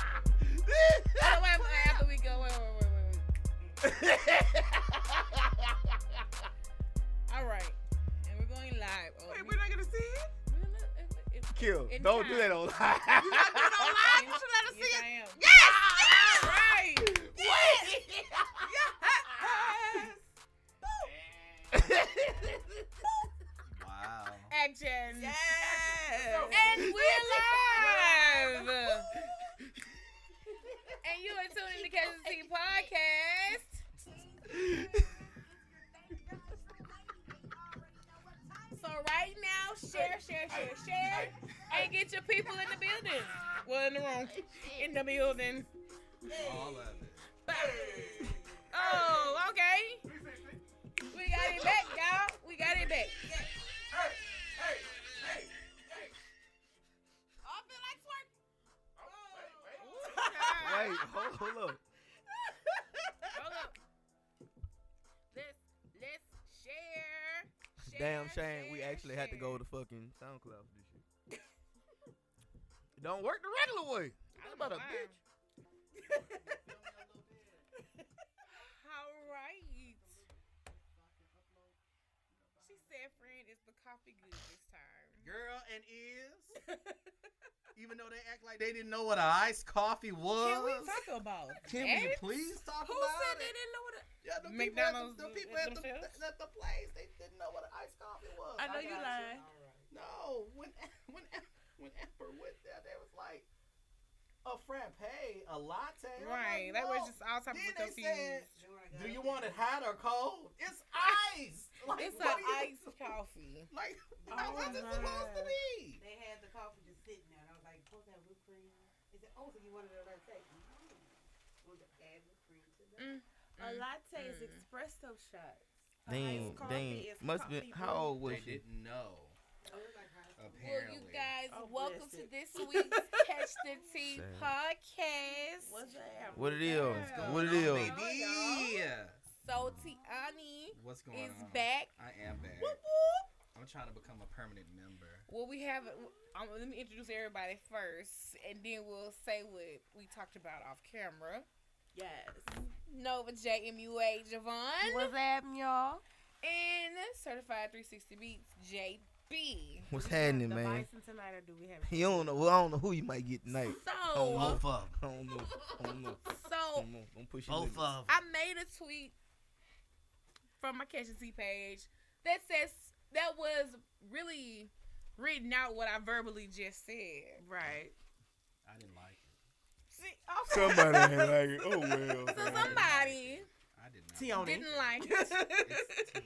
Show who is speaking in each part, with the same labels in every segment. Speaker 1: Oh, wait, wait, after we go, wait, wait, wait, wait, wait. All right, and we're going live. Oh,
Speaker 2: Wait,
Speaker 1: we-
Speaker 2: we're not gonna see it.
Speaker 1: we're gonna- if- if-
Speaker 3: Kill.
Speaker 1: if
Speaker 3: Don't do
Speaker 1: not-
Speaker 3: that on live.
Speaker 2: You're not doing no live. You should let us
Speaker 1: Yes,
Speaker 2: see
Speaker 1: I
Speaker 2: it.
Speaker 1: am.
Speaker 2: Yes.
Speaker 1: All right.
Speaker 2: Yes. Yes.
Speaker 4: Wow.
Speaker 1: Action.
Speaker 2: Yes.
Speaker 1: And we're live. and you are tuning to Catch the Tea podcast. So right now, share, share, share, share, and get your people in the building. Well, in the room, in the building.
Speaker 4: All of it.
Speaker 1: Bye. Oh, okay. We got it back, y'all. We got it back.
Speaker 3: Wait,
Speaker 4: Oh,
Speaker 3: hold, hold up.
Speaker 1: Hold up. Let's let's share. share
Speaker 4: Damn shame we
Speaker 1: share,
Speaker 4: actually had to
Speaker 1: share.
Speaker 4: go to fucking SoundCloud for this shit.
Speaker 3: It don't work the regular way. What about a
Speaker 1: Wow.
Speaker 3: bitch?
Speaker 1: All right. She said, "Friend, is the coffee good this time?"
Speaker 4: Girl and is. Even though they act like they didn't know what a iced coffee was.
Speaker 1: Can we talk about?
Speaker 4: Uh, Can
Speaker 1: that?
Speaker 4: we please talk
Speaker 1: Who
Speaker 4: about
Speaker 1: said
Speaker 4: it?
Speaker 1: they didn't know what? A-
Speaker 4: Yeah, the
Speaker 1: McDonald's
Speaker 4: people at the, the
Speaker 1: th-
Speaker 4: people at the,
Speaker 1: themselves?
Speaker 4: th- at the place, they didn't know what an iced coffee was.
Speaker 2: I know you lying.
Speaker 4: No, when when when Amber went there, they was like a frappe, a latte. And I'm like,
Speaker 1: right. That was
Speaker 4: "No."
Speaker 1: just all types
Speaker 4: Then
Speaker 1: of
Speaker 4: they
Speaker 1: confused.
Speaker 4: said, "Do you want it hot or cold? It's ice. Like,
Speaker 1: it's
Speaker 4: what
Speaker 1: an
Speaker 4: do you-
Speaker 1: iced coffee.
Speaker 4: Like how
Speaker 2: Oh
Speaker 4: was it
Speaker 2: my.
Speaker 4: supposed to be?
Speaker 5: They had the coffee just sitting there, and I was like, "What's that whipped cream?" He said, "Oh, so you wanted a latte?" Mm. Well, just add whipped cream to that.
Speaker 1: Mm.
Speaker 2: A latte is
Speaker 1: Mm.
Speaker 2: espresso shots. A
Speaker 4: Dang,
Speaker 2: iced coffee
Speaker 4: dang.
Speaker 2: is
Speaker 4: Must be
Speaker 2: coffee
Speaker 4: how old was she?
Speaker 6: didn't know.
Speaker 5: Oh, it was like hot.
Speaker 1: Well, you guys,
Speaker 2: Oh,
Speaker 1: welcome
Speaker 2: bless
Speaker 1: to
Speaker 2: it.
Speaker 1: this week's Catch the Tea
Speaker 4: Sad.
Speaker 1: podcast.
Speaker 2: What's that?
Speaker 4: What it is?
Speaker 1: Yeah.
Speaker 4: What it
Speaker 1: Hello,
Speaker 4: is?
Speaker 1: baby. So Tiani
Speaker 6: What's going
Speaker 1: is
Speaker 6: on?
Speaker 1: back.
Speaker 6: I am back. I'm trying to become a permanent member.
Speaker 1: Well, we have. Um, let me introduce everybody first, and then we'll say what we talked about off camera.
Speaker 2: Yes.
Speaker 1: Nova J M U A Javon
Speaker 2: What's happening, y'all?
Speaker 1: and Certified 360 Beats JB.
Speaker 4: What's
Speaker 2: Do we have
Speaker 4: happening,
Speaker 2: the
Speaker 4: man?
Speaker 2: Bison tonight, or do we have?
Speaker 4: You don't know. Well, I don't know who you might get tonight.
Speaker 2: Oh,
Speaker 1: So, uh,
Speaker 4: Both of them. I don't know. I don't know. I
Speaker 1: so
Speaker 4: don't know. Don't push your
Speaker 6: Both
Speaker 4: limits.
Speaker 6: of
Speaker 1: I made a tweet from my Catch and See page that says that was really written out what I verbally just said.
Speaker 2: Right.
Speaker 6: I didn't like it.
Speaker 1: See, okay.
Speaker 3: Somebody ain't like it. Oh well.
Speaker 1: So somebody
Speaker 6: I did
Speaker 2: Tiana.
Speaker 6: not.
Speaker 1: didn't like it.
Speaker 6: It's Tiana.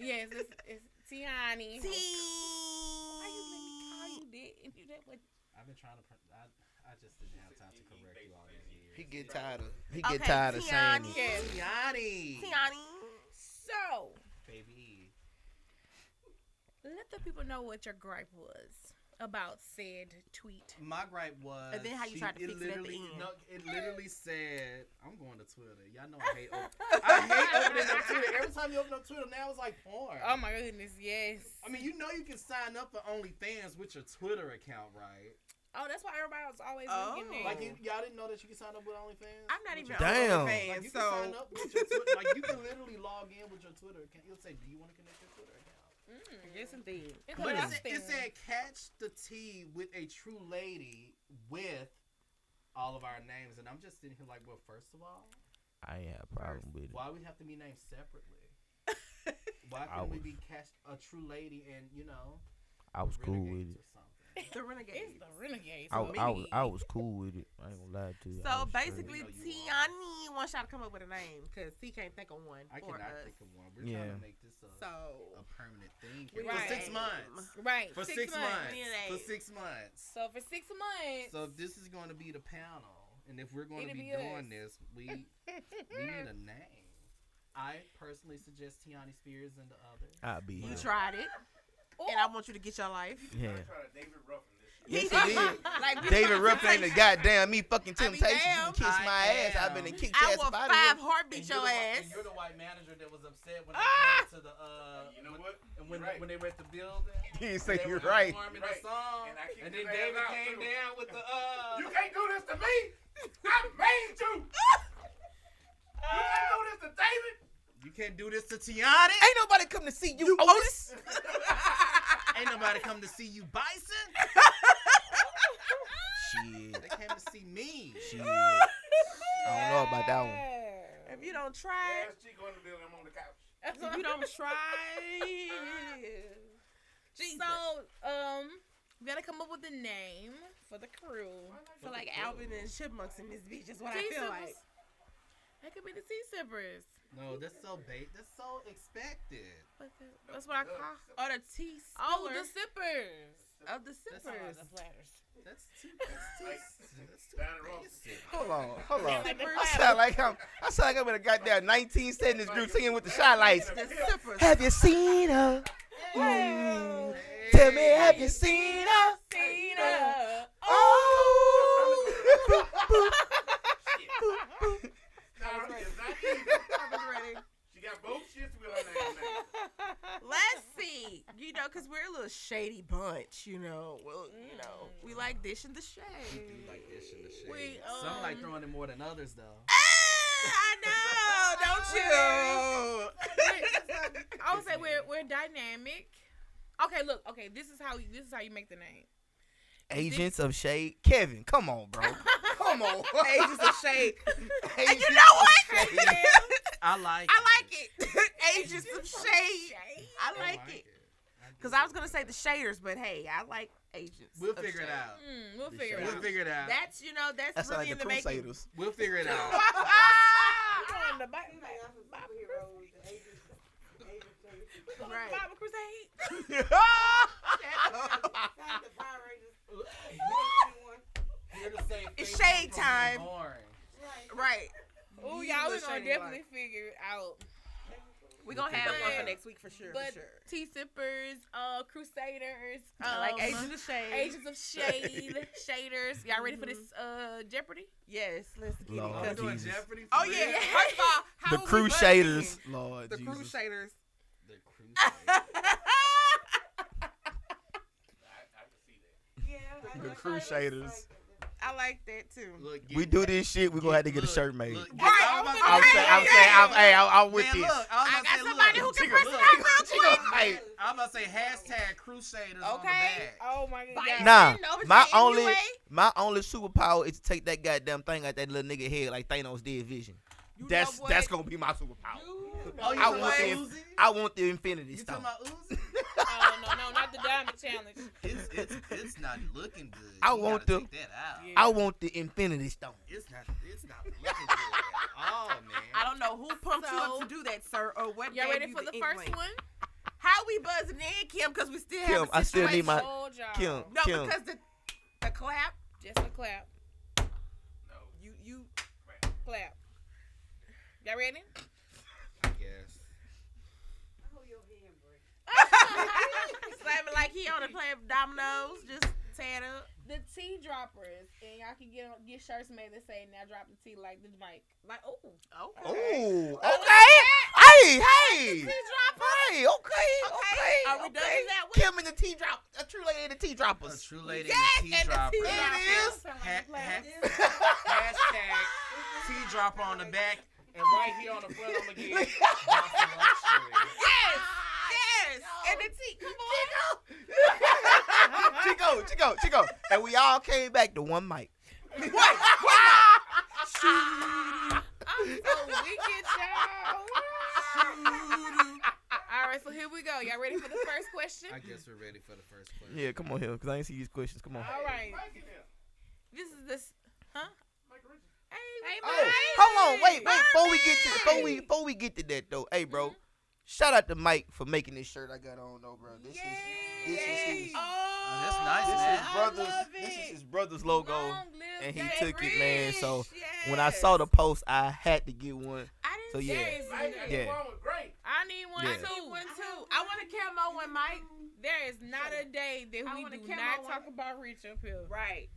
Speaker 1: yes, it's, it's Tiani. Why you let
Speaker 2: Tea.
Speaker 1: me call you that? And you that what-
Speaker 6: I've been trying to. pr- I, I just didn't have time to correct you all these years.
Speaker 4: He get tired of. He get
Speaker 2: Okay,
Speaker 4: tired of saying
Speaker 2: Tiani.
Speaker 4: it.
Speaker 1: Yes.
Speaker 6: Tiani.
Speaker 1: So
Speaker 6: Baby. E.
Speaker 1: let the people know what your gripe was about said tweet.
Speaker 6: My gripe was.
Speaker 2: And then how you
Speaker 6: she-
Speaker 2: tried to fix it at the
Speaker 6: literally-
Speaker 2: end.
Speaker 6: No, it literally said. I'm going to Twitter. Y'all know I hate. Op- I hate opening up Twitter. Every time you open up Twitter, now it's like porn.
Speaker 1: Oh
Speaker 4: Um,
Speaker 1: my goodness, yes.
Speaker 6: I mean, you know you can sign up for OnlyFans with your Twitter account, right?
Speaker 1: oh, that's why everybody was always
Speaker 2: Oh.
Speaker 1: looking there.
Speaker 6: Like, you, y'all didn't know that you can sign up with OnlyFans.
Speaker 2: I'm not even a
Speaker 4: Damn.
Speaker 2: fan,
Speaker 6: Like, you
Speaker 2: so
Speaker 6: can sign up with your Twitter. like, you can literally log in with your Twitter account. You'll say, "Do you want to connect your Twitter account?"
Speaker 1: Mm.
Speaker 2: yes, indeed.
Speaker 1: It's what
Speaker 6: But
Speaker 1: I
Speaker 6: it said-
Speaker 1: think.
Speaker 6: it said, "Catch the tea with a true lady with all of our names," and I'm just sitting here like, "Well, first of all,
Speaker 4: I ain't have a problem with it.
Speaker 6: why we have to be named separately? Why
Speaker 4: I
Speaker 6: can we
Speaker 4: was-
Speaker 6: be catch a true lady and you know
Speaker 4: I was cool with
Speaker 6: renegades
Speaker 4: it.
Speaker 6: or something?"
Speaker 2: The renegade.
Speaker 1: It's the renegade.
Speaker 4: I,
Speaker 1: for
Speaker 4: I was I
Speaker 1: me.
Speaker 4: was cool with it. I ain't gonna lie to you.
Speaker 2: So
Speaker 4: I was straight.
Speaker 2: basically,
Speaker 6: We know you are.
Speaker 2: Tiani wants y'all to come up with a name because he can't think of one
Speaker 6: I
Speaker 2: for
Speaker 6: cannot
Speaker 2: us.
Speaker 6: think of one. We're trying
Speaker 4: Yeah.
Speaker 6: to make this a,
Speaker 2: so
Speaker 6: a permanent thing
Speaker 2: we
Speaker 6: here
Speaker 1: Right.
Speaker 6: for six
Speaker 2: name.
Speaker 6: months.
Speaker 1: right
Speaker 6: For six,
Speaker 2: We
Speaker 6: months.
Speaker 2: need a
Speaker 6: For
Speaker 2: name.
Speaker 6: six months.
Speaker 1: So for six months.
Speaker 6: So this is going to be the panel, and if we're going
Speaker 1: It'll
Speaker 6: to be
Speaker 1: be
Speaker 6: doing
Speaker 1: us.
Speaker 6: this, we we need a name. I personally suggest Tiani Spears and the others.
Speaker 4: I'll be
Speaker 2: You
Speaker 4: here.
Speaker 2: tried it,
Speaker 1: Ooh,
Speaker 2: and I want you to get your life.
Speaker 4: Yeah.
Speaker 7: trying to David Ruffin this
Speaker 4: Yes, it is.
Speaker 2: Like, bitch,
Speaker 4: David
Speaker 2: I'm
Speaker 4: Ruffin ain't the goddamn me fucking
Speaker 2: I be
Speaker 4: temptation. You can
Speaker 2: damned.
Speaker 4: kiss
Speaker 6: I
Speaker 4: my ass. I've been
Speaker 6: am.
Speaker 4: and kicked
Speaker 2: I
Speaker 4: ass
Speaker 2: will
Speaker 4: body.
Speaker 2: five heartbeat
Speaker 6: And
Speaker 2: your
Speaker 6: you're the white-
Speaker 2: ass.
Speaker 6: and You're the white manager that was upset when
Speaker 2: Ah!
Speaker 6: they came to the uh.
Speaker 7: You know
Speaker 6: when-
Speaker 7: what?
Speaker 6: And when
Speaker 7: You're right.
Speaker 6: when they were at the building.
Speaker 4: He didn't
Speaker 6: and
Speaker 4: say
Speaker 6: they
Speaker 4: you're
Speaker 6: were
Speaker 4: right.
Speaker 6: performing the
Speaker 7: Right.
Speaker 6: song.
Speaker 7: And I kicked
Speaker 6: And then
Speaker 7: his ass
Speaker 6: David
Speaker 7: out,
Speaker 6: came
Speaker 7: too.
Speaker 6: down with the uh.
Speaker 7: You can't do this to me. I made you. You can't do this to David.
Speaker 6: You can't do this to Tiana.
Speaker 4: Ain't nobody come to see
Speaker 2: Oh,
Speaker 4: you, Otis.
Speaker 6: Ain't nobody come to see you, Bison.
Speaker 4: Shit.
Speaker 6: They came to see me.
Speaker 4: Shit. I don't know about that one.
Speaker 1: Yeah.
Speaker 2: If you don't try,
Speaker 7: Ass cheek on the building. I'm on the couch.
Speaker 1: That's
Speaker 2: if
Speaker 1: what
Speaker 2: you
Speaker 1: I'm-
Speaker 2: don't try,
Speaker 1: So, um, we gotta come up with a name for the crew.
Speaker 2: I feel like Alvin and Chipmunks in this bitch is what I
Speaker 1: Tea
Speaker 2: feel
Speaker 1: sippers.
Speaker 2: like.
Speaker 1: That could be the tea sippers.
Speaker 6: No, that's so bait. That's so expected.
Speaker 1: What the- That's what I call.
Speaker 2: Or the tea
Speaker 1: Oh,
Speaker 2: spiller
Speaker 1: the sippers.
Speaker 2: of the
Speaker 6: That's all
Speaker 2: sippers.
Speaker 6: the That's too.
Speaker 7: Like,
Speaker 6: That's too. That's too
Speaker 7: down the road.
Speaker 6: basic.
Speaker 4: Hold on, hold on.
Speaker 2: Like the
Speaker 4: I
Speaker 2: first-
Speaker 4: sound like I'm. I sound like I'm in a goddamn 19 setting this dude singing with the shot lights.
Speaker 2: The sippers.
Speaker 4: Have you seen her? Ooh. Tell me, have you seen her?
Speaker 1: Tina.
Speaker 4: Oh.
Speaker 7: Nah,
Speaker 2: Alright.
Speaker 7: it's not easy.
Speaker 2: I was ready.
Speaker 7: She got both shits with her name now.
Speaker 2: Let's see. You know, because we're a little shady bunch, you know. Well, you know, we like dishing the
Speaker 6: You
Speaker 2: shade.
Speaker 6: do like this in the shade.
Speaker 1: We,
Speaker 6: Some like
Speaker 1: um,
Speaker 6: throwing it more than others, though.
Speaker 2: I know, don't you?
Speaker 1: I would say we're we're dynamic. Okay, look. Okay, this is how this is how you make the name.
Speaker 4: Agents of Shade. Kevin, come on, bro. Come on.
Speaker 2: Agents of shade.
Speaker 4: Agents
Speaker 2: you know what?
Speaker 4: of Shade.
Speaker 6: I like.
Speaker 2: I like it. Agents of shade. I
Speaker 6: I
Speaker 2: like it. Because I was going to say the shaders, but hey, I like agents.
Speaker 6: We'll
Speaker 2: of
Speaker 6: figure it
Speaker 2: Shade.
Speaker 6: out.
Speaker 1: Mm, we'll
Speaker 4: Be
Speaker 1: figure it
Speaker 4: sure.
Speaker 6: We'll
Speaker 1: out.
Speaker 6: figure it out.
Speaker 2: That's, you know, that's,
Speaker 4: That sound
Speaker 2: really
Speaker 4: like
Speaker 2: in
Speaker 4: the
Speaker 2: the making.
Speaker 4: Crusaders.
Speaker 6: We'll figure it out.
Speaker 2: Ah!
Speaker 1: We're on the Bi-
Speaker 5: You know, I'm a superhero. The agents, the agents, they-
Speaker 1: Bi-
Speaker 2: Right.
Speaker 1: Bible Crusade.
Speaker 5: Find the Power Rangers. Anyone.
Speaker 6: Here to save
Speaker 2: It's
Speaker 6: Facebook
Speaker 2: shade
Speaker 6: from being
Speaker 2: time.
Speaker 6: boring.
Speaker 5: Right.
Speaker 2: Right.
Speaker 1: Oh,
Speaker 2: You
Speaker 1: y'all, we're
Speaker 2: look
Speaker 1: gonna
Speaker 2: shady like-
Speaker 1: definitely figure it out.
Speaker 2: We're going to have one for next week for sure.
Speaker 1: But
Speaker 2: for sure.
Speaker 1: tea sippers, uh, crusaders,
Speaker 2: I like
Speaker 1: um,
Speaker 2: Agents of Shade.
Speaker 1: agents of shade, shaders. Y'all ready for this uh Jeopardy?
Speaker 2: Yes, let's get
Speaker 4: Lord.
Speaker 2: it.
Speaker 6: We're
Speaker 2: 'cause-
Speaker 4: Jesus.
Speaker 6: doing Jeopardy.
Speaker 2: Oh
Speaker 6: for
Speaker 2: yeah.
Speaker 6: real?
Speaker 2: First of all, how
Speaker 4: The
Speaker 2: would we
Speaker 4: Crusaders.
Speaker 2: buzz in?
Speaker 4: Lord
Speaker 2: The
Speaker 4: Jesus.
Speaker 2: Crusaders.
Speaker 6: The Crusaders.
Speaker 7: I, I can see that.
Speaker 5: Yeah, I-
Speaker 4: The
Speaker 5: I- I
Speaker 4: Crusaders.
Speaker 5: like it.
Speaker 2: I like that too.
Speaker 6: Look,
Speaker 4: We
Speaker 6: get-
Speaker 4: do this shit, we're going to have to get a
Speaker 6: look,
Speaker 4: shirt made.
Speaker 6: look, get-
Speaker 2: Right,
Speaker 6: I was
Speaker 2: I'm
Speaker 6: about
Speaker 4: I'm
Speaker 6: to
Speaker 4: saying,
Speaker 6: say-
Speaker 4: I'm saying, I'm, hey, I'm, I'm with
Speaker 6: Man,
Speaker 4: this.
Speaker 6: look, I, was about
Speaker 2: I got
Speaker 6: to say,
Speaker 2: somebody
Speaker 6: look.
Speaker 2: who can
Speaker 4: Chicken,
Speaker 2: press
Speaker 4: look.
Speaker 2: that real
Speaker 4: Chicken,
Speaker 2: quick.
Speaker 4: like,
Speaker 6: I'm about to say hashtag Crusaders on the
Speaker 2: Okay.
Speaker 6: back.
Speaker 1: Oh my god.
Speaker 2: Bison,
Speaker 4: Nah,
Speaker 2: Nova
Speaker 4: my
Speaker 2: Shade,
Speaker 4: only-
Speaker 2: anyway.
Speaker 4: My only superpower is to take that goddamn thing out that little nigga head like Thanos did Vision.
Speaker 2: You
Speaker 4: That's
Speaker 2: know what?
Speaker 4: that's gonna be my superpower.
Speaker 2: You
Speaker 6: Oh, you
Speaker 4: I want
Speaker 6: talking about
Speaker 4: the-
Speaker 6: Uzi?
Speaker 4: I want the Infinity
Speaker 6: You
Speaker 4: Stone.
Speaker 6: talking about Uzi?
Speaker 1: Oh no, no, not the diamond challenge.
Speaker 6: It's, it's, it's not looking good.
Speaker 4: I
Speaker 6: You
Speaker 4: want
Speaker 6: gotta
Speaker 4: to-
Speaker 6: take that out.
Speaker 1: Yeah.
Speaker 4: I want the Infinity Stone.
Speaker 6: It's not it's not looking good at all, man.
Speaker 2: I don't know who pumped you
Speaker 1: So-
Speaker 2: up to do that, sir, Oh. or what.
Speaker 1: Y'all
Speaker 2: gave
Speaker 1: ready
Speaker 2: you
Speaker 1: for the first
Speaker 2: inkling.
Speaker 1: one?
Speaker 2: How we buzzing in, Kim? Because we still have.
Speaker 4: Kim,
Speaker 2: a
Speaker 4: I still need my-
Speaker 1: Oh, y'all.
Speaker 4: Kim,
Speaker 2: situation. No,
Speaker 4: Kim,
Speaker 2: because the the clap.
Speaker 1: Just a clap,
Speaker 7: No.
Speaker 2: You you.
Speaker 1: clap. Y'all ready?
Speaker 6: I guess.
Speaker 5: Hold your hand, Brie.
Speaker 2: Slap it like he on the play of dominoes, just tear it up.
Speaker 1: the tea droppers, and y'all can get on, get shirts made that say "Now drop the tea like the mic." Like, oh,
Speaker 2: Okay. Oh,
Speaker 4: Ooh,
Speaker 1: I like
Speaker 4: okay. Hey, hey,
Speaker 1: tea dropper.
Speaker 4: hey, okay, okay.
Speaker 2: Are we done
Speaker 4: okay.
Speaker 2: with that one?
Speaker 4: Kim and the tea drop, a true lady and the tea
Speaker 6: A
Speaker 4: droppers.
Speaker 6: true lady
Speaker 2: Yes, and
Speaker 6: and a
Speaker 2: the
Speaker 6: tea dropper.
Speaker 2: tea
Speaker 4: dropper.
Speaker 1: Y'all
Speaker 4: is.
Speaker 1: sound like
Speaker 6: Ha-
Speaker 1: the clap.
Speaker 6: Hashtag tea dropper on the back and right here on the front I'm gonna get Boston luxury.
Speaker 2: Yes, yes. And the tea. Come on.
Speaker 4: Chico, Chico, Chico, and we all came back to one mic.
Speaker 2: What? What?
Speaker 1: I'm so wicked, y'all. All right, so here we go. Y'all ready for the first question?
Speaker 6: I guess we're ready for the first question.
Speaker 4: Yeah, come on here, cause I ain't see these questions. Come on.
Speaker 1: All right,
Speaker 7: Mike in there.
Speaker 1: this is this.
Speaker 7: Mike Richards.
Speaker 1: Hey,
Speaker 4: Oh,
Speaker 1: Mike.
Speaker 4: hold on, wait, wait. Before we get to before we before we get to that though, hey bro, shout out to Mike for making this shirt I got on though, bro. This is this is his,
Speaker 6: Oh, that's nice,
Speaker 4: this is
Speaker 6: man.
Speaker 4: his
Speaker 1: I
Speaker 4: brother's
Speaker 1: love
Speaker 4: this is
Speaker 1: it.
Speaker 4: his brother's logo.
Speaker 1: Long live
Speaker 4: and he
Speaker 1: Dave
Speaker 4: took it, man.
Speaker 1: Rich.
Speaker 4: So
Speaker 2: Yes.
Speaker 4: when I saw the post, I had to get one.
Speaker 1: I didn't
Speaker 4: So, yeah.
Speaker 1: say it's
Speaker 7: Mike,
Speaker 1: good.
Speaker 4: Yeah.
Speaker 7: yeah. wrong with great.
Speaker 1: I need one
Speaker 4: Yeah.
Speaker 1: too. One
Speaker 5: I
Speaker 1: too.
Speaker 5: don't I want a camo one, Mike.
Speaker 1: There is not a day that
Speaker 5: I
Speaker 1: we
Speaker 5: want a
Speaker 1: do
Speaker 5: camo
Speaker 1: not
Speaker 5: one.
Speaker 1: talk about Rich up here.
Speaker 5: Right.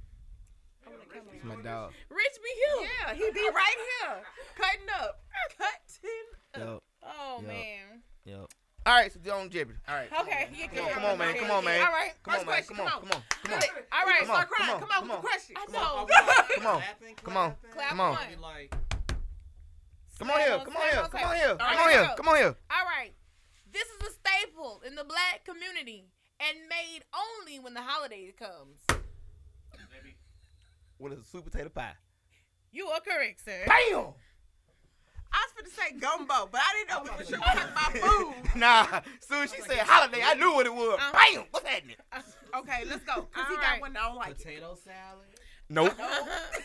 Speaker 1: I want a camo
Speaker 4: It's
Speaker 1: one.
Speaker 4: my dog.
Speaker 1: Rich be here.
Speaker 5: Yeah, he be right here, cutting up, cutting.
Speaker 4: Yo,
Speaker 1: Oh
Speaker 4: Yup.
Speaker 1: man.
Speaker 4: yo. All right, so they're on Jeopardy. All right.
Speaker 1: Okay. Yeah,
Speaker 4: Come on, come on, man. Come on, man.
Speaker 5: All right,
Speaker 4: Come
Speaker 5: first
Speaker 4: on, man.
Speaker 5: question.
Speaker 4: Come on, come on, come on.
Speaker 1: All right.
Speaker 4: Come
Speaker 5: Start
Speaker 4: on,
Speaker 5: crying.
Speaker 4: come
Speaker 5: Come
Speaker 4: on,
Speaker 5: on,
Speaker 4: come
Speaker 5: with the question.
Speaker 1: I
Speaker 4: Come
Speaker 1: know.
Speaker 4: on. Come on. Come on.
Speaker 1: Clap
Speaker 4: Come on.
Speaker 1: one.
Speaker 6: Like,
Speaker 4: Come on here, come on here, come on here, come on here, come on here.
Speaker 1: All right. This is a staple in the black community and made only when the holiday comes.
Speaker 4: What is a sweet potato pie?
Speaker 1: You are correct, sir.
Speaker 4: Bam!
Speaker 5: I was gonna say gumbo, but I didn't know we for sure talking about food.
Speaker 4: Nah, soon as she said holiday, I knew what it was.
Speaker 1: Uh-huh.
Speaker 4: Bam! What's happening?
Speaker 5: Okay, let's go. Cause he
Speaker 1: All
Speaker 5: got
Speaker 1: right.
Speaker 5: one that I don't like. it.
Speaker 6: potato salad.
Speaker 4: Nope.
Speaker 5: That's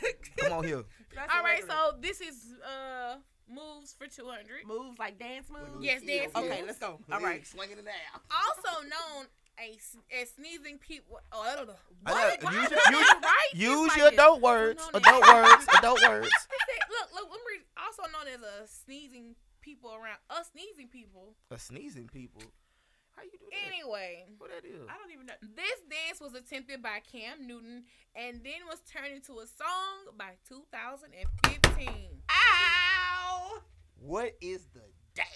Speaker 4: Come on here.
Speaker 1: All
Speaker 5: a
Speaker 1: right.
Speaker 5: regular.
Speaker 1: So this is uh moves for two hundred,
Speaker 5: moves like dance moves.
Speaker 1: Yes, dance
Speaker 5: Okay,
Speaker 1: moves.
Speaker 5: let's go. All right.
Speaker 6: slinging it out.
Speaker 1: also known a, s- as sneezing people. Oh, I don't know.
Speaker 4: I
Speaker 1: What?
Speaker 4: gotta-
Speaker 1: Why
Speaker 4: use
Speaker 1: did
Speaker 4: your-
Speaker 1: I
Speaker 4: use-
Speaker 1: write this
Speaker 4: Use
Speaker 1: like
Speaker 4: your
Speaker 1: this?
Speaker 4: adult words,
Speaker 1: Don't know
Speaker 4: adult words, adult words.
Speaker 1: It said- look, look. Let me read. Also known as a sneezing people around us sneezing people.
Speaker 4: A sneezing people. How you do that?
Speaker 1: Anyway,
Speaker 4: What that is?
Speaker 5: I don't even know.
Speaker 1: this dance was attempted by Cam Newton and then was turned into a song by 2015.
Speaker 5: Ow!
Speaker 4: What is the damn?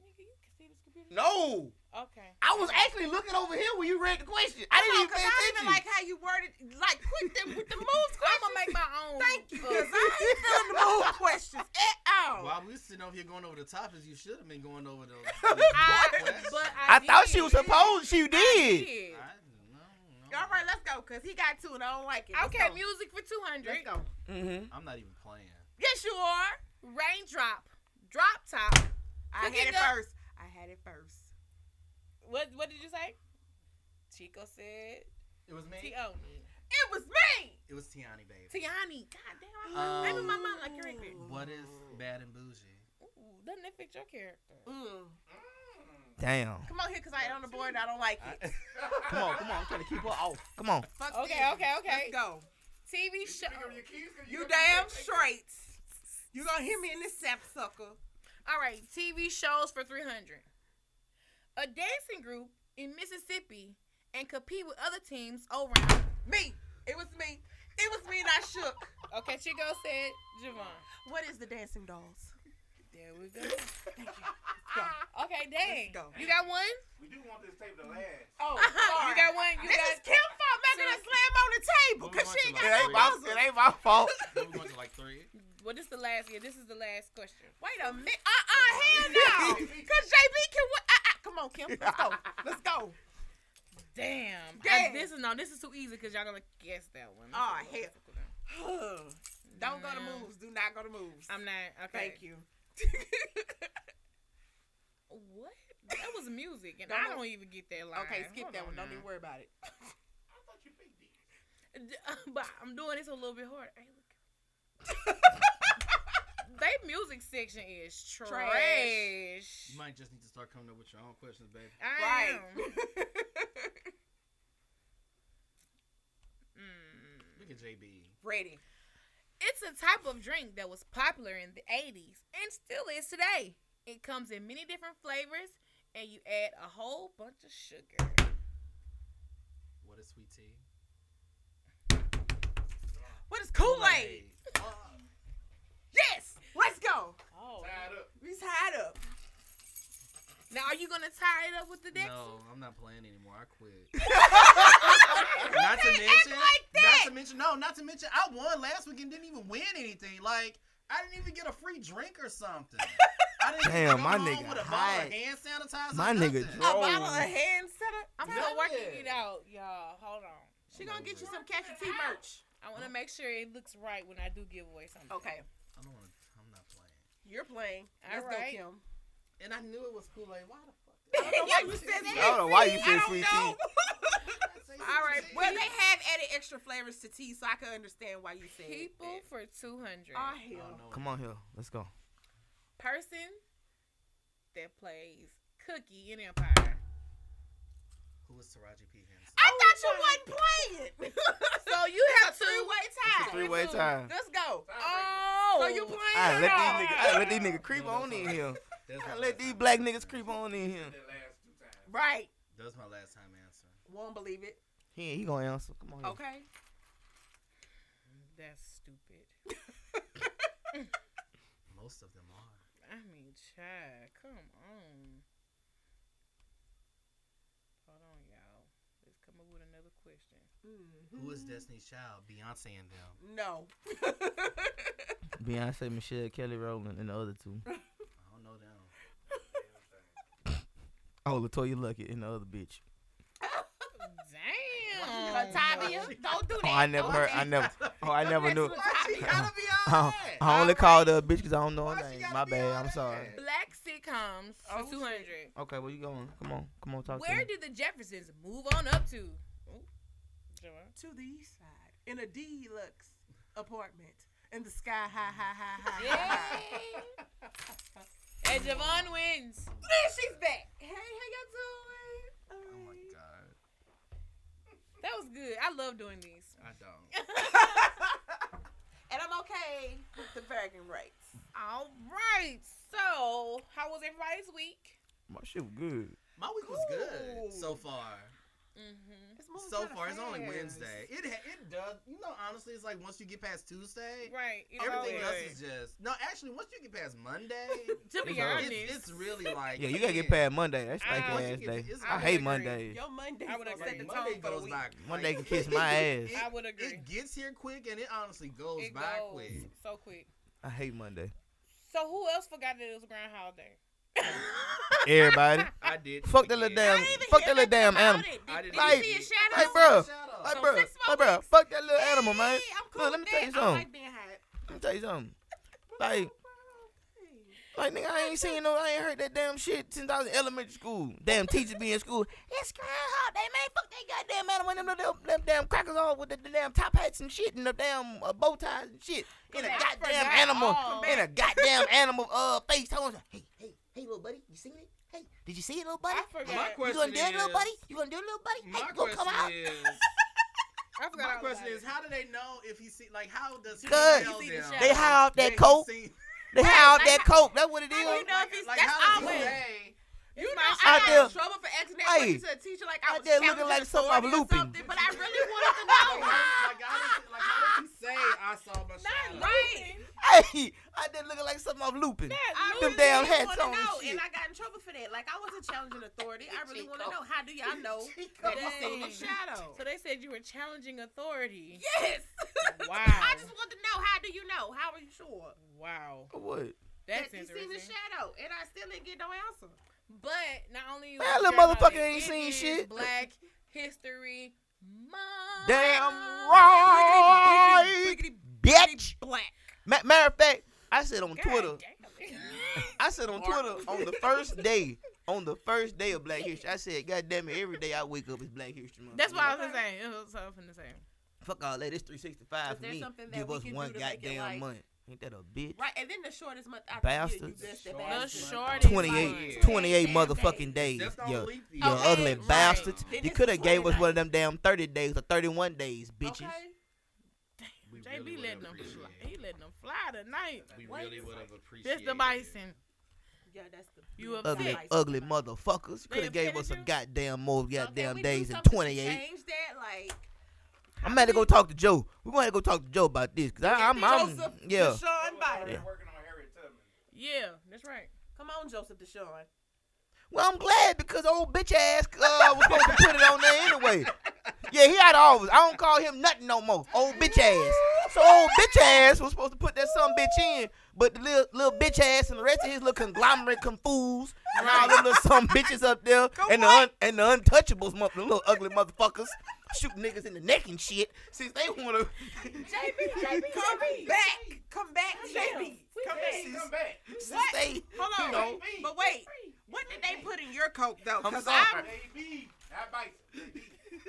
Speaker 1: Nigga, you can see this computer.
Speaker 4: No,
Speaker 1: Okay.
Speaker 4: I was actually looking over here when you read the question. I
Speaker 5: No,
Speaker 4: didn't even
Speaker 5: cause
Speaker 4: pay
Speaker 5: I don't
Speaker 4: attention.
Speaker 5: even like how you worded. Like, quit them with the moves
Speaker 1: I'm
Speaker 5: question.
Speaker 1: gonna make my own.
Speaker 5: Thank you,
Speaker 1: uh,
Speaker 5: cause I ain't feeling the move questions at
Speaker 2: Oh.
Speaker 5: all.
Speaker 6: While we sitting over here going over the topics, you should have been going over those.
Speaker 1: I- but I,
Speaker 4: I thought she
Speaker 1: did.
Speaker 4: was supposed. She
Speaker 1: I
Speaker 4: did.
Speaker 1: did.
Speaker 6: I don't know.
Speaker 5: All right, let's go. Cause he got two and I don't like it. Let's
Speaker 1: Okay,
Speaker 5: go.
Speaker 1: music for 200.
Speaker 5: Let's go.
Speaker 4: Mm-hmm.
Speaker 6: I'm not even playing.
Speaker 5: Yes, you are.
Speaker 1: Raindrop. Drop top.
Speaker 5: I
Speaker 1: Look
Speaker 5: had
Speaker 1: it
Speaker 5: it
Speaker 1: up.
Speaker 5: first. I had it first.
Speaker 1: What What did you say? Chico said.
Speaker 6: It was me.
Speaker 1: Tioni.
Speaker 5: It was me.
Speaker 6: It was Tiani, baby.
Speaker 1: Tiani. God damn. I um,
Speaker 6: Um,
Speaker 1: my mom like character.
Speaker 6: What is bad and bougie?
Speaker 1: Ooh, doesn't that fit your character?
Speaker 5: Mm.
Speaker 4: Damn.
Speaker 5: Come on here, cause I ain't on the board. and I don't like it.
Speaker 6: I-
Speaker 4: Come on, come on. I'm trying to keep her off. Come on.
Speaker 5: Fuck
Speaker 1: Okay,
Speaker 5: this.
Speaker 1: okay, okay.
Speaker 5: Let's go.
Speaker 1: TV show.
Speaker 5: You damn straight. You gonna hear me in this sap sucker.
Speaker 1: All right, TV shows for 300. A dancing group in Mississippi and compete with other teams over.
Speaker 5: Me. It was me. It was me and I shook.
Speaker 1: Okay, Chico said Javon.
Speaker 5: What is the dancing dolls?
Speaker 1: There we go.
Speaker 5: Go.
Speaker 1: Okay, dang.
Speaker 5: Let's go.
Speaker 1: You got one? Uh-huh.
Speaker 2: We do want this tape to last.
Speaker 5: Oh,
Speaker 1: You got one? You
Speaker 5: this
Speaker 1: got
Speaker 5: is Kim fault making us slam on the table
Speaker 6: Well, we
Speaker 5: because
Speaker 6: want
Speaker 5: she ain't
Speaker 6: you
Speaker 5: got no
Speaker 6: like three.
Speaker 5: buzzer.
Speaker 4: It ain't my fault.
Speaker 6: we were going to like three.
Speaker 1: Well, this is the last. Yeah, this is the last question.
Speaker 5: Wait a minute. Uh-uh, hell no. Because JB can win. Uh-uh. Come on, Kim. Let's go. Let's go.
Speaker 1: Damn. I-
Speaker 5: Damn.
Speaker 1: this is no. This is too easy because y'all gonna guess that one. That's
Speaker 5: Aw,
Speaker 1: a little
Speaker 5: hell.
Speaker 1: difficult one.
Speaker 5: Don't go to
Speaker 1: Mm.
Speaker 5: moves. Do not go to moves.
Speaker 1: I'm not. Okay.
Speaker 5: Thank you.
Speaker 1: What? That was music, and
Speaker 5: Don't
Speaker 1: I
Speaker 5: know-
Speaker 1: don't even get that line.
Speaker 5: okay, skip
Speaker 1: Hold
Speaker 5: that
Speaker 1: on
Speaker 5: one. Don't
Speaker 1: now.
Speaker 5: even worry about it.
Speaker 1: D- but I'm doing this a little bit hard. Hey, look. they music section is trash.
Speaker 5: Trash.
Speaker 6: You might just need to start coming up with your own questions, baby.
Speaker 1: I
Speaker 5: Right.
Speaker 1: am. Mm.
Speaker 6: Look at JB.
Speaker 5: Ready.
Speaker 1: It's a type of drink that was popular in the 80s and still is today. It comes in many different flavors, and you add a whole bunch of sugar.
Speaker 6: What is sweet tea?
Speaker 5: What is Kool-Aid? Yes. Let's go.
Speaker 1: Oh.
Speaker 5: We tied up.
Speaker 1: Now, are you going to tie it up with the next
Speaker 6: No, I'm not playing anymore. I quit.
Speaker 5: You
Speaker 6: not to
Speaker 5: can't
Speaker 6: mention,
Speaker 5: act like that.
Speaker 6: not to mention, no, not to mention, I won last week and didn't even win anything. Like I didn't even get a free drink or something. I didn't
Speaker 4: Damn,
Speaker 6: come
Speaker 4: my
Speaker 6: home
Speaker 4: nigga
Speaker 6: with a bottle
Speaker 4: high.
Speaker 6: of hand sanitizer.
Speaker 4: My nigga
Speaker 5: A
Speaker 6: nothing.
Speaker 4: drunk.
Speaker 5: bottle of hand setter.
Speaker 1: I'm
Speaker 6: No.
Speaker 1: still working
Speaker 6: Yeah.
Speaker 1: it out, y'all. Hold on.
Speaker 5: She gonna get you some Cashew T merch.
Speaker 1: I want to make sure it looks right when I do give away something.
Speaker 5: Okay.
Speaker 6: I don't want to. I'm not playing.
Speaker 5: You're playing.
Speaker 1: All
Speaker 5: Let's
Speaker 1: right.
Speaker 5: go,
Speaker 6: And I knew it was Kool Aid. Why the fuck?
Speaker 5: Kim. I don't know why you said
Speaker 4: I don't know why you
Speaker 5: I
Speaker 4: said
Speaker 5: don't
Speaker 4: sweet
Speaker 5: know.
Speaker 4: tea.
Speaker 1: All right,
Speaker 5: well, they have added extra flavors to tea, so I can understand why you said
Speaker 1: People
Speaker 5: that.
Speaker 1: for 200.
Speaker 5: Oh,
Speaker 6: I
Speaker 5: hell.
Speaker 6: don't know.
Speaker 4: Come on here. Let's go.
Speaker 1: Person that plays Cookie in Empire.
Speaker 6: Who was Taraji P Henson?
Speaker 5: I thought you wasn't playing.
Speaker 1: Oh So you have
Speaker 5: It's a
Speaker 1: two.
Speaker 5: three-way tie.
Speaker 4: Three-way
Speaker 1: Two.
Speaker 4: tie.
Speaker 5: Let's go.
Speaker 1: Oh.
Speaker 5: So you playing
Speaker 4: I let
Speaker 5: or
Speaker 4: these
Speaker 5: not?
Speaker 4: nigga, I let these nigga creep on in here.
Speaker 6: That's
Speaker 4: I
Speaker 6: my
Speaker 4: let
Speaker 6: last
Speaker 4: these
Speaker 6: time.
Speaker 4: black niggas creep on in here.
Speaker 5: Right.
Speaker 6: That's my last time answer.
Speaker 5: Won't believe it.
Speaker 4: He ain't- he gonna answer. Come on. here.
Speaker 5: Okay.
Speaker 1: That's stupid.
Speaker 6: Most of them are.
Speaker 1: I mean, child, come on. Hold on, y'all. Let's come up with another question.
Speaker 6: Who
Speaker 5: Mm-hmm.
Speaker 6: is Destiny's Child? Beyonce and them.
Speaker 5: No.
Speaker 4: Beyonce, Michelle, Kelly Rowland, and the other two.
Speaker 6: I don't know them.
Speaker 4: Oh, Latoya Luckett and the other bitch.
Speaker 1: Damn.
Speaker 5: Latavia, don't do that.
Speaker 4: Oh, I never heard. I never. Oh, I never knew.
Speaker 5: Latavia.
Speaker 6: She gotta be all
Speaker 4: Oh,
Speaker 6: that.
Speaker 4: I only
Speaker 5: Alright.
Speaker 4: called her a bitch because I don't know her
Speaker 6: Why she
Speaker 4: name.
Speaker 6: gotta
Speaker 4: My
Speaker 6: be
Speaker 4: bad.
Speaker 6: all
Speaker 4: I'm
Speaker 6: that?
Speaker 4: sorry.
Speaker 1: Black sitcoms
Speaker 5: Oh,
Speaker 1: for 200.
Speaker 4: Okay, where you going? Come on, come on, talk to
Speaker 1: Where
Speaker 4: me.
Speaker 1: did the Jeffersons move on up to? Ooh. Joanne.
Speaker 5: to the east side in a deluxe apartment in the sky high high high high.
Speaker 1: Yeah.
Speaker 5: high.
Speaker 1: and Javon wins.
Speaker 5: she's back. Hey, how y'all doing?
Speaker 6: Oh my
Speaker 5: Alright.
Speaker 6: god.
Speaker 1: That was good. I love doing these.
Speaker 6: I don't.
Speaker 5: Um, and I'm okay with the bragging rights.
Speaker 1: All right. So, how was everybody's week?
Speaker 4: My shit was good.
Speaker 6: My week was good so far.
Speaker 1: Mm-hmm.
Speaker 5: It's moving
Speaker 6: So
Speaker 5: kinda
Speaker 6: far, it's only
Speaker 5: fast.
Speaker 6: Wednesday. It ha- it does. You know, honestly, it's like once you get past Tuesday,
Speaker 1: Right. it's
Speaker 6: everything
Speaker 1: over.
Speaker 6: else is just no. Actually, once you get past Monday,
Speaker 1: To be
Speaker 4: It's over.
Speaker 1: honest,
Speaker 6: it's, it's really like
Speaker 4: Yeah, you gotta get
Speaker 6: man,
Speaker 4: past Monday. That's
Speaker 1: I-
Speaker 4: like
Speaker 1: I
Speaker 4: ass
Speaker 6: think it-
Speaker 4: day.
Speaker 6: it's-
Speaker 4: I
Speaker 1: I
Speaker 4: hate
Speaker 1: would
Speaker 4: Mondays.
Speaker 5: Your Monday's
Speaker 1: I would
Speaker 5: gonna set
Speaker 1: agree.
Speaker 5: the tone for
Speaker 6: Monday
Speaker 5: the
Speaker 6: goes
Speaker 5: week.
Speaker 6: by.
Speaker 4: Monday can
Speaker 6: quick.
Speaker 4: kiss my ass.
Speaker 1: I would agree.
Speaker 6: It gets here quick and it honestly goes
Speaker 1: It
Speaker 6: by
Speaker 1: goes
Speaker 6: quick.
Speaker 1: so quick.
Speaker 4: I hate Monday.
Speaker 1: So who else forgot that it was Groundhog Day?
Speaker 4: Everybody,
Speaker 6: I did.
Speaker 4: fuck that little damn, fuck that little damn animal.
Speaker 6: I didn't
Speaker 4: Like-
Speaker 6: see a
Speaker 4: Hey,
Speaker 6: shadow.
Speaker 4: bro,
Speaker 6: Shout out.
Speaker 4: hey,
Speaker 5: So
Speaker 4: bro,
Speaker 5: since my
Speaker 4: hey, bro,
Speaker 5: week's-
Speaker 4: fuck that little animal, man.
Speaker 5: Hey, I'm cool
Speaker 4: Look, let me
Speaker 5: with
Speaker 4: tell you
Speaker 5: that. I
Speaker 4: something.
Speaker 5: like being hot.
Speaker 4: Let me tell you something. Like, like nigga, I ain't seen no, I ain't heard that damn shit since I was in elementary school. Damn teachers be in school. It's Groundhog Day, man. Fuck that goddamn animal. and Them, them, them damn crackers on with the, the damn top hats and shit and the damn uh, bow ties and shit. In a
Speaker 1: Come back.
Speaker 4: goddamn
Speaker 1: Forgot
Speaker 4: animal,
Speaker 1: all.
Speaker 4: in a goddamn animal uh face. Told him, hey, hey, hey, little buddy, you seen it? Hey, did you see it, little buddy?
Speaker 1: I forgot.
Speaker 6: My
Speaker 4: You
Speaker 6: question
Speaker 4: gonna do it, little
Speaker 6: is-
Speaker 4: buddy? You gonna do it, little buddy?
Speaker 6: My
Speaker 4: Hey, gonna come out?
Speaker 6: question is.
Speaker 1: I forgot.
Speaker 6: My
Speaker 1: all
Speaker 6: question
Speaker 1: about
Speaker 6: is,
Speaker 1: it.
Speaker 6: how do they know if he see? Like, how does he
Speaker 4: Cuz
Speaker 6: tell
Speaker 1: he see the
Speaker 6: them
Speaker 1: shadow.
Speaker 4: They hide off that
Speaker 6: he
Speaker 4: coat.
Speaker 6: seen-
Speaker 4: They have
Speaker 5: like,
Speaker 4: that coat. That's what it
Speaker 5: How do
Speaker 4: is.
Speaker 5: you know if he's
Speaker 6: Like,
Speaker 5: that's
Speaker 6: how does he
Speaker 5: always
Speaker 6: say?
Speaker 5: You know,
Speaker 1: my
Speaker 5: I
Speaker 4: shit. Out
Speaker 5: got in trouble for asking that
Speaker 4: Hey.
Speaker 5: question to a teacher like I
Speaker 4: Out
Speaker 5: was
Speaker 4: there
Speaker 5: challenging
Speaker 4: looking like
Speaker 5: the
Speaker 4: some
Speaker 5: authority
Speaker 4: I'm
Speaker 5: or
Speaker 4: looping.
Speaker 5: something, but I really wanted to
Speaker 6: Like,
Speaker 5: know.
Speaker 6: how does he- like, how does he say? I saw my shadow.
Speaker 5: right.
Speaker 4: Hey, I did looking like something I'm looping.
Speaker 5: I
Speaker 4: Them
Speaker 5: really
Speaker 4: damn
Speaker 5: did
Speaker 4: hats
Speaker 5: wanna
Speaker 4: on and
Speaker 5: know,
Speaker 4: shit.
Speaker 5: and I got in trouble for that. Like I wasn't challenging authority. I really want to know how do y'all know that he's seen the
Speaker 1: Dang.
Speaker 5: shadow?
Speaker 1: So they said you were challenging authority.
Speaker 5: Yes.
Speaker 1: Wow.
Speaker 5: I just want to know how do you know? How are you sure
Speaker 1: Wow.
Speaker 4: What?
Speaker 1: That's
Speaker 5: that you
Speaker 1: interesting.
Speaker 5: seen the shadow? And I still didn't get no answer.
Speaker 1: But not only
Speaker 4: Man,
Speaker 1: was
Speaker 4: little
Speaker 1: Groundhog
Speaker 4: motherfucker
Speaker 1: Day,
Speaker 4: ain't
Speaker 1: it
Speaker 4: seen
Speaker 1: is
Speaker 4: shit.
Speaker 1: Black History Month.
Speaker 4: Damn
Speaker 5: uh,
Speaker 4: right,
Speaker 5: Biggity,
Speaker 4: bitch.
Speaker 5: black.
Speaker 4: Ma- matter of fact, I said on
Speaker 1: God
Speaker 4: Twitter.
Speaker 1: damn.
Speaker 4: I said on Twitter on the first day, on the first day of Black History. I said, God damn it, every day I wake up is Black History Month.
Speaker 1: That's
Speaker 4: You
Speaker 1: what I
Speaker 4: know,
Speaker 1: was gonna say. It was something to say.
Speaker 4: Fuck all that. It's 365
Speaker 5: Is
Speaker 4: for
Speaker 5: there
Speaker 4: me.
Speaker 5: something that
Speaker 4: Give
Speaker 5: we
Speaker 4: us
Speaker 5: can
Speaker 4: one
Speaker 5: do to make it
Speaker 4: goddamn
Speaker 5: like-
Speaker 4: month. Ain't that a bitch?
Speaker 5: Right, and then the shortest month out of the year,
Speaker 4: Bastards.
Speaker 5: you just
Speaker 6: The
Speaker 5: that
Speaker 1: The
Speaker 5: bastard.
Speaker 6: shortest
Speaker 1: shortest.
Speaker 4: 28,
Speaker 1: one.
Speaker 4: 28
Speaker 1: Damn
Speaker 4: motherfucking days.
Speaker 6: That's
Speaker 4: Yo,
Speaker 6: on leap year.
Speaker 4: you
Speaker 5: Okay,
Speaker 4: ugly
Speaker 5: right.
Speaker 4: bastards.
Speaker 5: Then
Speaker 4: You
Speaker 5: it's
Speaker 4: could have gave us
Speaker 5: 29.
Speaker 4: one of them damn 30 days or 31 days, bitches.
Speaker 5: Okay.
Speaker 6: We
Speaker 1: JB
Speaker 6: really would
Speaker 1: letting them
Speaker 6: appreciate
Speaker 1: fly.
Speaker 6: it.
Speaker 1: He letting them fly tonight.
Speaker 6: We
Speaker 5: What?
Speaker 6: really would have appreciated.
Speaker 1: This the
Speaker 6: it.
Speaker 1: bison.
Speaker 5: Yeah, that's the
Speaker 1: You
Speaker 5: yeah,
Speaker 4: Ugly,
Speaker 5: that's
Speaker 4: ugly
Speaker 5: the-
Speaker 4: motherfuckers. You
Speaker 1: They
Speaker 4: could have gave us some
Speaker 1: offended
Speaker 4: goddamn more
Speaker 5: So can
Speaker 4: goddamn
Speaker 5: we do
Speaker 4: days than
Speaker 5: something to
Speaker 4: 28.
Speaker 5: Change that, like
Speaker 4: I'm about to go talk to Joe. We're gonna have to go talk to Joe about this because I'm, I'm,
Speaker 5: Joseph
Speaker 4: yeah.
Speaker 5: Deshaun Biden.
Speaker 4: Yeah.
Speaker 2: Working on Harriet Tubman.
Speaker 1: Yeah, that's right.
Speaker 5: Come on, Joseph Deshaun.
Speaker 4: Well, I'm glad because old bitch ass uh, was supposed to put it on there anyway. Yeah, he out of office. I don't call him nothing no more. Old bitch ass. So old bitch ass was supposed to put that some bitch in, but the little little bitch ass and the rest of his little conglomerate confools and all them little some bitches up there and the un, and the untouchables, mo- the little ugly motherfuckers shoot niggas in the neck and shit since they wanna.
Speaker 5: Come back, come back, JB. Come
Speaker 2: Hey,
Speaker 5: back.
Speaker 2: come back.
Speaker 4: since
Speaker 5: What?
Speaker 4: they,
Speaker 5: Hold
Speaker 4: you
Speaker 5: on,
Speaker 4: know,
Speaker 5: but wait. What did they put in your coat though?
Speaker 4: I'm
Speaker 5: 'Cause
Speaker 4: sorry.
Speaker 5: I'm-
Speaker 2: JB. That bison. JB.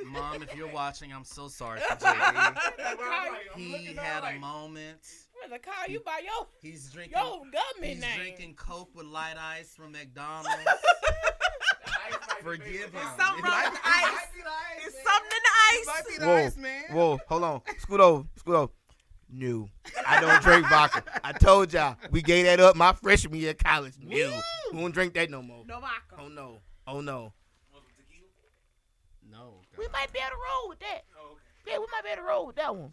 Speaker 6: Mom, if you're watching, I'm so sorry for JB.
Speaker 2: That's what I'm like. I'm
Speaker 6: He
Speaker 2: looking at
Speaker 6: had
Speaker 2: her
Speaker 6: a
Speaker 2: like,
Speaker 6: moment.
Speaker 1: I'm gonna call you by your
Speaker 6: He's drinking.
Speaker 1: your government
Speaker 6: he's
Speaker 1: name.
Speaker 6: drinking Coke with light ice from McDonald's.
Speaker 2: the ice might be
Speaker 6: Forgive
Speaker 2: bigger.
Speaker 6: him.
Speaker 5: There's something wrong with the ice. There's something
Speaker 6: It
Speaker 5: in the
Speaker 6: might
Speaker 5: ice.
Speaker 6: be the
Speaker 4: Whoa,
Speaker 6: ice, man.
Speaker 4: whoa, hold on. Scoot over, scoot over. New. I don't drink vodka. I told y'all, we gave that up my freshman year of college. New. We won't drink that no more.
Speaker 1: No vodka.
Speaker 4: Oh no. Oh no.
Speaker 6: No.
Speaker 4: We
Speaker 6: God.
Speaker 4: might be able to roll with that. Yeah, we might be able to roll with that one.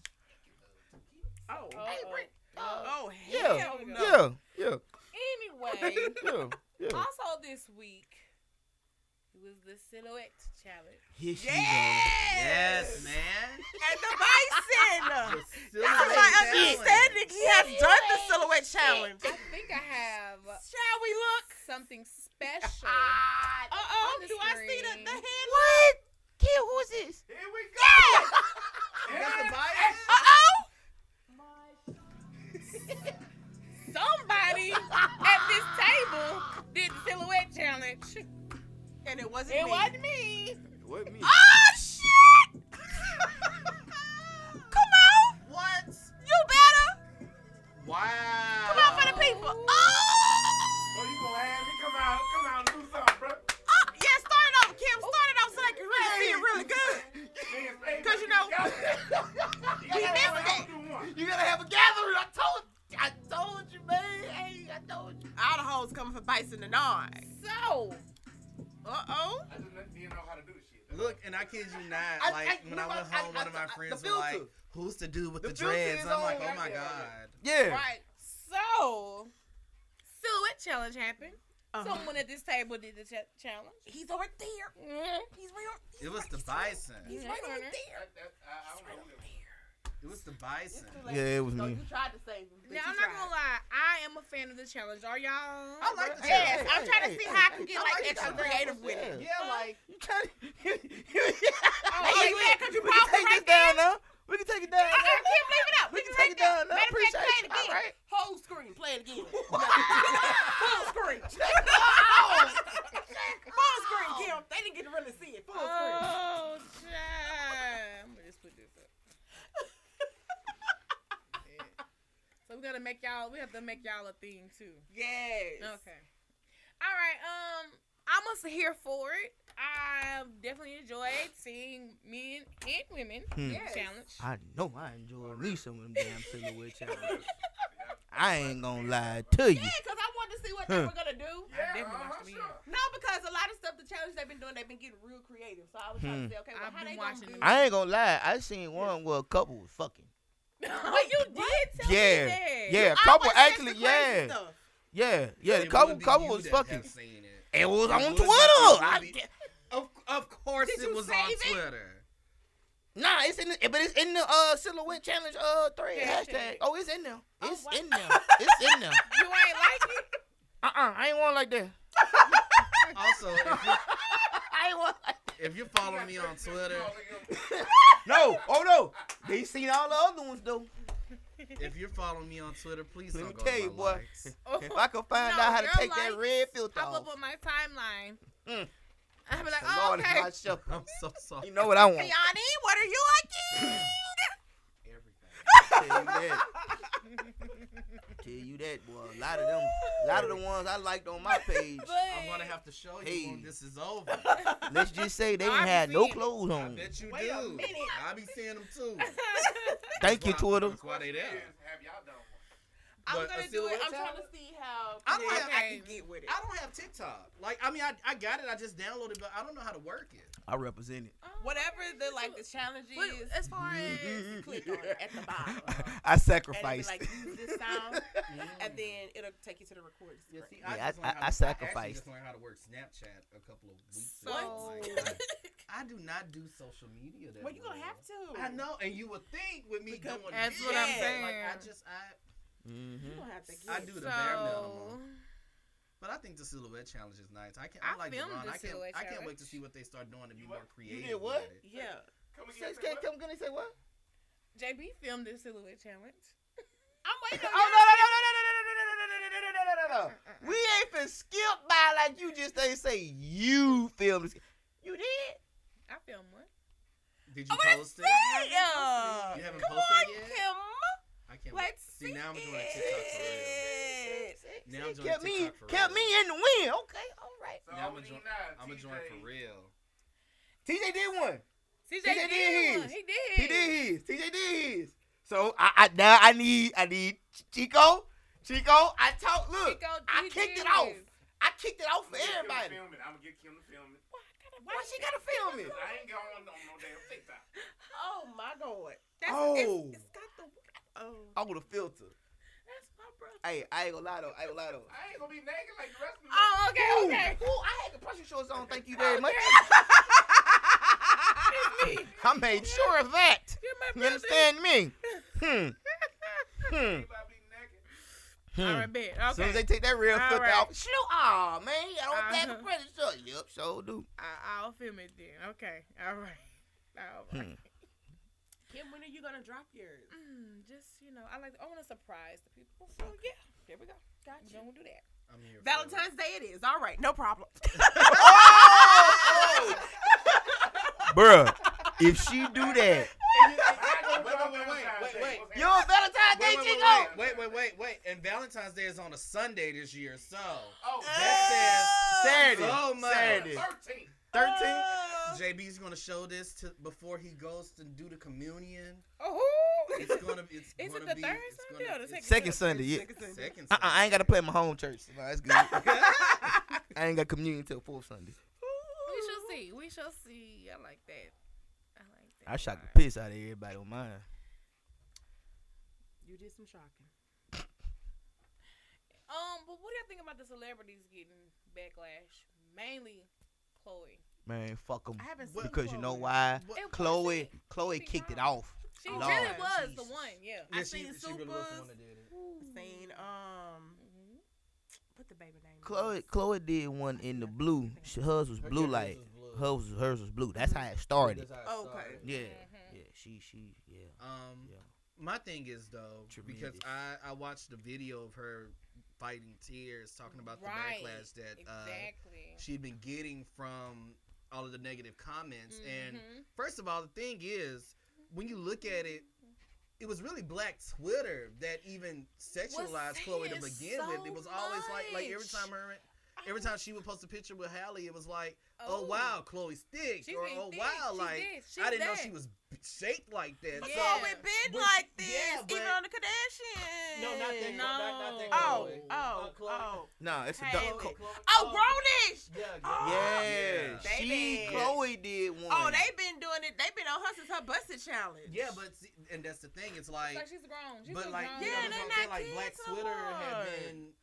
Speaker 5: Oh,
Speaker 1: Uh-oh.
Speaker 4: Hey, Brent. Uh,
Speaker 5: oh
Speaker 4: yeah.
Speaker 5: hell no.
Speaker 4: Yeah, yeah,
Speaker 1: Anyway,
Speaker 4: yeah, yeah.
Speaker 1: also this week it was the silhouette challenge.
Speaker 4: Here she
Speaker 6: Yes, man.
Speaker 5: And the bison.
Speaker 6: The silhouette
Speaker 5: That's my
Speaker 6: challenge.
Speaker 5: understanding. He has done the silhouette challenge.
Speaker 1: I think I have
Speaker 5: Shall we look?
Speaker 1: something special. on
Speaker 5: Uh oh.
Speaker 1: the
Speaker 5: Do I see the,
Speaker 1: screen.
Speaker 5: the hand?
Speaker 4: What? Kia, who is this?
Speaker 2: Here we go.
Speaker 6: You got the
Speaker 5: Uh
Speaker 6: bias?
Speaker 5: oh.
Speaker 1: Somebody at this table did the silhouette challenge.
Speaker 5: And it wasn't
Speaker 1: It
Speaker 5: me.
Speaker 1: wasn't me.
Speaker 3: What me?
Speaker 5: Oh shit! Come on.
Speaker 6: What?
Speaker 5: You better.
Speaker 6: Wow.
Speaker 5: Come on for the people. Oh.
Speaker 2: Oh, you gonna have me come out? Come out, do something, bro.
Speaker 5: oh. Yeah, start it off, Kim. Start it off so they can really see it really good.
Speaker 2: Cause
Speaker 5: you know,
Speaker 2: we
Speaker 5: missed it.
Speaker 4: You gotta have a gathering. I told, I told you, man. Hey, I told you.
Speaker 5: All the hoes coming for bison and nine.
Speaker 1: So
Speaker 5: Uh oh.
Speaker 2: I just didn't know how to do this shit.
Speaker 6: Look, and I kid you not,
Speaker 4: I-
Speaker 6: like
Speaker 4: I-
Speaker 6: when I
Speaker 4: we
Speaker 6: went
Speaker 4: must- I-
Speaker 6: home,
Speaker 4: I-
Speaker 6: one of my
Speaker 4: I- the
Speaker 6: friends was
Speaker 4: filter.
Speaker 6: like, "Who's the dude with
Speaker 4: The
Speaker 6: the,
Speaker 4: filter
Speaker 6: dreads?"
Speaker 4: is
Speaker 6: I'm
Speaker 4: on
Speaker 6: like,
Speaker 4: right
Speaker 6: "Oh my
Speaker 4: there.
Speaker 6: god."
Speaker 4: Yeah.
Speaker 1: right. So silhouette challenge happened.
Speaker 5: Uh-huh.
Speaker 1: Someone at this table did the ch- challenge.
Speaker 5: He's over there.
Speaker 1: Mhm.
Speaker 5: He's right over
Speaker 6: It was the bison.
Speaker 5: He's
Speaker 1: Yeah,
Speaker 5: right
Speaker 1: I
Speaker 5: over
Speaker 1: know.
Speaker 5: there.
Speaker 2: That- that- I- I don't know.
Speaker 6: It was the bison.
Speaker 4: Yeah, it was me.
Speaker 5: tried to save him.
Speaker 1: Now I'm not gonna lie, I am a fan of the challenge. Are y'all?
Speaker 6: I like the
Speaker 1: Yes,
Speaker 6: challenge.
Speaker 1: I'm
Speaker 4: Hey,
Speaker 1: trying
Speaker 4: hey,
Speaker 1: to see how
Speaker 4: hey,
Speaker 1: I can
Speaker 4: hey,
Speaker 1: get
Speaker 4: I
Speaker 1: like
Speaker 4: like the
Speaker 1: extra
Speaker 4: challenge.
Speaker 1: creative with it.
Speaker 4: Yeah.
Speaker 6: like
Speaker 4: You trying to? You, you,
Speaker 1: Oh, you mad 'cause you
Speaker 4: we
Speaker 1: popped it
Speaker 4: can take
Speaker 1: right
Speaker 4: this down now. We can take it
Speaker 1: I,
Speaker 4: down
Speaker 1: I
Speaker 4: now.
Speaker 1: can't believe it up. We
Speaker 4: We can
Speaker 1: can
Speaker 4: take it down now.
Speaker 1: Matter of fact, play it
Speaker 4: Appreciate you. All
Speaker 1: again.
Speaker 4: right.
Speaker 5: Whole screen, play it again. Full screen. Full screen, Kim. They didn't get to really see it. Full screen.
Speaker 1: Oh, child. I'm gonna just put this up. so we gotta make y'all. We have to make y'all a theme too.
Speaker 5: Yes.
Speaker 1: Okay. All right. Um, I'm also here for it. I definitely enjoyed seeing men and women
Speaker 4: Hmm.
Speaker 5: Yes.
Speaker 1: challenge.
Speaker 4: I know I enjoy me some of them damn silhouette challenges. I ain't gonna lie to you.
Speaker 5: Yeah, because I wanted to see what they
Speaker 4: Huh.
Speaker 5: were gonna do.
Speaker 1: I
Speaker 2: Yeah,
Speaker 1: definitely
Speaker 2: uh-huh,
Speaker 1: watched men.
Speaker 2: sure.
Speaker 5: No, because a lot of stuff the challenge they've been doing, they've been getting real creative. So I was
Speaker 6: Hmm.
Speaker 5: trying to say, okay, well,
Speaker 1: I've
Speaker 5: how
Speaker 1: been
Speaker 5: they
Speaker 1: watching
Speaker 5: gonna do?
Speaker 1: them.
Speaker 4: I ain't gonna lie. I seen one where a couple was fucking.
Speaker 1: but you did tell
Speaker 4: Yeah.
Speaker 1: me that.
Speaker 4: Yeah, a
Speaker 5: I
Speaker 4: couple
Speaker 5: always catch
Speaker 4: actually.
Speaker 5: the crazy
Speaker 4: Yeah,
Speaker 5: stuff.
Speaker 4: yeah, yeah. The
Speaker 6: It
Speaker 4: couple,
Speaker 6: wouldn't be
Speaker 4: couple
Speaker 6: you
Speaker 4: was
Speaker 6: that have
Speaker 4: fucking.
Speaker 6: seen it.
Speaker 4: It was
Speaker 6: It
Speaker 4: on
Speaker 6: wouldn't
Speaker 4: Twitter.
Speaker 6: be- it
Speaker 4: I
Speaker 6: wouldn't
Speaker 4: di-
Speaker 6: be- Of, of course,
Speaker 5: Did
Speaker 6: it
Speaker 5: you
Speaker 6: was on
Speaker 5: save it?
Speaker 6: Twitter.
Speaker 4: Nah, it's in the, but it's in the uh silhouette challenge uh thread
Speaker 1: Yeah.
Speaker 4: hashtag. Oh, it's in there.
Speaker 5: Oh,
Speaker 4: It's
Speaker 5: wow.
Speaker 4: in there. It's in there.
Speaker 1: You ain't like it.
Speaker 4: Uh uh I ain't want like that.
Speaker 6: Also, if you,
Speaker 4: I ain't want like.
Speaker 6: if you're following me on Twitter,
Speaker 4: No. Oh no. They seen all the other ones though.
Speaker 6: if you're following me on Twitter, please
Speaker 4: Let
Speaker 6: don't
Speaker 4: me
Speaker 6: go
Speaker 4: tell
Speaker 6: to
Speaker 4: you,
Speaker 6: my
Speaker 4: boy.
Speaker 6: likes.
Speaker 1: Oh,
Speaker 4: If I could find
Speaker 1: No,
Speaker 4: out how to
Speaker 1: your
Speaker 4: take that
Speaker 1: likes
Speaker 4: red filter
Speaker 1: pop
Speaker 4: off,
Speaker 1: up on my timeline.
Speaker 4: Oh. Mm.
Speaker 1: I'll be like,
Speaker 4: the
Speaker 1: oh,
Speaker 4: Lord
Speaker 1: okay.
Speaker 4: is my shepherd.
Speaker 6: I'm so sorry.
Speaker 4: You know what I want?
Speaker 5: Yanni, what are you liking?
Speaker 6: Everything.
Speaker 4: Tell you that. Tell you that, boy. A lot of them, a lot of the ones I liked on my page.
Speaker 1: But
Speaker 6: I'm gonna have to show you
Speaker 4: Hey.
Speaker 6: when this is over.
Speaker 4: Let's just say they
Speaker 1: No, I
Speaker 4: didn't
Speaker 1: be
Speaker 4: have no
Speaker 1: seeing it.
Speaker 4: clothes
Speaker 6: I
Speaker 4: on.
Speaker 6: bet you
Speaker 5: Wait a
Speaker 6: do.
Speaker 5: minute.
Speaker 6: I be seeing them too.
Speaker 4: Thank you,
Speaker 6: That's why-
Speaker 4: Twitter.
Speaker 6: That's why they there.
Speaker 2: Have y'all done one?
Speaker 5: I'm
Speaker 6: But uh,
Speaker 5: gonna do it.
Speaker 6: a
Speaker 5: I'm
Speaker 6: silhouette
Speaker 5: trying to
Speaker 6: challenge?
Speaker 5: see how
Speaker 6: I don't
Speaker 5: creative
Speaker 6: have-
Speaker 5: I can get with it.
Speaker 6: I don't have TikTok. Like, I mean, I, I got it. I just downloaded it, but I don't know how to work it.
Speaker 4: I represent it.
Speaker 1: Oh.
Speaker 5: Whatever the like the challenge is,
Speaker 1: But as far as
Speaker 5: you click on it at the bottom.
Speaker 4: I
Speaker 5: And
Speaker 4: sacrificed.
Speaker 5: it'll be like use this sound, and then it'll take you to the recording.
Speaker 6: Yeah, see,
Speaker 4: Yeah, I-
Speaker 6: just learned
Speaker 4: I-
Speaker 6: how to-
Speaker 4: I
Speaker 6: actually
Speaker 4: sacrificed.
Speaker 6: just learned how to work Snapchat a couple of weeks
Speaker 1: So-
Speaker 6: ago. Like, I, I do not do social media. That
Speaker 5: well, you're gonna have to.
Speaker 6: I know, and you would think with me
Speaker 5: Because-
Speaker 6: doing
Speaker 1: That's
Speaker 6: this,
Speaker 1: what I'm
Speaker 6: Like,
Speaker 1: saying.
Speaker 6: I just, I,
Speaker 5: You're
Speaker 4: Mhm.
Speaker 5: gonna have to get.
Speaker 6: Hmm. I do the bare
Speaker 1: so
Speaker 6: minimum. But I think the silhouette challenge is nice. I can,
Speaker 1: I
Speaker 6: I like
Speaker 1: filmed
Speaker 6: Devon.
Speaker 1: the
Speaker 6: I can't,
Speaker 1: silhouette
Speaker 6: I can't wait
Speaker 1: challenge.
Speaker 6: to see what they start doing to be
Speaker 2: You
Speaker 6: more
Speaker 2: what?
Speaker 6: creative.
Speaker 4: did
Speaker 6: with
Speaker 4: what?
Speaker 6: it.
Speaker 5: Yeah.
Speaker 2: Come again. say
Speaker 4: Say- say-
Speaker 2: what?
Speaker 4: Come, can say what?
Speaker 1: JB filmed the silhouette challenge.
Speaker 5: I'm waiting.
Speaker 4: Oh
Speaker 5: On
Speaker 4: no
Speaker 5: y'all.
Speaker 4: no no no no no no no no no no no no no no no no no! We ain't been skipped by like you just ain't say you filmed. this. You did?
Speaker 1: I filmed one.
Speaker 5: I
Speaker 6: Did you
Speaker 5: wanna
Speaker 6: post
Speaker 5: see
Speaker 6: it? You
Speaker 5: ya.
Speaker 6: haven't
Speaker 5: Come
Speaker 6: posted
Speaker 5: on,
Speaker 6: it yet?
Speaker 5: Kim.
Speaker 6: I can't wait.
Speaker 5: Let's
Speaker 6: See, now I'm doing a TikTok for real.
Speaker 5: it.
Speaker 6: Now
Speaker 4: See,
Speaker 6: I'm doing
Speaker 4: kept me,
Speaker 6: TikTok for
Speaker 4: kept
Speaker 6: real.
Speaker 4: me in the wind. Okay, all right.
Speaker 2: So
Speaker 6: Now
Speaker 2: I'm
Speaker 6: I'ma
Speaker 2: gonna
Speaker 6: join-
Speaker 2: need nine,
Speaker 6: I'm gonna join
Speaker 2: TJ.
Speaker 6: for real.
Speaker 4: TJ did one.
Speaker 1: CJ
Speaker 4: He did
Speaker 1: did, one.
Speaker 4: his.
Speaker 1: He did.
Speaker 4: He did his. TJ did his. So I, I now I need I need Chico. Chico, I talk. Look,
Speaker 1: Chico,
Speaker 4: I
Speaker 1: he
Speaker 4: kicked
Speaker 1: did
Speaker 4: it off.
Speaker 1: his.
Speaker 4: I kicked it out for
Speaker 7: Get Kim to
Speaker 4: everybody.
Speaker 7: Film it. I'm gonna get Kim to film it.
Speaker 4: Why she gotta film it?
Speaker 7: 'Cause I ain't going on no damn TikTok.
Speaker 5: Oh my god.
Speaker 4: That's- Oh.
Speaker 5: it's got the oh.
Speaker 4: Oh, the filter.
Speaker 1: That's my brother.
Speaker 4: Hey, I ain't gonna lie though. I ain't gonna lie though.
Speaker 7: I ain't gonna be naked like the rest of them.
Speaker 1: Oh, okay,
Speaker 4: Ooh,
Speaker 1: okay.
Speaker 4: ooh, I had compression shorts on. Thank you very much. I made sure of that.
Speaker 1: You're my
Speaker 4: You
Speaker 1: brother.
Speaker 4: understand me? Hmm. Hmm.
Speaker 7: Everybody be naked.
Speaker 4: hmm.
Speaker 1: All
Speaker 6: Mm.
Speaker 1: right, bet. Okay.
Speaker 4: As soon as they take that real
Speaker 1: All
Speaker 4: filter
Speaker 1: right.
Speaker 4: out, shoot, aw, man, he got
Speaker 1: Uh-huh.
Speaker 4: on black compression shorts. Yup, so do.
Speaker 1: I, I'll film it then. Okay. All right. All right.
Speaker 4: Hmm.
Speaker 5: Kim, when are you gonna drop yours?
Speaker 1: Mm, just you know, I like I want to surprise the people. So yeah, there we go. Gotcha. We gonna do that.
Speaker 6: I'm here. for it.
Speaker 5: Valentine's Day it is. All right, no problem.
Speaker 4: Bruh, if she do that,
Speaker 7: Wait, wait, wait, wait,
Speaker 6: wait, wait.
Speaker 7: wait.
Speaker 4: you on Valentine's Day,
Speaker 6: Wait, wait,
Speaker 4: Chico?
Speaker 6: wait, wait, wait, wait, wait. And Valentine's Day is on a Sunday this year, so
Speaker 7: Oh,
Speaker 6: that
Speaker 4: Saturday.
Speaker 6: Oh, my.
Speaker 4: Saturday.
Speaker 7: 13.
Speaker 4: 13?
Speaker 6: says JB's gonna show this to before he goes to do the communion.
Speaker 1: Oh,
Speaker 6: It's gonna be. It's
Speaker 1: Is it
Speaker 6: gonna
Speaker 1: the
Speaker 6: be,
Speaker 1: third
Speaker 6: it's
Speaker 1: Sunday
Speaker 6: gonna-
Speaker 1: or the
Speaker 6: it's
Speaker 4: Second Sunday, yeah.
Speaker 6: Second.
Speaker 4: Uh-uh, I ain't got to play at my home church. No, that's good. I
Speaker 6: play.
Speaker 4: ain't got communion till fourth Sunday.
Speaker 1: we shall see. We shall see. I like that. I like that.
Speaker 4: I shot
Speaker 1: line.
Speaker 4: the piss out of everybody on mine.
Speaker 5: You did some shocking.
Speaker 1: Um, but what do y'all think about the celebrities getting backlash? Mainly Chloe.
Speaker 4: Man, fuck them.
Speaker 5: I haven't seen
Speaker 4: Because you know
Speaker 5: Chloe.
Speaker 4: why?
Speaker 6: What-
Speaker 1: It
Speaker 4: Chloe,
Speaker 1: wasn't-
Speaker 4: Chloe
Speaker 1: She
Speaker 4: kicked it
Speaker 1: not.
Speaker 4: off.
Speaker 1: She
Speaker 4: Lord.
Speaker 1: really was the
Speaker 6: Jesus.
Speaker 1: one. Yeah.
Speaker 5: I
Speaker 6: yeah, she,
Speaker 5: seen
Speaker 6: she really was the
Speaker 5: Supers.
Speaker 6: one that did it.
Speaker 5: Seen um
Speaker 1: Mhm.
Speaker 5: what the baby name? is?
Speaker 4: Chloe, Chloe did one in the blue. She- Hers was
Speaker 6: Her
Speaker 4: blue
Speaker 6: checklist
Speaker 4: light.
Speaker 6: was blue.
Speaker 4: Hers, was- hers was blue. That's how it
Speaker 6: That's
Speaker 4: started.
Speaker 6: how it
Speaker 5: Okay.
Speaker 6: started.
Speaker 4: Yeah,
Speaker 1: Mhm.
Speaker 4: yeah. She, she, yeah,
Speaker 6: Um,
Speaker 4: yeah.
Speaker 6: my thing is though because
Speaker 4: Tremendous.
Speaker 6: I I watched the video of her fighting tears talking about
Speaker 1: Right,
Speaker 6: the backlash that uh,
Speaker 1: Exactly.
Speaker 6: she'd been getting from all of the negative comments and
Speaker 1: Mhm.
Speaker 6: first of all the thing is when you look at it it was really black twitter that even sexualized chloe to
Speaker 1: saying
Speaker 6: begin
Speaker 1: so
Speaker 6: with it was always like like every
Speaker 1: much.
Speaker 6: time her every time she would post a picture with Hallie, it was like oh,
Speaker 1: Oh.
Speaker 6: wow chloe's thick
Speaker 1: She's
Speaker 6: or
Speaker 1: been
Speaker 6: oh
Speaker 1: thick.
Speaker 6: wow
Speaker 1: She
Speaker 6: like
Speaker 1: did. She's
Speaker 6: i didn't know
Speaker 1: that.
Speaker 6: she was b- shaped like that
Speaker 1: Yeah.
Speaker 6: so
Speaker 5: Chloe been
Speaker 6: But-
Speaker 5: like this,
Speaker 6: yeah,
Speaker 5: even
Speaker 6: but-
Speaker 5: on the Kardashians.
Speaker 6: No, not that.
Speaker 1: No.
Speaker 6: Not, not that.
Speaker 5: Oh,
Speaker 6: Chloe.
Speaker 5: oh,
Speaker 6: Uh, Chloe.
Speaker 5: oh,
Speaker 4: Nah, it's
Speaker 1: Hey,
Speaker 4: a dark.
Speaker 1: Chloe.
Speaker 4: Co-
Speaker 5: oh, grownish.
Speaker 6: Yeah,
Speaker 5: Oh,
Speaker 4: yeah,
Speaker 6: Yeah.
Speaker 4: she,
Speaker 5: Baby.
Speaker 4: Chloe did one.
Speaker 5: Oh, they been doing it. They been on her since her busted challenge.
Speaker 6: yeah, but see, and that's the thing. It's like,
Speaker 1: It's like she's grown. She's
Speaker 6: but
Speaker 1: a
Speaker 6: like,
Speaker 1: grown.
Speaker 6: you know,
Speaker 5: Yeah,
Speaker 6: that's
Speaker 5: they're
Speaker 6: what I'm
Speaker 5: not
Speaker 6: saying, like Black
Speaker 5: kids no
Speaker 6: Twitter had
Speaker 5: more.
Speaker 6: been,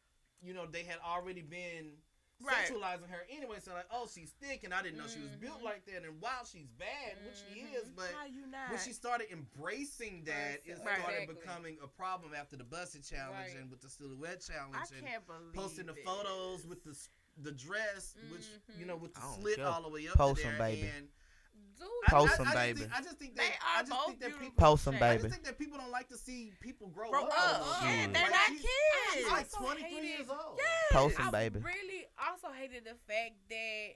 Speaker 6: you know, they had already been
Speaker 5: Right.
Speaker 6: sexualizing her anyway. So like, oh, she's thick, and I didn't know she was built
Speaker 1: Mhm.
Speaker 6: like that. And wow, she's bad, which she is, but.
Speaker 5: Mm-hmm. how you not?
Speaker 6: When she started embracing that, it
Speaker 1: Right.
Speaker 6: started
Speaker 1: Exactly.
Speaker 6: becoming a problem after the busted challenge
Speaker 1: Right.
Speaker 6: and with the silhouette challenge.
Speaker 5: I
Speaker 6: and
Speaker 5: can't believe
Speaker 6: posting the
Speaker 5: this.
Speaker 6: photos with the s- the dress, which you know, with the
Speaker 4: Mm-hmm. I don't
Speaker 6: slit
Speaker 4: care.
Speaker 6: all the way up
Speaker 4: Post
Speaker 6: to
Speaker 4: 'em,
Speaker 6: there.
Speaker 4: baby.
Speaker 6: And
Speaker 1: Dude,
Speaker 6: I-
Speaker 4: Post
Speaker 6: I,
Speaker 4: 'em,
Speaker 6: I,
Speaker 4: baby.
Speaker 6: Just think, I just think
Speaker 5: They
Speaker 6: that
Speaker 5: are
Speaker 6: I just
Speaker 5: both
Speaker 6: think that
Speaker 5: beautiful.
Speaker 6: people.
Speaker 4: Post them,
Speaker 1: Shame.
Speaker 6: I
Speaker 4: baby.
Speaker 6: just think that people don't like to see people grow,
Speaker 5: Grow
Speaker 6: up.
Speaker 5: up.
Speaker 1: Oh,
Speaker 6: a little
Speaker 5: Yeah,
Speaker 6: bit.
Speaker 5: they're
Speaker 6: Like,
Speaker 5: not
Speaker 6: she's-
Speaker 5: kids.
Speaker 6: She's like
Speaker 1: also
Speaker 6: 23
Speaker 1: hated-
Speaker 6: years old.
Speaker 4: Post them,
Speaker 1: I
Speaker 4: baby.
Speaker 1: really also hated the fact that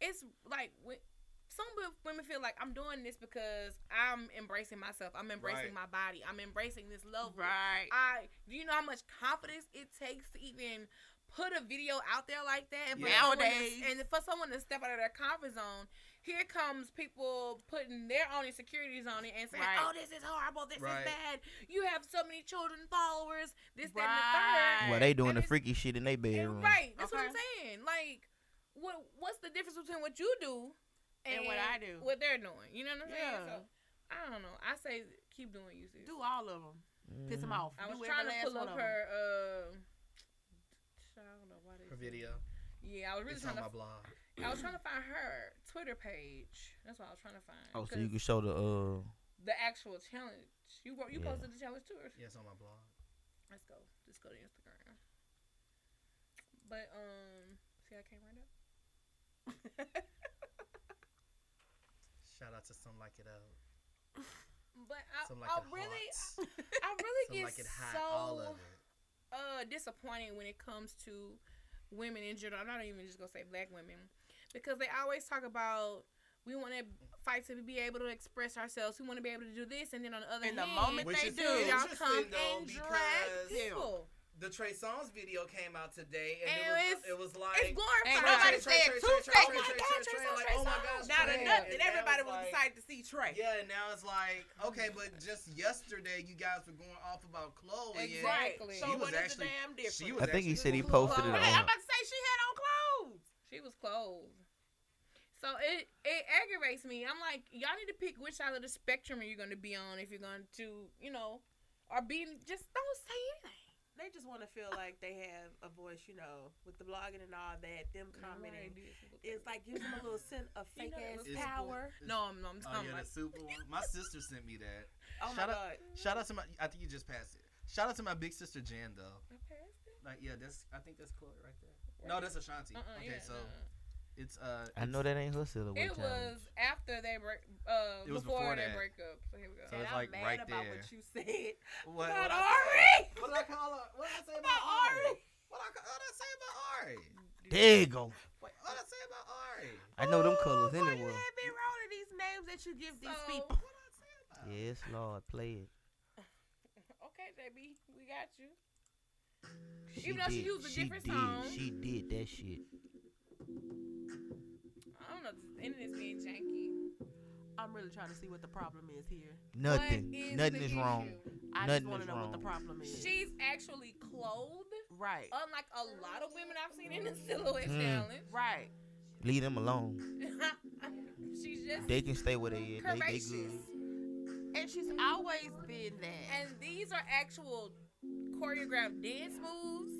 Speaker 1: it's like when some wo- women feel like I'm doing this because I'm embracing myself. I'm embracing my body. I'm embracing this love.
Speaker 5: Right.
Speaker 1: I do you know how much confidence it takes to even put a video out there like that? And for
Speaker 5: Yeah.
Speaker 1: someone to-
Speaker 5: Nowadays.
Speaker 1: and for someone to step out of their comfort zone, here comes people putting their own insecurities on it and saying,
Speaker 5: Right.
Speaker 1: "Oh, this is horrible. This
Speaker 6: Right.
Speaker 1: is bad. You have so many children, followers. This, that, and the
Speaker 5: Right.
Speaker 1: third.
Speaker 4: Well, they doing
Speaker 1: And
Speaker 4: the
Speaker 1: it's-
Speaker 4: freaky shit in their bedroom.
Speaker 1: and right. That's what I'm
Speaker 5: Okay.
Speaker 1: saying. Like, what what's the difference between what you do
Speaker 5: And what I do.
Speaker 1: What they're doing. You know what I'm saying?
Speaker 5: Yeah.
Speaker 1: So, I don't know. I say keep doing you, sis.
Speaker 5: do all of them. Piss them
Speaker 6: Mm-hmm.
Speaker 4: Mhm.
Speaker 5: off.
Speaker 1: I
Speaker 5: Do
Speaker 1: was
Speaker 5: every
Speaker 1: trying to
Speaker 5: last
Speaker 1: pull
Speaker 5: one
Speaker 1: up
Speaker 5: of 'em.
Speaker 1: her. Uh, I don't know why they
Speaker 6: Her
Speaker 1: said-
Speaker 6: video.
Speaker 1: Yeah, I was really
Speaker 6: It's on
Speaker 1: trying to.
Speaker 6: my blog.
Speaker 1: I was trying to find her Twitter page. That's what I was trying to find.
Speaker 4: Oh, so
Speaker 1: 'Cause
Speaker 4: you can show the uh.
Speaker 1: the actual challenge. You wrote- you
Speaker 4: Yeah.
Speaker 1: posted the challenge too. or-
Speaker 6: Yeah, it's on my blog.
Speaker 1: Let's go. Just go to Instagram. But um, see, I came right up.
Speaker 6: Shout out to some like it up.
Speaker 1: But I,
Speaker 6: Some like
Speaker 1: I
Speaker 6: it
Speaker 1: really,
Speaker 6: hot.
Speaker 1: I really
Speaker 6: Some
Speaker 1: get
Speaker 6: like it hot.
Speaker 1: so
Speaker 6: all of it.
Speaker 1: uh disappointed when it comes to women in general. I'm not even just gonna say black women because they always talk about we want to fight to be able to express ourselves. We want to be able to do this, and then on the other
Speaker 5: And the
Speaker 1: hand,
Speaker 5: moment
Speaker 6: Which
Speaker 5: they
Speaker 6: is
Speaker 5: do,
Speaker 6: good.
Speaker 1: y'all come
Speaker 6: Interesting, though,
Speaker 1: and drag
Speaker 6: because-
Speaker 1: people.
Speaker 6: the Trey Songz video came out today, and,
Speaker 1: And
Speaker 6: it,
Speaker 1: it's-
Speaker 6: was, it was like.
Speaker 1: It's glorified.
Speaker 5: Ain't
Speaker 1: Nobody
Speaker 5: nobody
Speaker 1: said
Speaker 5: said Tupac.
Speaker 6: Trey,
Speaker 5: Oh
Speaker 6: Trey,
Speaker 5: my
Speaker 6: Trey,
Speaker 5: God,
Speaker 6: Trey,
Speaker 5: Trey
Speaker 6: Trey, like, oh my gosh,
Speaker 5: Now
Speaker 6: Trey.
Speaker 5: the nothing,
Speaker 6: And now
Speaker 5: everybody
Speaker 6: it's
Speaker 5: was
Speaker 6: like-
Speaker 5: excited to see Trey.
Speaker 6: Yeah, and now it's like, okay, but just yesterday you guys were going off about Chloe. and
Speaker 1: Exactly.
Speaker 5: So
Speaker 6: She
Speaker 5: what
Speaker 6: was
Speaker 5: is
Speaker 6: actually-
Speaker 5: the damn difference?
Speaker 6: she was
Speaker 4: I think he said
Speaker 6: actually
Speaker 4: he
Speaker 6: cool.
Speaker 4: posted
Speaker 1: Right,
Speaker 4: it on.
Speaker 5: Right, I'm about to say she had on clothes.
Speaker 1: She was clothed. So it it aggravates me. I'm like, y'all need to pick which side of the spectrum are you going to be on if you're going to, you know, or be just don't say anything.
Speaker 5: They just want to feel like they have a voice, you know, with the blogging and all that. Them commenting, it's like gives them a little sense of
Speaker 1: You
Speaker 5: fake
Speaker 1: know, it
Speaker 5: ass
Speaker 1: was
Speaker 6: It's-
Speaker 5: power.
Speaker 6: it's-
Speaker 1: no, I'm, I'm,
Speaker 6: Oh
Speaker 1: I'm
Speaker 6: yeah,
Speaker 1: like,
Speaker 6: the super one. My sister sent me that.
Speaker 5: Oh my
Speaker 6: Shut up.
Speaker 5: god!
Speaker 6: Shout out to my. I think you just passed it. Shout out to my big sister Jan though.
Speaker 1: okay.
Speaker 6: Like yeah, that's. I think that's Chloe right there. No, that's Ashanti.
Speaker 1: Uh-uh,
Speaker 6: okay,
Speaker 1: yeah,
Speaker 6: so
Speaker 1: uh-uh.
Speaker 6: it's uh.
Speaker 4: I know that ain't her silhouette.
Speaker 1: It
Speaker 4: challenge.
Speaker 1: was after they break. Uh,
Speaker 6: It was
Speaker 1: before,
Speaker 6: before
Speaker 1: their
Speaker 6: that.
Speaker 1: breakup. So here we go.
Speaker 6: So
Speaker 5: and
Speaker 6: it's
Speaker 5: I'm
Speaker 6: like
Speaker 5: mad
Speaker 6: right
Speaker 5: about
Speaker 6: there.
Speaker 5: what you said
Speaker 6: What?
Speaker 5: about
Speaker 6: what
Speaker 5: Ari.
Speaker 2: What did I call her? What did I say about
Speaker 5: About Ari.
Speaker 6: What I, what I say about Ari?
Speaker 4: There you go.
Speaker 6: What I say about Ari?
Speaker 4: I know them
Speaker 5: Ooh,
Speaker 4: colors
Speaker 5: boy, You
Speaker 4: anyway.
Speaker 5: had me rolling these names that you give these
Speaker 1: So-
Speaker 5: people.
Speaker 6: What I say about?
Speaker 4: Yes, Lord, play it.
Speaker 1: Okay, JB, we got you.
Speaker 4: She
Speaker 1: Even though she
Speaker 4: did.
Speaker 1: used a different
Speaker 4: did.
Speaker 1: song.
Speaker 4: She did that shit.
Speaker 1: I don't know. The internet's being janky.
Speaker 5: I'm really trying to see what the problem is here.
Speaker 4: Nothing.
Speaker 1: What is
Speaker 4: Nothing
Speaker 1: the
Speaker 4: is wrong.
Speaker 1: issue?
Speaker 5: I
Speaker 4: Nothing
Speaker 5: just want
Speaker 4: is
Speaker 5: to know what the
Speaker 4: wrong.
Speaker 5: problem is.
Speaker 1: She's actually clothed,
Speaker 5: right,
Speaker 1: unlike a lot of women I've seen in the silhouette
Speaker 4: Hmm.
Speaker 1: challenge.
Speaker 5: right.
Speaker 4: Leave them alone.
Speaker 1: She's just
Speaker 4: They can stay where they at. They, they
Speaker 1: curvaceous,
Speaker 4: good.
Speaker 5: And she's always been that.
Speaker 1: and these are actual choreographed dance moves.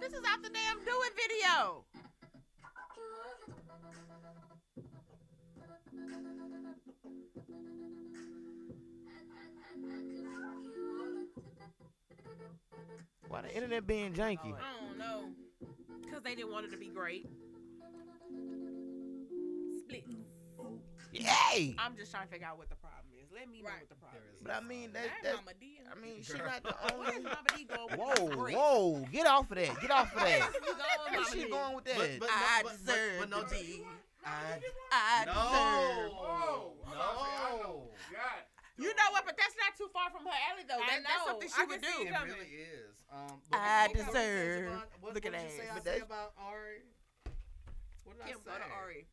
Speaker 5: This is out the damn do it video.
Speaker 4: Why the internet being janky?
Speaker 1: I don't know.
Speaker 5: Because they didn't want it to be great.
Speaker 1: Split.
Speaker 4: Yay!
Speaker 5: I'm just trying to figure out what the problem is. Let me know
Speaker 1: Right.
Speaker 5: what the problem
Speaker 6: There
Speaker 5: is.
Speaker 6: is
Speaker 4: But I mean, that,
Speaker 1: Hi,
Speaker 4: that's.
Speaker 1: Mama D.
Speaker 4: I mean, she
Speaker 6: Girl.
Speaker 4: not the
Speaker 5: Where is
Speaker 4: only.
Speaker 5: Mama D going with
Speaker 4: Whoa,
Speaker 5: this brick?
Speaker 4: whoa! Get off of that! Get off of that!
Speaker 5: Where you going,
Speaker 4: Where
Speaker 5: Mama
Speaker 4: she
Speaker 5: D?
Speaker 4: going with that?
Speaker 6: But, but,
Speaker 5: I
Speaker 6: no, but, but,
Speaker 5: deserve
Speaker 6: but no,
Speaker 5: to
Speaker 6: d-
Speaker 5: be.
Speaker 6: I
Speaker 5: I
Speaker 6: no.
Speaker 5: deserve.
Speaker 7: Oh, I'm about to say,
Speaker 6: no.
Speaker 7: I know. God.
Speaker 5: You know what? But that's not too far from her alley, though.
Speaker 1: I
Speaker 5: That, that's
Speaker 1: know.
Speaker 5: something
Speaker 1: I
Speaker 5: she
Speaker 1: can
Speaker 5: would
Speaker 1: see
Speaker 5: do.
Speaker 1: it
Speaker 6: It
Speaker 1: coming.
Speaker 6: really is. Um,
Speaker 5: I
Speaker 6: what- what
Speaker 5: deserve-
Speaker 6: conversation about- What,
Speaker 5: Look at
Speaker 6: what
Speaker 5: that.
Speaker 6: did you say I
Speaker 4: But
Speaker 6: say
Speaker 4: that's-
Speaker 6: about Ari? What did
Speaker 5: Kim, go
Speaker 6: I say?
Speaker 5: to Ari.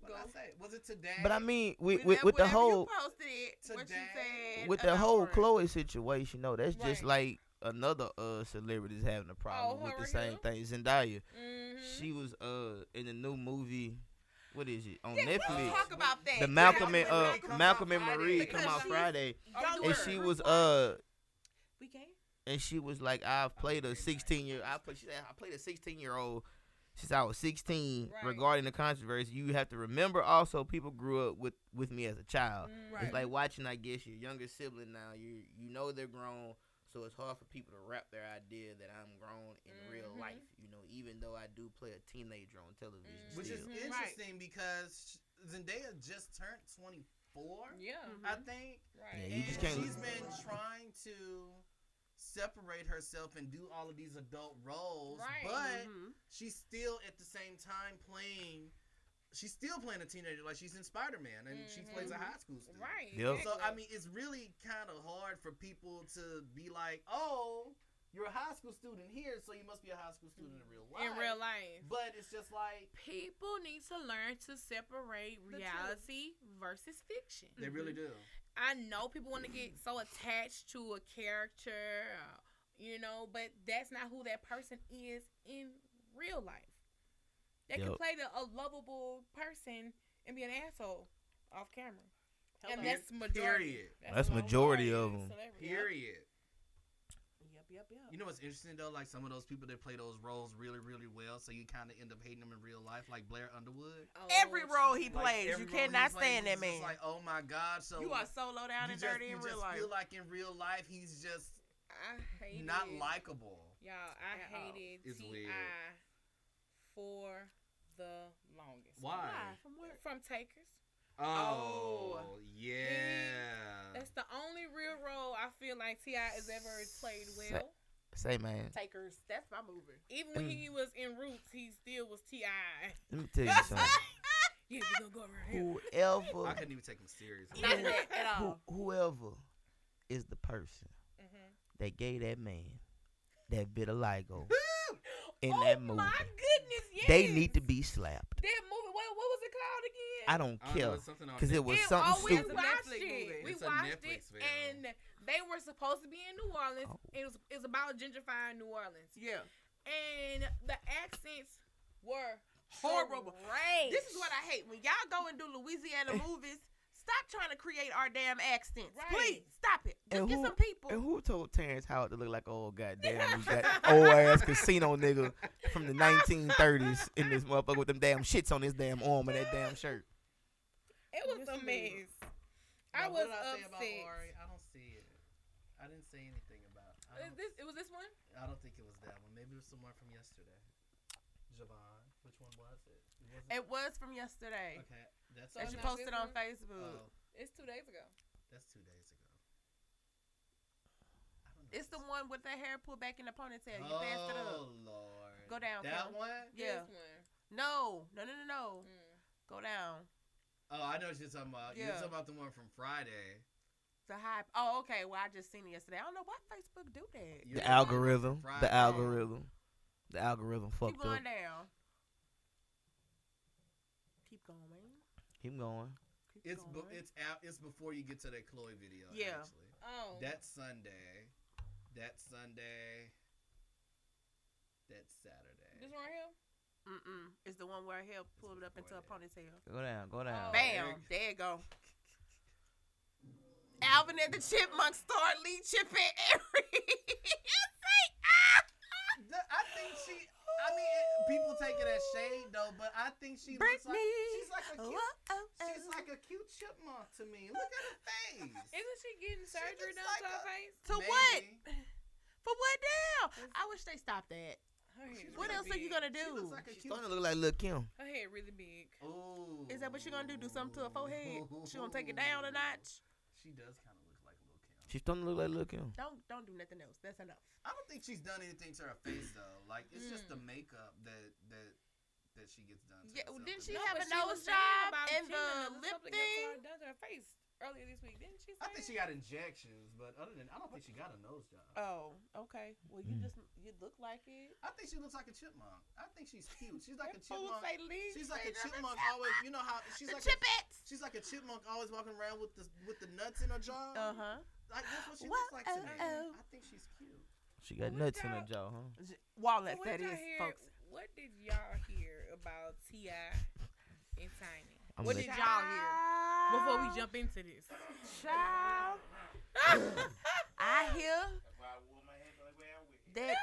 Speaker 6: What did I
Speaker 5: Go.
Speaker 6: say? Was it today?
Speaker 4: But I mean, with
Speaker 5: Whenever-
Speaker 4: with, with the
Speaker 5: whenever
Speaker 4: whole
Speaker 5: You posted it, what you
Speaker 6: Today.
Speaker 5: said.
Speaker 4: with the
Speaker 5: about
Speaker 4: whole
Speaker 5: her.
Speaker 4: Chloe situation, though, that's just
Speaker 1: Right.
Speaker 4: like another uh celebrity's having a problem with the
Speaker 1: Lauryn
Speaker 4: same
Speaker 1: Hill?
Speaker 4: thing. Zendaya,
Speaker 1: Mm-hmm.
Speaker 4: she was uh in the new movie, what is it on
Speaker 5: Yes, we'll
Speaker 4: Netflix?
Speaker 5: talk about that.
Speaker 4: The Malcolm
Speaker 5: Because
Speaker 4: and uh
Speaker 5: Malcolm-
Speaker 4: Malcolm and
Speaker 6: Friday.
Speaker 4: Marie come
Speaker 5: Because
Speaker 4: out
Speaker 5: she's-
Speaker 4: Friday,
Speaker 5: Don't
Speaker 4: and
Speaker 5: worry.
Speaker 4: she was uh
Speaker 5: We can't.
Speaker 4: and she was like, I've played a 16 year. I played. She said, I played a 16 year old since I was 16.
Speaker 1: Right.
Speaker 4: Regarding the controversy, you have to remember also people grew up with with me as a child.
Speaker 1: Mm, Right.
Speaker 4: It's like watching, I guess, your younger sibling now. You you know they're grown, so it's hard for people to wrap their idea that I'm grown in real
Speaker 1: Mhm.
Speaker 4: life. You know, even though I do play a teenager on television,
Speaker 1: Mm.
Speaker 6: Which is
Speaker 4: still.
Speaker 1: Right.
Speaker 6: interesting because Zendaya just turned 24,
Speaker 1: Yeah.
Speaker 6: I
Speaker 5: Mm-hmm.
Speaker 6: think.
Speaker 1: Right.
Speaker 4: Yeah, you just can't-
Speaker 6: And she's been trying to separate herself and do all of these adult roles,
Speaker 1: Right. mm-hmm.
Speaker 6: but
Speaker 5: Mhm.
Speaker 6: she's still at the same time playing. She's still playing a teenager, like she's in Spider Man, and she plays a
Speaker 1: Mhm.
Speaker 6: high school student.
Speaker 1: Right.
Speaker 4: Yep.
Speaker 6: So I mean, it's really kind of hard for people to be like, "Oh, you're a high school student here, so you must be a high school student in real life."
Speaker 1: in real Mm-hmm. life.
Speaker 6: But it's just like
Speaker 1: People need to learn to separate
Speaker 5: The truth.
Speaker 1: reality versus fiction.
Speaker 6: they really do.
Speaker 1: I know people want to get so attached to a character, uh, you know, but that's not who that person is in real life. They can
Speaker 4: Yep.
Speaker 1: play the, a lovable person and be an asshole off camera. And
Speaker 5: Hello.
Speaker 1: that's majority.
Speaker 6: Period.
Speaker 4: That's
Speaker 1: the
Speaker 4: majority of
Speaker 1: the
Speaker 4: 'em.
Speaker 1: celebrity.
Speaker 6: Period.
Speaker 5: Yep, yep, yep.
Speaker 6: You know what's interesting though? Like some of those people that play those roles really, really well, so you kind of end up hating them in real life, like Blair Underwood.
Speaker 1: Oh,
Speaker 5: Every role he
Speaker 1: shit.
Speaker 6: Like,
Speaker 5: plays,
Speaker 6: every
Speaker 5: you
Speaker 6: role he
Speaker 5: cannot
Speaker 6: plays,
Speaker 5: stand that
Speaker 6: it's just
Speaker 5: man.
Speaker 6: Like, oh my god, so
Speaker 5: you are so low down
Speaker 6: you
Speaker 5: and
Speaker 6: just-
Speaker 5: dirty
Speaker 6: you
Speaker 5: in
Speaker 6: just
Speaker 5: real life.
Speaker 6: feel like in real life he's just
Speaker 1: I hate
Speaker 6: not
Speaker 1: it.
Speaker 6: likable.
Speaker 1: Y'all, I
Speaker 5: At all.
Speaker 1: hated
Speaker 6: It's
Speaker 1: T.I.
Speaker 6: weird.
Speaker 1: for the longest.
Speaker 6: Why?
Speaker 5: From where?
Speaker 1: From Takers.
Speaker 6: Oh, yeah.
Speaker 1: That's the only real role I feel like T.I. has ever played well.
Speaker 4: Say, man,
Speaker 5: Takers. That's my movie.
Speaker 1: Even when he was in Roots, he still was T.I.
Speaker 4: let me tell you something.
Speaker 1: Yeah, you gonna go around here.
Speaker 6: I
Speaker 4: Whoever,
Speaker 6: couldn't even take him seriously.
Speaker 5: None of that Uh, at
Speaker 4: who,
Speaker 5: all.
Speaker 4: whoever is the person
Speaker 1: Mm-hmm.
Speaker 4: that gave that man that vitiligo in
Speaker 1: oh
Speaker 4: that movie.
Speaker 1: my goodness, yes.
Speaker 4: They need to be slapped.
Speaker 1: That movie, what, what was it called again?
Speaker 4: I don't
Speaker 6: I
Speaker 4: care
Speaker 6: know it's something on
Speaker 4: because it was
Speaker 1: It-
Speaker 4: something
Speaker 1: oh, we
Speaker 4: stupid.
Speaker 1: watched
Speaker 5: Netflix movie.
Speaker 1: it. We
Speaker 6: It's a
Speaker 1: watched it,
Speaker 6: Netflix video.
Speaker 1: and they were supposed to be in New Orleans.
Speaker 4: Oh.
Speaker 1: It was it's about gentrifying New Orleans,
Speaker 5: Yeah.
Speaker 1: and the accents were
Speaker 5: Horrible.
Speaker 1: Great.
Speaker 5: This is what I hate. When y'all go and do Louisiana
Speaker 4: Eh.
Speaker 5: movies, stop trying to create our damn accents.
Speaker 1: Right.
Speaker 5: Please stop it. Just
Speaker 4: And
Speaker 5: get
Speaker 4: who-
Speaker 5: some people.
Speaker 4: And who told Terrence Howard to look like old goddamn that old ass casino nigga from the 1930s in this motherfucker with them damn shits on his damn arm and that damn shirt?
Speaker 1: It was a mess. I
Speaker 6: Now, what
Speaker 1: was
Speaker 6: did I say about
Speaker 1: upset.
Speaker 6: Ori? I don't see it. I didn't say anything about. I
Speaker 1: Is
Speaker 6: don't,
Speaker 1: this, it was this one.
Speaker 6: I don't think it was that one. Maybe it was someone from yesterday. Javon, which one was it? It wasn't-
Speaker 5: It was from yesterday
Speaker 6: okay, that's
Speaker 1: Oh,
Speaker 5: that
Speaker 1: no,
Speaker 5: you
Speaker 6: not-
Speaker 5: posted
Speaker 1: this
Speaker 5: on
Speaker 1: one?
Speaker 5: Facebook.
Speaker 6: Oh,
Speaker 1: It's two days ago.
Speaker 6: that's two days ago. I don't know
Speaker 5: It's
Speaker 6: if
Speaker 5: the one with the hair pulled back in the ponytail. You passed it up.
Speaker 6: Oh lord.
Speaker 5: Go down,
Speaker 6: That
Speaker 5: Kim.
Speaker 6: one.
Speaker 5: Yeah.
Speaker 1: This one.
Speaker 5: No, no, no, no, no.
Speaker 1: Mm.
Speaker 5: Go down.
Speaker 6: Oh, I know what you're talking about. You're
Speaker 5: Yeah.
Speaker 6: talking about the one from Friday.
Speaker 5: The hype. Oh, okay. Well, I just seen it yesterday. I don't know why Facebook do that.
Speaker 6: You're
Speaker 4: The
Speaker 6: talking about
Speaker 4: algorithm.
Speaker 6: Friday.
Speaker 4: The algorithm. The algorithm
Speaker 5: Keep
Speaker 4: fucked up.
Speaker 5: going down. Keep going.
Speaker 4: Keep going.
Speaker 5: Keep
Speaker 6: It's
Speaker 5: going.
Speaker 6: bu- it's out. It's before you get to that Chloe video.
Speaker 5: Yeah.
Speaker 6: Actually.
Speaker 1: Oh,
Speaker 6: That Sunday. That Sunday. That Saturday.
Speaker 1: this one right here.
Speaker 5: Mm-mm. It's the one where hair pulled it up into a
Speaker 6: before
Speaker 5: ponytail.
Speaker 4: Go down. Go down.
Speaker 1: Oh.
Speaker 5: Bam.
Speaker 6: Eric.
Speaker 5: There you go. Alvin and the Chipmunk star lead Chip and Eric.
Speaker 6: Th- I think she. I mean, it- people take it as shade though, but I think she looks like
Speaker 5: Britney.
Speaker 6: she's like a
Speaker 5: Oh,
Speaker 6: cute.
Speaker 5: oh, oh,
Speaker 6: She's
Speaker 5: oh.
Speaker 6: like a cute chipmunk to me. Look at her face.
Speaker 1: Isn't she getting surgery
Speaker 6: looks
Speaker 1: done
Speaker 6: like
Speaker 1: to her
Speaker 6: a-
Speaker 1: face?
Speaker 5: To what?
Speaker 6: Maybe.
Speaker 5: For what now? I wish they stopped that.
Speaker 1: Her head
Speaker 6: She's
Speaker 1: really
Speaker 5: What else are you
Speaker 1: big.
Speaker 5: gonna
Speaker 6: She
Speaker 5: do?
Speaker 6: looks like a
Speaker 4: She's
Speaker 6: cute.
Speaker 4: starting to look like Lil Kim.
Speaker 1: Her head really big.
Speaker 6: Ooh.
Speaker 5: Is that what you gonna do? Do something to her forehead? She gonna take it down a notch?
Speaker 6: She does kind of look like Lil Kim.
Speaker 4: She's starting to look like Lil Kim.
Speaker 5: Don't don't do nothing else. That's enough.
Speaker 6: I don't think she's done anything to her face though. Like it's just the makeup that that that she gets done. To
Speaker 5: Hmm. Yeah, well,
Speaker 6: herself.
Speaker 5: didn't
Speaker 6: It's
Speaker 5: she
Speaker 6: not-
Speaker 5: have
Speaker 1: but
Speaker 5: a
Speaker 1: she was
Speaker 5: nose
Speaker 1: mad
Speaker 5: job
Speaker 1: about
Speaker 5: and
Speaker 1: Gina
Speaker 5: the
Speaker 1: or
Speaker 5: lip
Speaker 1: something that's
Speaker 5: thing?
Speaker 1: why it Done to her face earlier this week, didn't she?
Speaker 6: I
Speaker 1: say?
Speaker 6: think she got injections, but other than I don't think she got a nose job.
Speaker 5: Oh, okay. Well, you
Speaker 4: Mm.
Speaker 5: just you look like it.
Speaker 6: I think she looks like a chipmunk. I think she's cute. She's like a
Speaker 5: That fool
Speaker 6: chipmunk.
Speaker 5: say lead
Speaker 6: She's like a
Speaker 5: Chip and
Speaker 6: chipmunk
Speaker 5: Eric.
Speaker 6: always. You know how she's
Speaker 5: The
Speaker 6: like a,
Speaker 5: Chipettes.
Speaker 6: she's like a chipmunk always walking around with the with the nuts in her jaw.
Speaker 5: Uh huh.
Speaker 6: Like that's what she
Speaker 5: Whoa,
Speaker 6: looks like to me.
Speaker 5: oh, oh.
Speaker 6: I think she's cute.
Speaker 4: She got
Speaker 1: Well,
Speaker 4: nuts
Speaker 1: look
Speaker 4: in her
Speaker 1: out.
Speaker 4: jaw, huh?
Speaker 1: So
Speaker 5: Walnuts.
Speaker 1: what
Speaker 5: That
Speaker 1: y'all
Speaker 5: is,
Speaker 1: hear-
Speaker 5: folks.
Speaker 1: What did y'all hear about Ti and Tiny?
Speaker 4: I'm
Speaker 5: What
Speaker 4: gonna
Speaker 5: did y'all hear?
Speaker 1: Before we jump into this,
Speaker 5: Child, I hear
Speaker 7: That's why I wore my hands on the way I went.
Speaker 5: that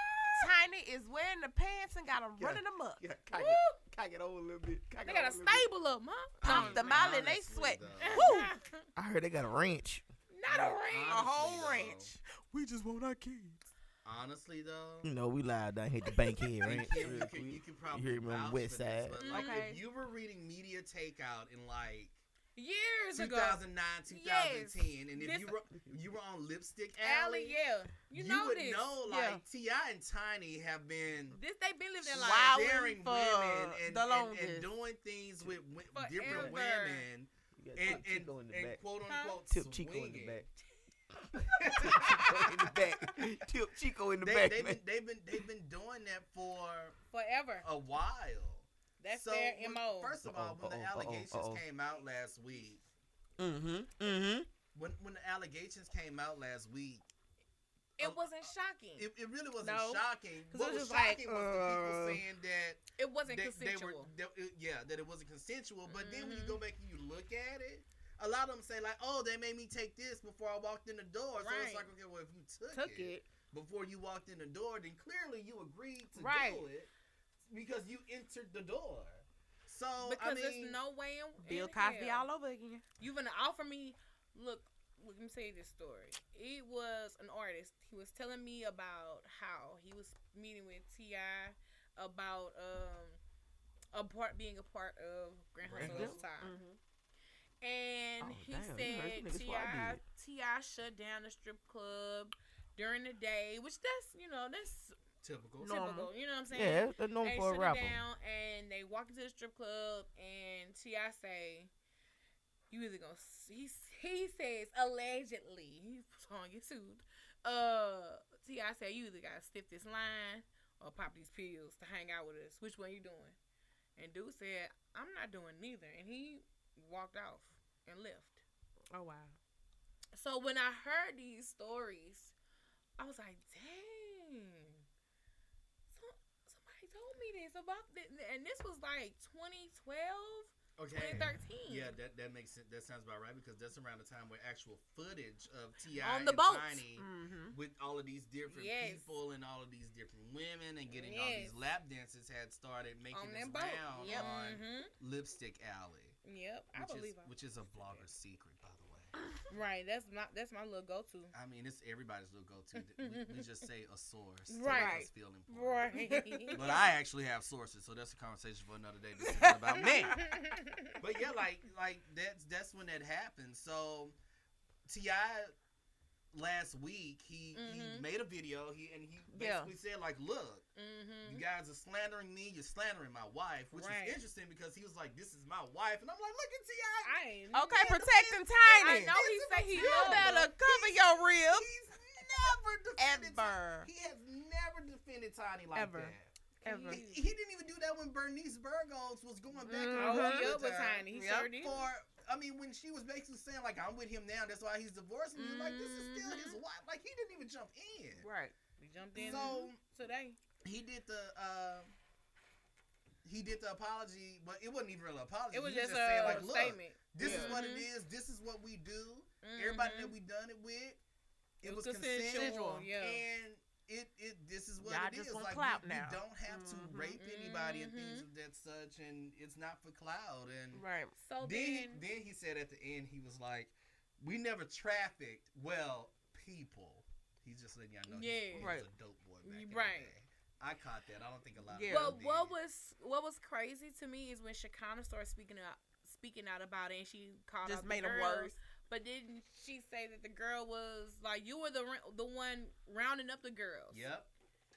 Speaker 5: Tiny is wearing the pants and got them
Speaker 2: Yeah.
Speaker 5: running them up.
Speaker 2: Yeah, cock it,
Speaker 1: Woo!
Speaker 2: cock it over a little bit. Cock
Speaker 1: they
Speaker 2: it
Speaker 1: got a
Speaker 2: over little bit.
Speaker 1: stable of them, huh? Oh,
Speaker 5: Off the
Speaker 4: Mm.
Speaker 5: mile and they
Speaker 6: Honestly,
Speaker 5: sweat.
Speaker 6: though.
Speaker 5: Woo!
Speaker 4: I heard they got a ranch.
Speaker 1: Not a ring.
Speaker 5: A whole
Speaker 6: Honestly, though.
Speaker 5: ranch.
Speaker 4: We just want our kids.
Speaker 6: Honestly though.
Speaker 4: You know, we live down here at the Bankhead
Speaker 6: You
Speaker 4: Ranch.
Speaker 6: can, you
Speaker 4: real
Speaker 6: can, you
Speaker 4: quick.
Speaker 6: can probably
Speaker 4: hear me on
Speaker 6: vouch
Speaker 4: West
Speaker 6: for this,
Speaker 4: Side.
Speaker 6: but, like
Speaker 5: Okay.
Speaker 6: if you were reading media takeout in like
Speaker 1: Years ago,
Speaker 6: 2009, 2010,
Speaker 1: Yes.
Speaker 6: and if
Speaker 1: This-
Speaker 6: you were you were on Lipstick
Speaker 1: Allie,
Speaker 6: Alley,
Speaker 1: yeah, you, know
Speaker 6: would
Speaker 1: this.
Speaker 6: know
Speaker 5: Yeah.
Speaker 6: like Ti and Tiny have been
Speaker 1: This they been living their life.
Speaker 5: Wow.
Speaker 6: daring
Speaker 5: for
Speaker 6: women and,
Speaker 5: the
Speaker 6: and,
Speaker 5: longest.
Speaker 6: and doing things with wi-
Speaker 1: Forever.
Speaker 6: different women
Speaker 4: You got
Speaker 6: and,
Speaker 4: Tip
Speaker 6: and,
Speaker 4: Chico in the
Speaker 6: and
Speaker 4: back.
Speaker 6: quote unquote
Speaker 4: Tip Chico in the
Speaker 6: swinging.
Speaker 4: back. Chico in the back. Tip Chico in the
Speaker 6: they,
Speaker 4: back,
Speaker 6: they've,
Speaker 4: man.
Speaker 6: been, they've been they've been doing that for
Speaker 1: Forever.
Speaker 6: a while.
Speaker 1: That's
Speaker 6: Uh, so
Speaker 1: their
Speaker 6: when-
Speaker 1: mo.
Speaker 6: First of all,
Speaker 4: Uh-oh,
Speaker 6: when the
Speaker 4: uh-oh, uh-oh,
Speaker 6: allegations
Speaker 4: uh-oh.
Speaker 6: came out last week,
Speaker 4: Mm-hmm. Mm-hmm.
Speaker 6: when when the allegations came out last week,
Speaker 1: it wasn't shocking. It,
Speaker 6: um, uh, it, it really wasn't
Speaker 1: No.
Speaker 6: shocking.
Speaker 1: 'Cause
Speaker 6: What
Speaker 1: it
Speaker 6: was,
Speaker 1: was just like,
Speaker 6: shocking was
Speaker 4: uh,
Speaker 6: the people saying that
Speaker 1: wasn't
Speaker 6: they, they
Speaker 1: consensual.
Speaker 6: were, they- uh, yeah, that it wasn't consensual. But then when you
Speaker 1: Mhm.
Speaker 6: go back and you look at it, a lot of them say like, "Oh, they made me take this before I walked in the door." So
Speaker 1: Right.
Speaker 6: it's like, okay, well, if you took,
Speaker 1: Took
Speaker 6: it,
Speaker 1: it.
Speaker 6: before you walked in the door, then clearly you agreed to
Speaker 5: Right.
Speaker 6: do it because you entered the door. So
Speaker 1: Because
Speaker 6: I mean,
Speaker 1: there's no way in,
Speaker 5: Bill
Speaker 1: in
Speaker 5: Cosby
Speaker 1: hell.
Speaker 5: all over again.
Speaker 1: You gonna offer me? Look, let me tell you this story. It was an artist. He was telling me about how he was meeting with Ti about um a part being a part of Grand
Speaker 4: Grand
Speaker 1: Hustle at
Speaker 4: Hustle?
Speaker 1: the time,
Speaker 5: Mhm.
Speaker 1: and
Speaker 4: Oh,
Speaker 1: he
Speaker 4: damn, you heard
Speaker 1: said
Speaker 4: them
Speaker 1: Ti
Speaker 4: niggas before I did.
Speaker 1: Ti shut down the strip club during the day, which that's you know that's
Speaker 5: No.
Speaker 6: typical.
Speaker 5: Normal.
Speaker 1: typical. You know what I'm saying?
Speaker 4: Yeah, that's- that's known
Speaker 1: they
Speaker 4: for
Speaker 1: shut
Speaker 4: a
Speaker 1: it
Speaker 4: rapper.
Speaker 1: down and they walk into the strip club and Ti say, you either gonna s- he s- he says allegedly he's gonna get sued. Uh, Ti said you either gotta stiff this line or pop these pills to hang out with us. Which one you doing? And dude said I'm not doing neither, and he walked off and left.
Speaker 5: Oh wow.
Speaker 1: So when I heard these stories, I was like, dang. Some, somebody told me this about this. And this was like 2012,
Speaker 6: Okay.
Speaker 1: 2013.
Speaker 6: Yeah, that, that makes it. That sounds about right because that's around the time where actual footage of Ti
Speaker 1: On
Speaker 6: and
Speaker 1: the boats.
Speaker 6: Tiny
Speaker 5: Mm-hmm.
Speaker 6: with all of these different
Speaker 1: Yes.
Speaker 6: people and all of these different women and getting all
Speaker 1: Yes.
Speaker 6: these lap dances had started making
Speaker 1: on
Speaker 6: its
Speaker 1: that boat.
Speaker 6: round
Speaker 1: Yep.
Speaker 6: on
Speaker 1: hmm
Speaker 6: Lipstick Alley,
Speaker 1: Yep. I
Speaker 6: which
Speaker 1: believe
Speaker 6: is
Speaker 1: I-
Speaker 6: which is a blogger's secret, by the way.
Speaker 1: Right. That's my that's my little go to.
Speaker 6: I mean, it's everybody's little go-to. that we, we just say a source to
Speaker 1: Right.
Speaker 6: make us feel important.
Speaker 1: Right.
Speaker 6: But I actually have sources, so that's a conversation for another day. This is not about me. But yeah, like like that's that's when that happened. So Ti last week he
Speaker 1: Mhm.
Speaker 6: he made a video. He and he
Speaker 5: Yeah.
Speaker 6: basically said like, look. You
Speaker 1: mm-hmm.
Speaker 6: guys are slandering me. You're slandering my wife, which
Speaker 1: Right.
Speaker 6: is interesting because he was like, "This is my wife," and I'm like, "Look at Ti.
Speaker 1: I ain't-
Speaker 5: Okay, protecting Tiny.
Speaker 1: I know he said he
Speaker 5: You
Speaker 1: loved
Speaker 5: better
Speaker 1: her.
Speaker 5: cover your ribs.
Speaker 6: He's never defended. Ti-
Speaker 5: Ever.
Speaker 6: He has never defended Tiny like
Speaker 5: Ever.
Speaker 6: that.
Speaker 5: Ever.
Speaker 6: He, he didn't even do that when Bernice Burgos was going back
Speaker 5: Mhm.
Speaker 1: Oh,
Speaker 6: and forth
Speaker 1: he up with
Speaker 6: with her.
Speaker 1: Tiny. He
Speaker 5: Yep.
Speaker 1: sure did.
Speaker 6: for I mean when she was basically saying like I'm with him now, that's why he's divorcing me. Like this is still his
Speaker 1: Mm-hmm.
Speaker 6: wife. Like he didn't even jump in.
Speaker 5: Right.
Speaker 1: We jumped in
Speaker 6: So-
Speaker 1: today.
Speaker 6: He did the uh he did the apology, but it wasn't even really an apology.
Speaker 1: It was
Speaker 6: He
Speaker 1: just, a
Speaker 6: saying, like, look,
Speaker 1: statement.
Speaker 6: this is
Speaker 1: Yeah.
Speaker 6: what
Speaker 1: Mhm.
Speaker 6: it
Speaker 5: Mm-hmm.
Speaker 6: is. This is what we do. Everybody
Speaker 1: Mhm.
Speaker 6: that we done it with, it,
Speaker 1: It
Speaker 6: was
Speaker 1: was
Speaker 6: consensual.
Speaker 1: consensual.
Speaker 5: Consensual.
Speaker 1: Yeah.
Speaker 6: And it, it this is what
Speaker 5: Y'all
Speaker 6: it
Speaker 5: just
Speaker 6: is.
Speaker 5: want
Speaker 6: Like
Speaker 5: clout
Speaker 6: we,
Speaker 5: now. Mm-hmm.
Speaker 6: we don't have to
Speaker 1: Mm-hmm.
Speaker 5: Mhm.
Speaker 6: rape anybody and
Speaker 1: Mhm.
Speaker 6: things of that such, and it's not for clout. And
Speaker 5: Right.
Speaker 1: So
Speaker 6: then, he-
Speaker 1: then,
Speaker 6: then he said at the end he was like, "We never trafficked well people." He's just letting y'all know
Speaker 1: Yeah.
Speaker 6: he was
Speaker 5: Right.
Speaker 6: a dope boy back in the
Speaker 1: Right.
Speaker 6: day. I caught that. I don't think a lot
Speaker 5: Yeah.
Speaker 6: of
Speaker 1: well,
Speaker 6: people
Speaker 1: what
Speaker 6: did.
Speaker 1: was what was crazy to me is when Shekinah started speaking out speaking out about it, and she called
Speaker 5: Just
Speaker 1: out
Speaker 5: made
Speaker 1: the
Speaker 5: it
Speaker 1: girl,
Speaker 5: worse.
Speaker 1: But didn't she say that the girl was like you were the ra- the one rounding up the girls?
Speaker 6: Yep.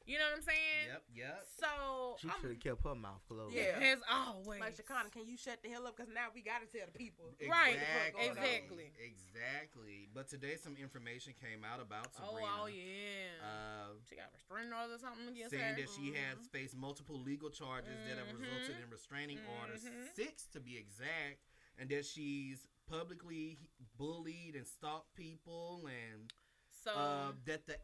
Speaker 1: You know what I'm saying?
Speaker 6: Yep. Yep.
Speaker 1: So
Speaker 4: She
Speaker 1: I'm-
Speaker 4: should have kept her mouth closed.
Speaker 5: Yeah.
Speaker 1: as always.
Speaker 5: Like Shekinah, can you shut the hell up? Because now we gotta tell the people.
Speaker 1: Right.
Speaker 6: Exactly.
Speaker 1: Exactly.
Speaker 6: Exactly. But today some information came out about
Speaker 1: oh,
Speaker 6: Sabrina.
Speaker 1: oh yeah.
Speaker 6: Uh,
Speaker 1: she got restraining orders or something against
Speaker 6: saying
Speaker 1: her.
Speaker 6: that she
Speaker 1: Mm-hmm.
Speaker 6: has faced multiple legal charges that have resulted
Speaker 1: Mhm.
Speaker 6: in restraining orders,
Speaker 1: Mhm.
Speaker 6: six to be exact, and that she's publicly bullied and stalked people, and
Speaker 1: so
Speaker 6: uh, that the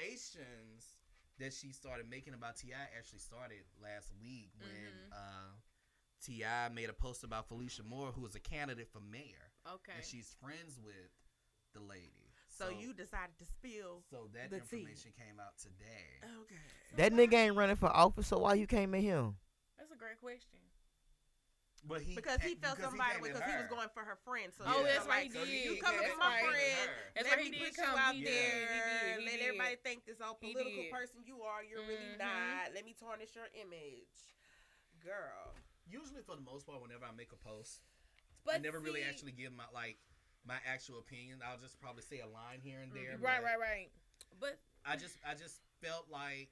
Speaker 6: accusations that she started making about Ti actually started last week when
Speaker 1: Mhm.
Speaker 6: uh, Ti made a post about Felicia Moore, who is a candidate for mayor,
Speaker 1: okay.
Speaker 6: and she's friends with the lady.
Speaker 5: So, you decided to spill.
Speaker 6: so that
Speaker 5: the tea.
Speaker 6: information came out today.
Speaker 5: Okay.
Speaker 4: That nigga ain't running for office, so why you came at him?
Speaker 1: That's a great question.
Speaker 6: But he
Speaker 5: Because he felt
Speaker 6: because
Speaker 5: somebody
Speaker 6: came at
Speaker 5: because he was
Speaker 6: her.
Speaker 5: going for her friend. So
Speaker 1: Oh,
Speaker 5: he
Speaker 1: that's
Speaker 5: felt
Speaker 1: right,
Speaker 5: like,
Speaker 1: he did.
Speaker 5: You coming
Speaker 1: That's
Speaker 5: for my
Speaker 1: right.
Speaker 5: friend?
Speaker 1: That's why
Speaker 5: let me
Speaker 1: he did
Speaker 5: put you
Speaker 1: come.
Speaker 5: out
Speaker 1: He
Speaker 5: there.
Speaker 1: did. He did. He
Speaker 5: let
Speaker 1: did.
Speaker 5: everybody think this old
Speaker 1: He
Speaker 5: political
Speaker 1: did.
Speaker 5: person you are. You're really
Speaker 1: Mhm.
Speaker 5: not. Let me tarnish your image, girl.
Speaker 6: usually for the most part whenever i make a post
Speaker 1: But
Speaker 6: i never really
Speaker 1: see-
Speaker 6: actually give my like my actual opinion i'll just probably say a line here and
Speaker 5: Mm-hmm.
Speaker 6: there
Speaker 1: Right,
Speaker 6: but
Speaker 1: right, right. But
Speaker 6: i just i just felt like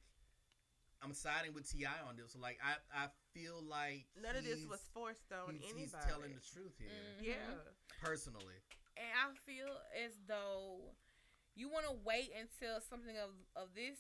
Speaker 6: i'm siding with ti on this like i i feel like
Speaker 5: None of this
Speaker 6: he's-
Speaker 5: was forced on
Speaker 6: he's,
Speaker 5: anybody. Mm.
Speaker 6: he's telling the truth here
Speaker 1: Mhm.
Speaker 5: yeah.
Speaker 6: personally
Speaker 1: and I feel as though you want to wait until something of of this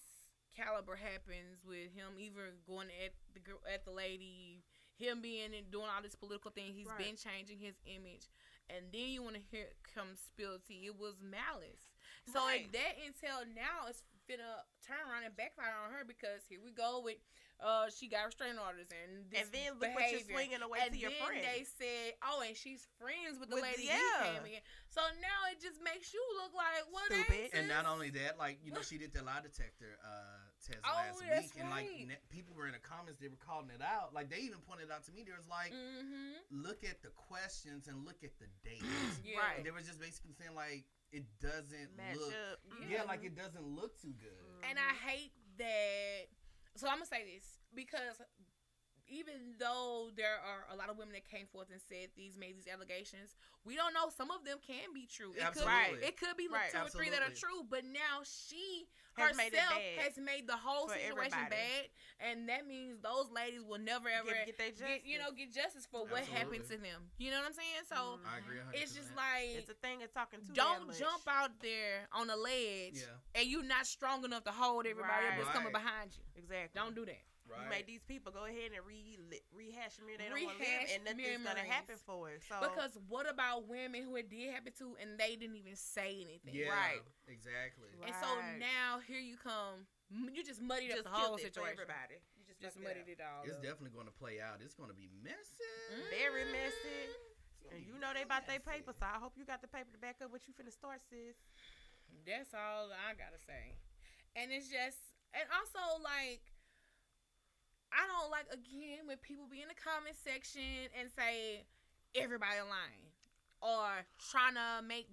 Speaker 1: caliber happens with him, even going at the girl, at the lady, him being and doing all this political thing. He's
Speaker 5: Right.
Speaker 1: been changing his image, and then you want to hear it come spill tea. It was malice. So
Speaker 5: Right.
Speaker 1: if that until now it's gonna turn around and backfire on her because here we go with uh she got restraining orders and this
Speaker 5: And then look what
Speaker 1: behavior
Speaker 5: you're swinging away
Speaker 1: and
Speaker 5: to your
Speaker 1: then
Speaker 5: friend.
Speaker 1: they said, "Oh, and she's friends with the
Speaker 5: With-
Speaker 1: lady
Speaker 5: yeah.
Speaker 1: he came in." So now it just makes you look like what?
Speaker 5: Stupid.
Speaker 6: and not only that like you know she did the lie detector uh test
Speaker 1: Oh,
Speaker 6: last week
Speaker 1: that's
Speaker 6: and like
Speaker 1: right.
Speaker 6: ne- people were in the comments they were calling it out like they even pointed out to me there was like
Speaker 1: hmm
Speaker 6: look at the questions and look at the dates
Speaker 1: Yeah.
Speaker 5: Right.
Speaker 6: And they were just basically saying like it doesn't
Speaker 5: Match
Speaker 6: look
Speaker 5: up. Mm.
Speaker 6: yeah,
Speaker 1: Yeah.
Speaker 6: like it doesn't look too good.
Speaker 1: And I hate that. So I'm gonna say this because even though there are a lot of women that came forth and said these made these allegations, we don't know. Some of them can be true. It could
Speaker 6: Absolutely.
Speaker 1: it could be
Speaker 5: Right.
Speaker 1: like two or three that are
Speaker 6: Absolutely.
Speaker 1: true, but now she
Speaker 5: Has made it
Speaker 1: herself
Speaker 5: bad
Speaker 1: has made the whole
Speaker 5: for
Speaker 1: situation
Speaker 5: everybody.
Speaker 1: bad, and that means those ladies will never ever
Speaker 5: Get, get their
Speaker 1: get, you know get justice for what happened to
Speaker 6: Absolutely.
Speaker 1: them. You know what I'm saying? So
Speaker 5: Mhm.
Speaker 6: I agree. 100%.
Speaker 1: it's just like
Speaker 5: it's a thing of talking to
Speaker 1: don't jump out there on a ledge
Speaker 6: yeah,
Speaker 1: and you're not strong enough to hold everybody up that's
Speaker 6: Right.
Speaker 1: coming behind you.
Speaker 5: Exactly.
Speaker 1: Don't do that.
Speaker 5: You
Speaker 6: right.
Speaker 5: make these people go ahead and re- rehash mirror they don't want to live,
Speaker 1: Rehash
Speaker 5: and nothing's going to
Speaker 1: memories.
Speaker 5: happen for it. So
Speaker 1: Because what about women who it did happen to and they didn't even say anything?
Speaker 6: yeah,
Speaker 5: Right.
Speaker 6: Exactly.
Speaker 5: Right.
Speaker 1: And so now here you come. M- You just muddied
Speaker 5: just
Speaker 1: up the whole
Speaker 5: killed it for
Speaker 1: situation.
Speaker 5: everybody. You just,
Speaker 1: Just
Speaker 5: fucked it
Speaker 1: muddied it all.
Speaker 6: It's
Speaker 1: up.
Speaker 6: definitely going to play out. It's going to be messy.
Speaker 1: Mm.
Speaker 5: up. very messy.
Speaker 6: It's gonna
Speaker 5: And
Speaker 6: be
Speaker 5: you know they bought their
Speaker 6: messy.
Speaker 5: paper, so I hope you got the paper to back up what you finna start, sis.
Speaker 1: That's all I gotta say. And it's just, and also like, I don't like again when people be in the comment section and say everybody lying or trying to make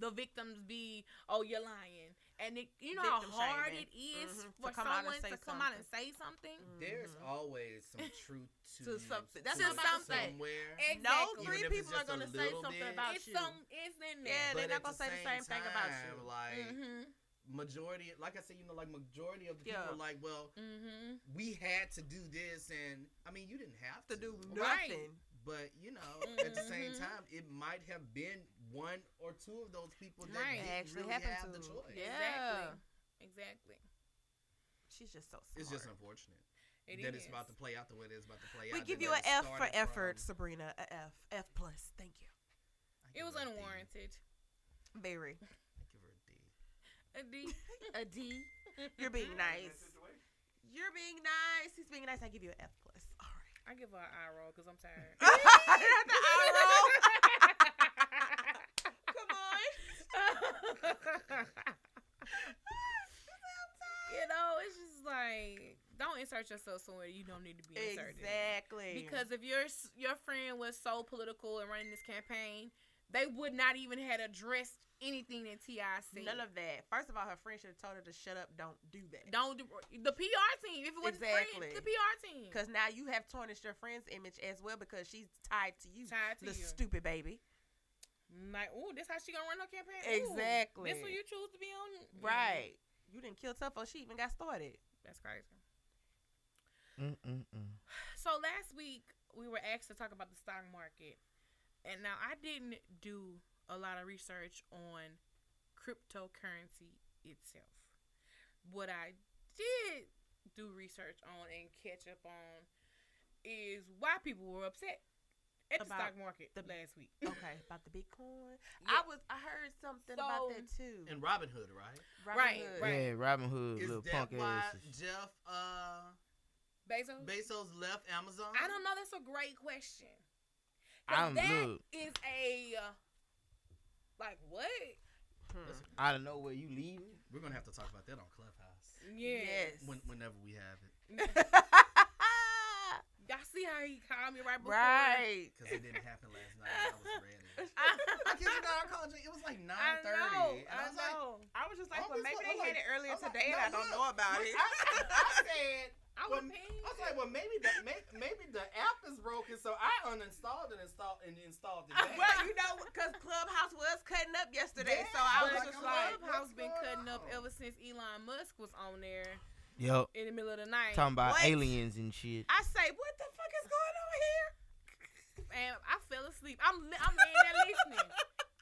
Speaker 1: the victims be, oh you're lying, and it, you know
Speaker 5: Victim
Speaker 1: how hard
Speaker 5: shaming.
Speaker 1: it is
Speaker 5: Mhm. To
Speaker 1: for
Speaker 5: come out and
Speaker 1: someone
Speaker 5: say Mm-hmm.
Speaker 1: to come out and say something.
Speaker 6: There's always some truth
Speaker 5: To
Speaker 6: to,
Speaker 5: something. That's
Speaker 6: to
Speaker 1: what I'm about to say.
Speaker 6: somewhere.
Speaker 1: Exactly.
Speaker 5: No
Speaker 6: Even
Speaker 5: three
Speaker 6: if it's
Speaker 5: people are
Speaker 6: just a
Speaker 5: gonna say
Speaker 6: little
Speaker 5: something
Speaker 6: bit.
Speaker 5: about
Speaker 1: it's
Speaker 5: you.
Speaker 1: some, it's in
Speaker 5: Yeah,
Speaker 1: there.
Speaker 5: they're
Speaker 6: But
Speaker 5: not
Speaker 6: at
Speaker 5: gonna
Speaker 6: the
Speaker 5: say the same thing about
Speaker 6: time,
Speaker 5: you. Mm-hmm.
Speaker 6: Like
Speaker 1: Mhm.
Speaker 6: majority, like I said, you know, like majority of the
Speaker 5: Yeah.
Speaker 6: people, are like, well,
Speaker 1: Mhm.
Speaker 5: Mm-hmm.
Speaker 6: we had to do this, and I mean, you didn't have to,
Speaker 5: to do Mm-hmm.
Speaker 1: Right.
Speaker 5: nothing.
Speaker 6: but you know, at the same
Speaker 1: Mhm.
Speaker 6: time, it might have been one or two of those people that
Speaker 1: Right.
Speaker 6: didn't
Speaker 5: Actually
Speaker 6: really
Speaker 5: happened
Speaker 6: have the
Speaker 5: to.
Speaker 6: choice.
Speaker 5: Yeah.
Speaker 1: Exactly. Exactly.
Speaker 5: She's just so smart.
Speaker 6: It's just unfortunate
Speaker 1: It
Speaker 6: that
Speaker 1: is.
Speaker 6: it's about to play out the way that it's about to play
Speaker 5: we
Speaker 6: out.
Speaker 5: give
Speaker 6: that
Speaker 5: you an
Speaker 6: it
Speaker 5: F for
Speaker 6: started
Speaker 5: effort,
Speaker 6: from-
Speaker 5: Sabrina. A F. F plus. Thank you.
Speaker 6: I
Speaker 1: It
Speaker 6: give
Speaker 1: was
Speaker 6: her a D.
Speaker 1: unwarranted.
Speaker 5: Very.
Speaker 6: I give her a D.
Speaker 1: A D.
Speaker 5: A D. You're being nice. You're being nice. He's being nice. I give you an F plus. All right.
Speaker 1: I give her an eye roll because I'm tired.
Speaker 5: Not the eye roll. Come on.
Speaker 1: you know, it's just like don't insert yourself somewhere you don't need to be inserted.
Speaker 5: Exactly.
Speaker 1: Because if your s- your friend was so political and running this campaign, they would not even had addressed anything that Ti said.
Speaker 5: none of that. First of all, her friend should have told her to shut up. Don't do that.
Speaker 1: don't do, the PR team. If it wasn't
Speaker 5: Exactly.
Speaker 1: friends, the PR team.
Speaker 5: Because now you have tarnished your friend's image as well because she's tied to you.
Speaker 1: tied to
Speaker 5: the
Speaker 1: you.
Speaker 5: stupid baby.
Speaker 1: like, ooh, this how she gonna run her campaign. Ooh,
Speaker 5: Exactly.
Speaker 1: This what you choose to be on. Mm, Yeah,
Speaker 5: Right. You didn't kill Tuffo. She even got started.
Speaker 1: That's crazy.
Speaker 4: Mm-mm-mm.
Speaker 1: So last week we were asked to talk about the stock market, and now I didn't do a lot of research on cryptocurrency itself. What I did do research on and catch up on is why people were upset at
Speaker 5: About
Speaker 1: the stock market
Speaker 5: the-
Speaker 1: last week.
Speaker 5: Okay. about the Bitcoin.
Speaker 1: Yeah.
Speaker 5: I was. I heard something
Speaker 1: So-
Speaker 5: about that too.
Speaker 6: And Robin Hood, right?
Speaker 5: Robin
Speaker 1: Right,
Speaker 5: Hood.
Speaker 1: right.
Speaker 4: Yeah, Robin Hood,
Speaker 6: Is
Speaker 4: little
Speaker 6: that
Speaker 4: punk
Speaker 6: why
Speaker 4: ass.
Speaker 6: Jeff uh,
Speaker 1: Bezos,
Speaker 6: Bezos left Amazon?
Speaker 1: I don't know. That's a great question. 'Cause
Speaker 4: I'm
Speaker 1: that
Speaker 4: look.
Speaker 1: is a uh, like what?
Speaker 5: Hmm.
Speaker 6: That's-
Speaker 4: Out of nowhere, you leaving?
Speaker 6: We're gonna have to talk about that on Clubhouse
Speaker 1: Yeah.
Speaker 5: Yes.
Speaker 6: when, whenever we have it,
Speaker 1: Y'all see how he called me right before?
Speaker 5: right.
Speaker 6: because it didn't happen last night. and I was ready. I
Speaker 1: I
Speaker 6: kid you not, I called you. It was like nine
Speaker 1: I
Speaker 6: thirty,
Speaker 1: know.
Speaker 6: and
Speaker 1: I,
Speaker 6: I was like,
Speaker 1: know.
Speaker 5: I was just like,
Speaker 6: I
Speaker 5: well,
Speaker 6: was
Speaker 5: maybe they
Speaker 6: like-
Speaker 5: had
Speaker 6: I'm
Speaker 5: it
Speaker 6: like-
Speaker 5: earlier
Speaker 6: I'm like,
Speaker 5: today, and I
Speaker 6: no,
Speaker 5: don't
Speaker 6: look.
Speaker 5: know about
Speaker 6: I,
Speaker 5: it.
Speaker 6: I said,
Speaker 1: I was
Speaker 5: oh.
Speaker 6: when- I was
Speaker 1: pissed.
Speaker 6: like, well, maybe the may- maybe the app is broken, so I uninstalled and installed and installed it. Back.
Speaker 5: well, you know, because Clubhouse was cutting up yesterday,
Speaker 6: Yeah,
Speaker 5: so I was
Speaker 6: but
Speaker 5: just
Speaker 6: I'm
Speaker 5: like,
Speaker 1: Clubhouse
Speaker 6: what's
Speaker 1: been
Speaker 6: going
Speaker 1: cutting up
Speaker 6: on?
Speaker 1: ever since Elon Musk was on there
Speaker 4: Yo,
Speaker 1: in the middle of the night.
Speaker 4: talking about
Speaker 5: What?
Speaker 4: aliens and shit.
Speaker 5: I say, what the fuck is going on here?
Speaker 1: And I fell asleep. I'm li- I'm laying there listening.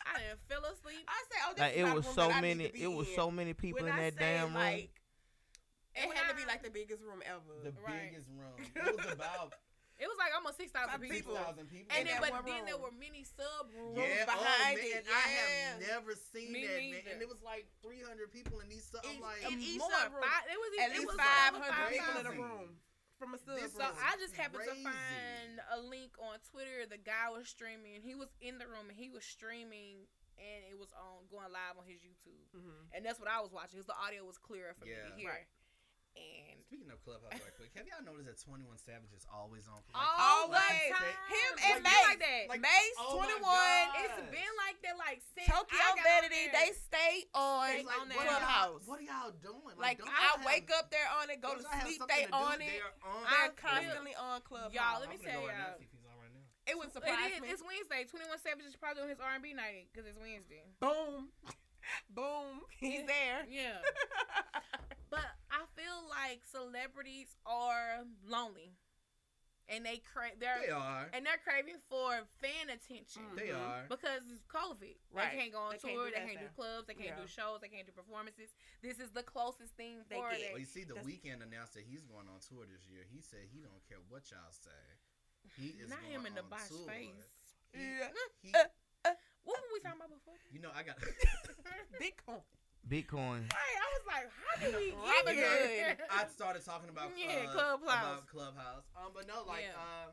Speaker 1: I done fell asleep.
Speaker 5: I say, oh, this
Speaker 4: Like it
Speaker 5: is not
Speaker 4: was
Speaker 5: a room
Speaker 4: so
Speaker 5: that I need
Speaker 4: many,
Speaker 5: to be
Speaker 4: it was
Speaker 5: in.
Speaker 4: so many people in
Speaker 5: when I
Speaker 4: that
Speaker 5: say,
Speaker 4: damn room.
Speaker 5: like, it
Speaker 1: And
Speaker 5: had to
Speaker 1: I-
Speaker 5: be like the biggest room
Speaker 6: The
Speaker 5: ever.
Speaker 1: Right.
Speaker 6: biggest room. It was about
Speaker 1: It was like almost six thousand
Speaker 5: Some
Speaker 1: people.
Speaker 6: people. thousand people.
Speaker 1: And then,
Speaker 5: in
Speaker 1: but
Speaker 5: that
Speaker 1: then
Speaker 5: one
Speaker 1: there
Speaker 5: room.
Speaker 1: were many sub rooms.
Speaker 6: yeah,
Speaker 5: behind
Speaker 6: oh, man,
Speaker 5: it,
Speaker 6: I have
Speaker 5: yeah.
Speaker 6: never seen
Speaker 1: Me
Speaker 6: that,
Speaker 1: neither.
Speaker 6: man. And it was like three hundred people in these. so I'm
Speaker 5: Each-
Speaker 6: like,
Speaker 1: And
Speaker 5: each
Speaker 1: more,
Speaker 5: sub room.
Speaker 1: five, it was
Speaker 5: At
Speaker 1: it
Speaker 5: least
Speaker 1: was
Speaker 5: five
Speaker 1: over
Speaker 5: hundred people in a room
Speaker 6: thousand.
Speaker 5: from a sub
Speaker 6: This
Speaker 1: So
Speaker 5: room.
Speaker 6: is
Speaker 1: I just happened
Speaker 6: crazy.
Speaker 1: to find a link on Twitter. The guy was streaming. He was in the room and he was streaming, and it was on going live on his YouTube.
Speaker 5: Mhm.
Speaker 1: And that's what I was watching. Cause the audio was clearer for me
Speaker 6: Yeah.
Speaker 1: to hear.
Speaker 2: And
Speaker 6: Speaking of Clubhouse, right quick, have y'all noticed that Twenty One Savage is always on? Like,
Speaker 2: always
Speaker 6: like, they-
Speaker 2: him
Speaker 6: Like,
Speaker 2: and
Speaker 6: you
Speaker 2: Mace.
Speaker 6: like
Speaker 2: that.
Speaker 6: like,
Speaker 2: Mace
Speaker 6: oh my
Speaker 2: 21.
Speaker 6: God.
Speaker 2: It's been like that like since
Speaker 5: Tokyo
Speaker 2: I got
Speaker 5: Vanity,
Speaker 2: there.
Speaker 5: they stay on
Speaker 2: They on that
Speaker 6: what are y'all-
Speaker 5: Clubhouse.
Speaker 6: What are y'all doing?
Speaker 5: Like,
Speaker 6: don't
Speaker 5: I
Speaker 6: y'all have-
Speaker 5: wake up, they're on it. Go to
Speaker 6: don't y'all have
Speaker 5: sleep,
Speaker 6: something
Speaker 5: they
Speaker 6: to do?
Speaker 5: on
Speaker 6: They
Speaker 5: it.
Speaker 6: are on
Speaker 2: I-
Speaker 5: They're constantly on Clubhouse.
Speaker 2: Y'all, let me
Speaker 6: I'm gonna
Speaker 2: tell
Speaker 6: go right now
Speaker 2: y'all.
Speaker 6: and see if he's on right now.
Speaker 5: It would surprise
Speaker 2: It is.
Speaker 5: me.
Speaker 2: It's Wednesday. 21 Savage is probably on his R&B night because it's Wednesday.
Speaker 5: boom, boom. He's there.
Speaker 2: Yeah. but I feel like celebrities are lonely, and they cra- they're
Speaker 6: They are.
Speaker 2: and they're craving for fan attention.
Speaker 6: They
Speaker 5: Mhm.
Speaker 6: are.
Speaker 2: Because it's COVID,
Speaker 5: Right.
Speaker 2: they can't go on
Speaker 5: They can't
Speaker 2: tour.
Speaker 5: do
Speaker 2: they
Speaker 5: that
Speaker 2: can't do
Speaker 5: now.
Speaker 2: clubs. They can't
Speaker 5: Yeah.
Speaker 2: do shows. They can't do performances. This is the closest thing
Speaker 5: They
Speaker 2: for
Speaker 5: get.
Speaker 2: that.
Speaker 6: Well, you see, the
Speaker 5: That's-
Speaker 6: weekend announced that he's going on tour this year. He said he don't care what y'all say. He is
Speaker 2: Not
Speaker 6: going
Speaker 2: him in the
Speaker 6: on
Speaker 2: box
Speaker 6: tour.
Speaker 2: face.
Speaker 6: He-
Speaker 5: Yeah.
Speaker 6: he-
Speaker 5: Uh.
Speaker 2: What were we talking about before?
Speaker 6: you know, I got.
Speaker 5: Bitcoin.
Speaker 4: Bitcoin.
Speaker 2: Right, I was like, how did we
Speaker 5: Robin
Speaker 2: get here?
Speaker 6: I started talking about
Speaker 2: Yeah,
Speaker 6: uh,
Speaker 2: Clubhouse.
Speaker 6: About clubhouse. Um, but no, like
Speaker 2: Yeah.
Speaker 6: um,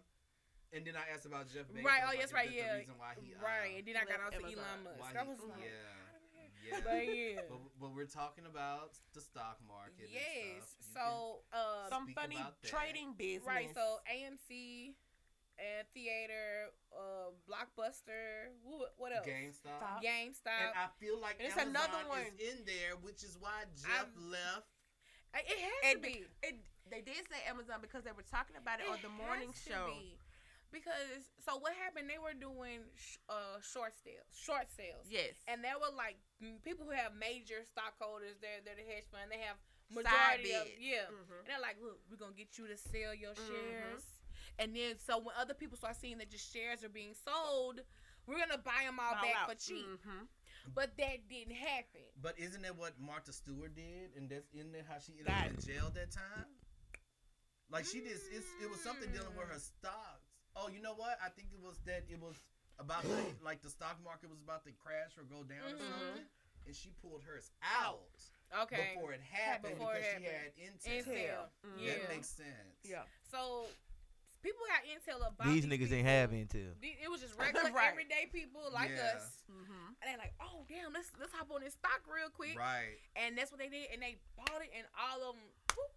Speaker 6: and then I asked about Jeff. Bezos,
Speaker 2: Right, oh,
Speaker 6: like,
Speaker 2: yes,
Speaker 6: is
Speaker 2: right,
Speaker 6: that
Speaker 2: yeah.
Speaker 6: The reason why he, uh,
Speaker 2: right, and then I got
Speaker 5: Left
Speaker 2: onto
Speaker 5: Amazon.
Speaker 2: Elon
Speaker 6: why
Speaker 2: Musk.
Speaker 6: he-
Speaker 2: I was like,
Speaker 6: yeah, yeah.
Speaker 2: but yeah.
Speaker 6: But, but we're talking about the stock market. and
Speaker 2: yes.
Speaker 6: stuff. You can-
Speaker 2: So, uh,
Speaker 5: Some
Speaker 6: Speak
Speaker 5: funny
Speaker 6: about that.
Speaker 5: trading business.
Speaker 2: right. So AMC, and theater, uh, Blockbuster. What, what else?
Speaker 6: GameStop.
Speaker 5: Stop.
Speaker 2: GameStop.
Speaker 6: And I feel like
Speaker 5: And it's
Speaker 6: Amazon
Speaker 5: another one.
Speaker 6: is in there, which is why Jeff left.
Speaker 2: I- it has
Speaker 5: And
Speaker 2: to be.
Speaker 5: it, they did say Amazon because they were talking about it, on the morning
Speaker 2: has to
Speaker 5: show.
Speaker 2: be. Because so what happened? They were doing sh- uh short sales, short sales,
Speaker 5: Yes.
Speaker 2: and there were like m- people who have major stockholders. They're they're the hedge fund. They have
Speaker 5: Side
Speaker 2: majority of
Speaker 5: bid.
Speaker 2: yeah.
Speaker 5: Mhm.
Speaker 2: And they're like, look, we're gonna get you to sell your
Speaker 5: Mhm.
Speaker 2: shares. And then so when other people start seeing that your shares are being sold, we're gonna buy Mm-hmm. them all
Speaker 5: Bow
Speaker 2: back
Speaker 5: out.
Speaker 2: for cheap.
Speaker 5: Mhm.
Speaker 2: But that didn't happen.
Speaker 6: But isn't that what Martha Stewart did? And that's in there how she ended
Speaker 5: Got
Speaker 6: up in jail that time. Like she did, it's, it was something dealing with
Speaker 2: Mm.
Speaker 6: her stocks. Oh, you know what? I think it was that it was about the, like the stock market was about to crash or go down
Speaker 2: Mhm.
Speaker 6: or something, and she pulled hers out
Speaker 2: Okay.
Speaker 6: before it happened
Speaker 2: Before it
Speaker 6: because
Speaker 2: happened.
Speaker 6: she had intel.
Speaker 2: Intel.
Speaker 5: Mhm.
Speaker 2: Yeah.
Speaker 6: That makes sense.
Speaker 5: Yeah.
Speaker 2: So people got intel about
Speaker 4: These niggas ain't have
Speaker 2: people.
Speaker 4: intel.
Speaker 2: The- It was just regular
Speaker 5: Right.
Speaker 2: everyday people like
Speaker 6: Yeah.
Speaker 2: us.
Speaker 5: Mhm.
Speaker 2: And they're like, oh damn, let's let's hop on this stock real quick.
Speaker 6: Right.
Speaker 2: And that's what they did. And they bought it, and all of them poop,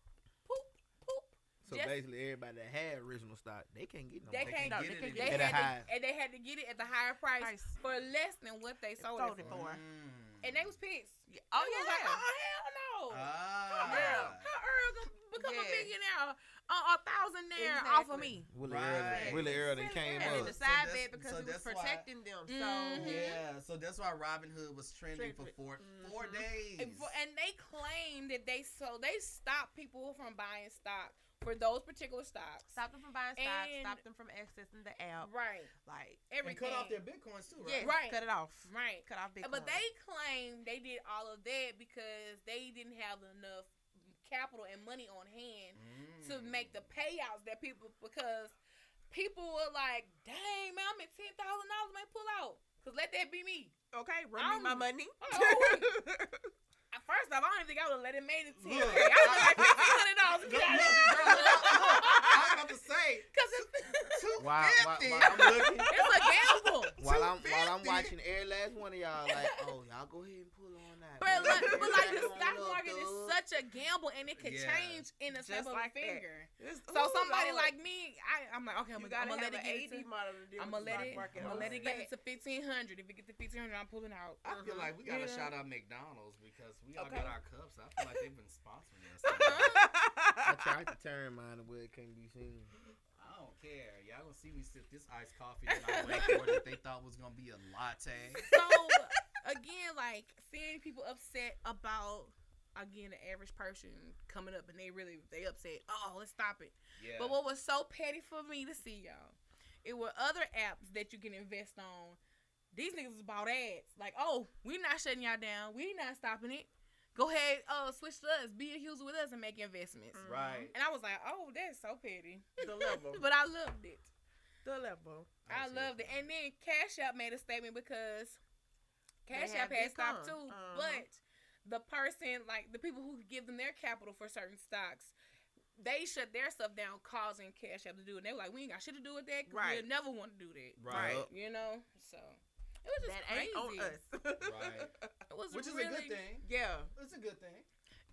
Speaker 2: poop, poop.
Speaker 4: So
Speaker 2: Just-
Speaker 4: basically, everybody that had original stock, they can't get no
Speaker 2: They
Speaker 4: more.
Speaker 2: can't-
Speaker 5: No,
Speaker 6: get
Speaker 5: they
Speaker 6: it
Speaker 5: can
Speaker 6: in
Speaker 5: get
Speaker 2: They had
Speaker 4: At a high.
Speaker 2: to, and they had to get it at the higher price,
Speaker 5: Price.
Speaker 2: for less than what they sold,
Speaker 5: sold
Speaker 2: it
Speaker 5: it
Speaker 2: for.
Speaker 5: for.
Speaker 6: Mm.
Speaker 2: And they was pissed.
Speaker 5: Oh
Speaker 2: They was like,
Speaker 5: yeah.
Speaker 2: oh hell no.
Speaker 6: Ah.
Speaker 2: How Earl, how Earl gonna become a
Speaker 5: Yeah.
Speaker 2: millionaire, a, a thousandaire off of
Speaker 5: Exactly.
Speaker 2: me?
Speaker 4: Willie
Speaker 6: Right.
Speaker 4: Earl, Willie Earl, they came
Speaker 2: And
Speaker 5: And
Speaker 4: up.
Speaker 5: the
Speaker 6: So
Speaker 5: side
Speaker 6: that's-
Speaker 5: bed because
Speaker 6: so
Speaker 5: it was
Speaker 6: that's why-
Speaker 5: protecting them. So
Speaker 2: Mhm.
Speaker 6: Yeah, so that's why Robin Hood was trending for
Speaker 5: Trending.
Speaker 6: 4 four
Speaker 5: Mhm.
Speaker 6: days.
Speaker 2: Mm-hmm. And for- and they claim that they so they stopped people from buying stock for those particular stocks.
Speaker 5: stop them from buying stocks.
Speaker 2: And-
Speaker 5: Stop them from accessing the app.
Speaker 2: Right.
Speaker 5: Like,
Speaker 6: and
Speaker 2: Everything.
Speaker 6: cut off their bitcoins too,
Speaker 5: yeah,
Speaker 6: right?
Speaker 2: Right.
Speaker 5: cut it off.
Speaker 2: Right.
Speaker 5: Cut off Bitcoin.
Speaker 2: But they claim they did all of that because they didn't have enough capital and money on hand Mm. to make the payouts that people because people were like, "Dang, man, I'm at ten thousand dollars, man, pull out." Cause let that be me.
Speaker 5: okay, run me my
Speaker 2: I'm-
Speaker 5: money.
Speaker 2: Oh, At First off, I don't even think I would have let it made it ten. I
Speaker 6: Look,
Speaker 2: was like
Speaker 6: I-
Speaker 2: fifteen hundred dollars.
Speaker 6: Look, look, girl, I was about to say
Speaker 2: Because it's,
Speaker 6: two fifty.
Speaker 4: Wow, wow, wow, I'm looking.
Speaker 2: it's a gamble.
Speaker 4: While I'm while I'm
Speaker 6: 250.
Speaker 4: watching every last one of y'all, like, oh y'all go ahead and pull on that.
Speaker 2: But like, but like the
Speaker 4: Pull
Speaker 2: stock
Speaker 4: up,
Speaker 2: market is
Speaker 4: dog.
Speaker 2: such a gamble, and it could
Speaker 6: Yeah.
Speaker 2: change in a
Speaker 5: Just
Speaker 2: snap of a
Speaker 5: like that.
Speaker 2: finger.
Speaker 5: It's-
Speaker 2: So
Speaker 5: Ooh,
Speaker 2: somebody
Speaker 5: Lord.
Speaker 2: like me, I, I'm like, okay, I'm
Speaker 5: you
Speaker 2: gonna, I'm gonna
Speaker 5: gotta
Speaker 2: let
Speaker 5: have
Speaker 2: it
Speaker 5: an
Speaker 2: get.
Speaker 5: AD
Speaker 2: To,
Speaker 5: model to deal
Speaker 2: I'm
Speaker 5: with
Speaker 2: gonna
Speaker 5: the
Speaker 2: let
Speaker 5: stock
Speaker 2: it.
Speaker 5: market.
Speaker 2: I'm gonna let it
Speaker 5: Okay.
Speaker 2: get it to fifteen hundred. If it get to fifteen hundred, I'm pulling out. Uh-huh.
Speaker 6: I feel like we gotta
Speaker 5: Yeah.
Speaker 6: shout out McDonald's because we all
Speaker 5: Okay.
Speaker 6: got our cups. I feel like they've been sponsoring us.
Speaker 2: Uh-huh.
Speaker 4: I tried to turn mine away, it couldn't be seen.
Speaker 6: I don't care. Y'all gonna see me sip this iced coffee that I went for that they thought was gonna be a latte.
Speaker 2: So again, like seeing people upset about again the average person coming up, and they really they upset. Oh, let's stop it.
Speaker 6: Yeah.
Speaker 2: But what was so petty for me to see, y'all, it were other apps that you can invest on. These niggas is about ads. Like, oh, we not shutting y'all down. We not stopping it. Go ahead, uh, switch to us. Be a user with us and make investments.
Speaker 6: right.
Speaker 2: And I was like, oh, that's so petty.
Speaker 5: the level.
Speaker 2: But I loved it.
Speaker 5: The level.
Speaker 2: I
Speaker 6: see
Speaker 2: loved it.
Speaker 6: what
Speaker 2: And then Cash App made a statement because Cash
Speaker 5: They
Speaker 2: App
Speaker 5: had
Speaker 2: had stopped
Speaker 5: Bitcoin.
Speaker 2: too,
Speaker 5: Uh-huh.
Speaker 2: but the person, like the people who give them their capital for certain stocks, they shut their stuff down, causing Cash App to do it. And they were like, "We ain't got shit to do with that. 'cause
Speaker 5: Right.
Speaker 2: We'll never want to do that."
Speaker 6: Right.
Speaker 4: Yup.
Speaker 2: You know, so it was just
Speaker 5: That
Speaker 2: crazy.
Speaker 5: ain't on us.
Speaker 6: Right.
Speaker 2: It was
Speaker 6: Which is
Speaker 2: really,
Speaker 6: a good thing.
Speaker 5: Yeah.
Speaker 6: It's a good thing.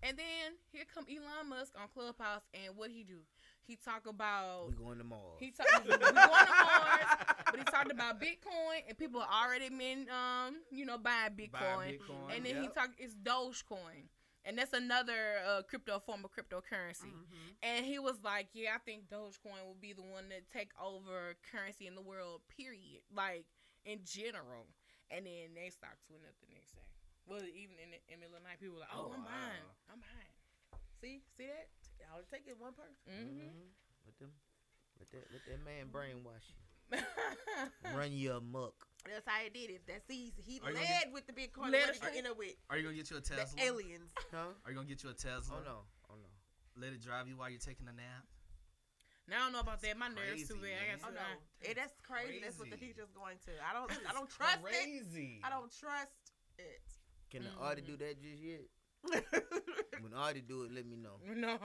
Speaker 2: And then here come Elon Musk on Clubhouse, and what he do? He talk about
Speaker 4: We going to Mars.
Speaker 2: he talk, we going to Mars, but he talked about Bitcoin, and people are already been um you know buying Bitcoin,
Speaker 6: Buying Bitcoin.
Speaker 2: and then he
Speaker 6: yep.
Speaker 2: talked it's Dogecoin, and that's another uh, crypto form of cryptocurrency.
Speaker 6: Mm-hmm.
Speaker 5: Mhm.
Speaker 2: And he was like, "Yeah, I think Dogecoin will be the one to take over currency in the world, period, like in general." And then they stocks went up the next day. Well, even in the, in the middle of the night, people were like, "Oh,
Speaker 6: Oh,
Speaker 2: I'm buying,
Speaker 6: wow.
Speaker 2: I'm buying."
Speaker 5: See, see that? Y'all take it one person.
Speaker 2: Mm-hmm.
Speaker 4: Mhm. Let them, let that, let that man brainwash you. Run you amok.
Speaker 5: That's how he did it. That's easy. He
Speaker 6: Are you
Speaker 5: led
Speaker 6: gonna
Speaker 5: with the Bitcoin.
Speaker 2: Led
Speaker 5: What did
Speaker 2: with-
Speaker 5: he end up with?
Speaker 6: Are you gonna get you a Tesla?
Speaker 5: The aliens.
Speaker 4: Huh?
Speaker 6: Are you gonna get you a Tesla?
Speaker 4: Oh no. Oh no.
Speaker 6: Let it drive you while you're taking a nap.
Speaker 2: Now I don't know about that. My nerves
Speaker 6: Crazy,
Speaker 2: too bad. I
Speaker 6: man.
Speaker 2: got
Speaker 5: Oh
Speaker 2: some.
Speaker 5: no, Eh, that's crazy. That's what the
Speaker 6: Crazy.
Speaker 5: future's going to. I don't.
Speaker 6: That
Speaker 5: I
Speaker 6: is
Speaker 5: don't trust it.
Speaker 6: crazy.
Speaker 5: I don't trust it.
Speaker 4: Can
Speaker 2: Mhm.
Speaker 5: Mm-hmm.
Speaker 4: the artist do that just yet? When the artist do it, let me know.
Speaker 2: No.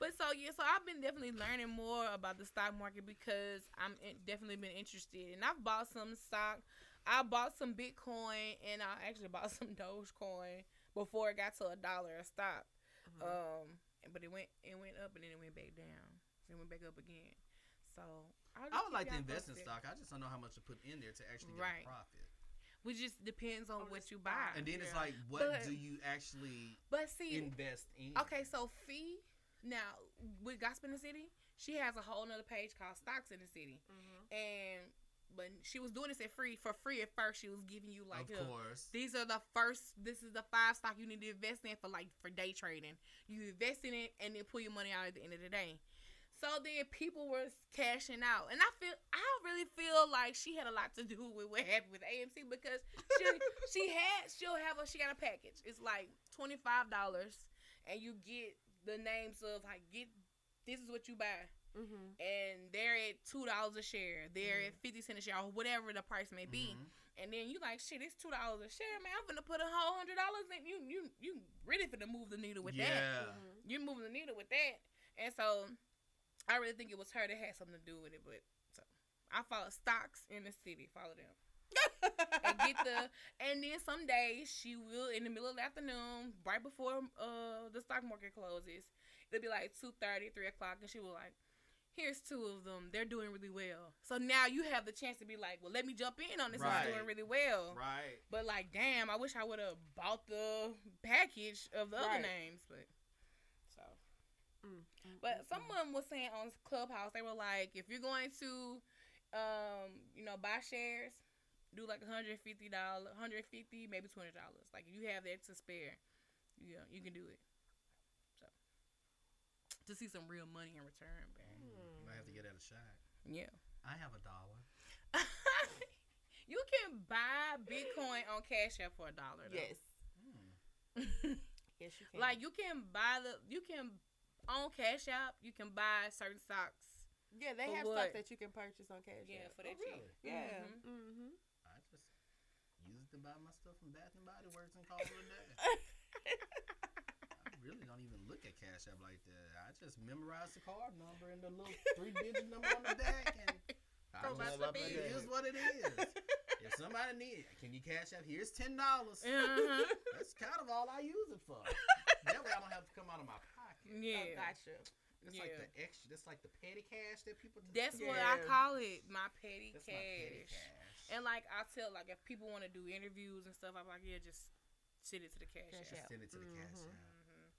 Speaker 2: but so yeah, so I've been definitely learning more about the stock market because I'm in, definitely been interested, and I've bought some stock. I bought some Bitcoin, and I actually bought some Dogecoin before it got to a dollar a stock.
Speaker 6: Mm-hmm.
Speaker 2: Um, but it went it went up, and then it went back down. It went back up again. So I'll just
Speaker 6: I would
Speaker 2: keep
Speaker 6: like to
Speaker 2: y'all
Speaker 6: invest in
Speaker 2: posted.
Speaker 6: stock. I just don't know how much to put in there to actually get
Speaker 2: Right.
Speaker 6: a profit.
Speaker 2: Which just depends on
Speaker 5: On
Speaker 2: what
Speaker 5: the
Speaker 2: you
Speaker 5: stock.
Speaker 2: buy.
Speaker 6: And then it's
Speaker 5: Yeah.
Speaker 6: like, what
Speaker 2: But-
Speaker 6: do you actually
Speaker 2: but see,
Speaker 6: invest in?
Speaker 2: Okay, so Fee now with Gospel in the City, she has a whole nother page called Stocks in the City,
Speaker 5: Mhm.
Speaker 2: and but she was doing this at free for free at first. She was giving you like
Speaker 6: of
Speaker 2: uh,
Speaker 6: course.
Speaker 2: these are the first. This is the five stock you need to invest in for like for day trading. You invest in it and then pull your money out at the end of the day. So then people were cashing out, and I feel I really feel like she had a lot to do with what happened with AMC because she she had she'll have a she got a package. It's like twenty five dollars, and you get the names of like get this is what you buy,
Speaker 5: Mhm.
Speaker 2: and they're at two dollars a share, they're at fifty cent a share, or whatever the price may be.
Speaker 6: Mhm.
Speaker 2: And then you like, shit, it's two dollars a share, man. I'm gonna put a whole hundred dollars in. You you you really finna move the needle with
Speaker 6: yeah.
Speaker 2: that. You're Mm-hmm. moving the needle with that. And so I really think it was her that had something to do with it, but so I follow stocks in the city, follow them. and get the and then some days she will in the middle of the afternoon, right before uh the stock market closes, it'll be like 2.30, 3 o'clock, and she will like, Here's two of them. They're doing really well. So now you have the chance to be like, Well, let me jump in on this one's doing
Speaker 6: Right.
Speaker 2: really well.
Speaker 6: Right.
Speaker 2: But like, damn, I wish I would have bought the package of the other
Speaker 5: Right.
Speaker 2: names. But so,
Speaker 5: Mm, mm,
Speaker 2: but
Speaker 5: mm,
Speaker 2: someone was saying on Clubhouse, they were like, if you're going to, um, you know, buy shares, do like 150 dollars, 150, maybe 200 dollars. Like if you have that to spare, you know, you can do it. So to see some real money in return, man.
Speaker 6: Mm. Might have to get that a shot.
Speaker 2: Hmm. Yeah.
Speaker 6: I have a dollar.
Speaker 2: you can buy Bitcoin on Cash App for a dollar. though.
Speaker 5: Yes.
Speaker 6: Hmm.
Speaker 5: Yes, you can.
Speaker 2: Like you can buy the you can on Cash App you can buy certain stocks.
Speaker 5: yeah, they
Speaker 2: for
Speaker 5: have
Speaker 2: what?
Speaker 5: stuff that you can purchase on Cash
Speaker 2: Yeah,
Speaker 5: App.
Speaker 2: for that
Speaker 6: Oh,
Speaker 2: cheap.
Speaker 6: really?
Speaker 2: Mhm.
Speaker 5: Yeah. Mhm.
Speaker 6: I just used to buy my stuff from Bath and Body Works and call it a day. I really don't even look at Cash App like that. I just memorize the card number and the little three-digit number on the back, and I
Speaker 5: Go buy
Speaker 6: just,
Speaker 5: some
Speaker 6: it
Speaker 5: beans.
Speaker 6: is what it is. if somebody needs, can you Cash App? Here's ten dollars.
Speaker 2: Uh-huh.
Speaker 6: That's kind of all I use it for. that way I don't have to come out of my pocket.
Speaker 2: yeah.
Speaker 5: Oh, gotcha.
Speaker 6: That's
Speaker 2: yeah.
Speaker 6: like the extra. That's like the petty cash that people.
Speaker 2: That's
Speaker 6: that's
Speaker 2: what I
Speaker 5: Yeah.
Speaker 2: call it, my petty
Speaker 6: my
Speaker 2: cash.
Speaker 6: petty cash.
Speaker 2: And like I tell like if people want to do interviews and stuff, I'm like, yeah, just send it to the Cash,
Speaker 5: Cash
Speaker 2: App.
Speaker 5: App.
Speaker 6: Send it to the cash
Speaker 5: Mhm.
Speaker 6: app.
Speaker 2: Mhm.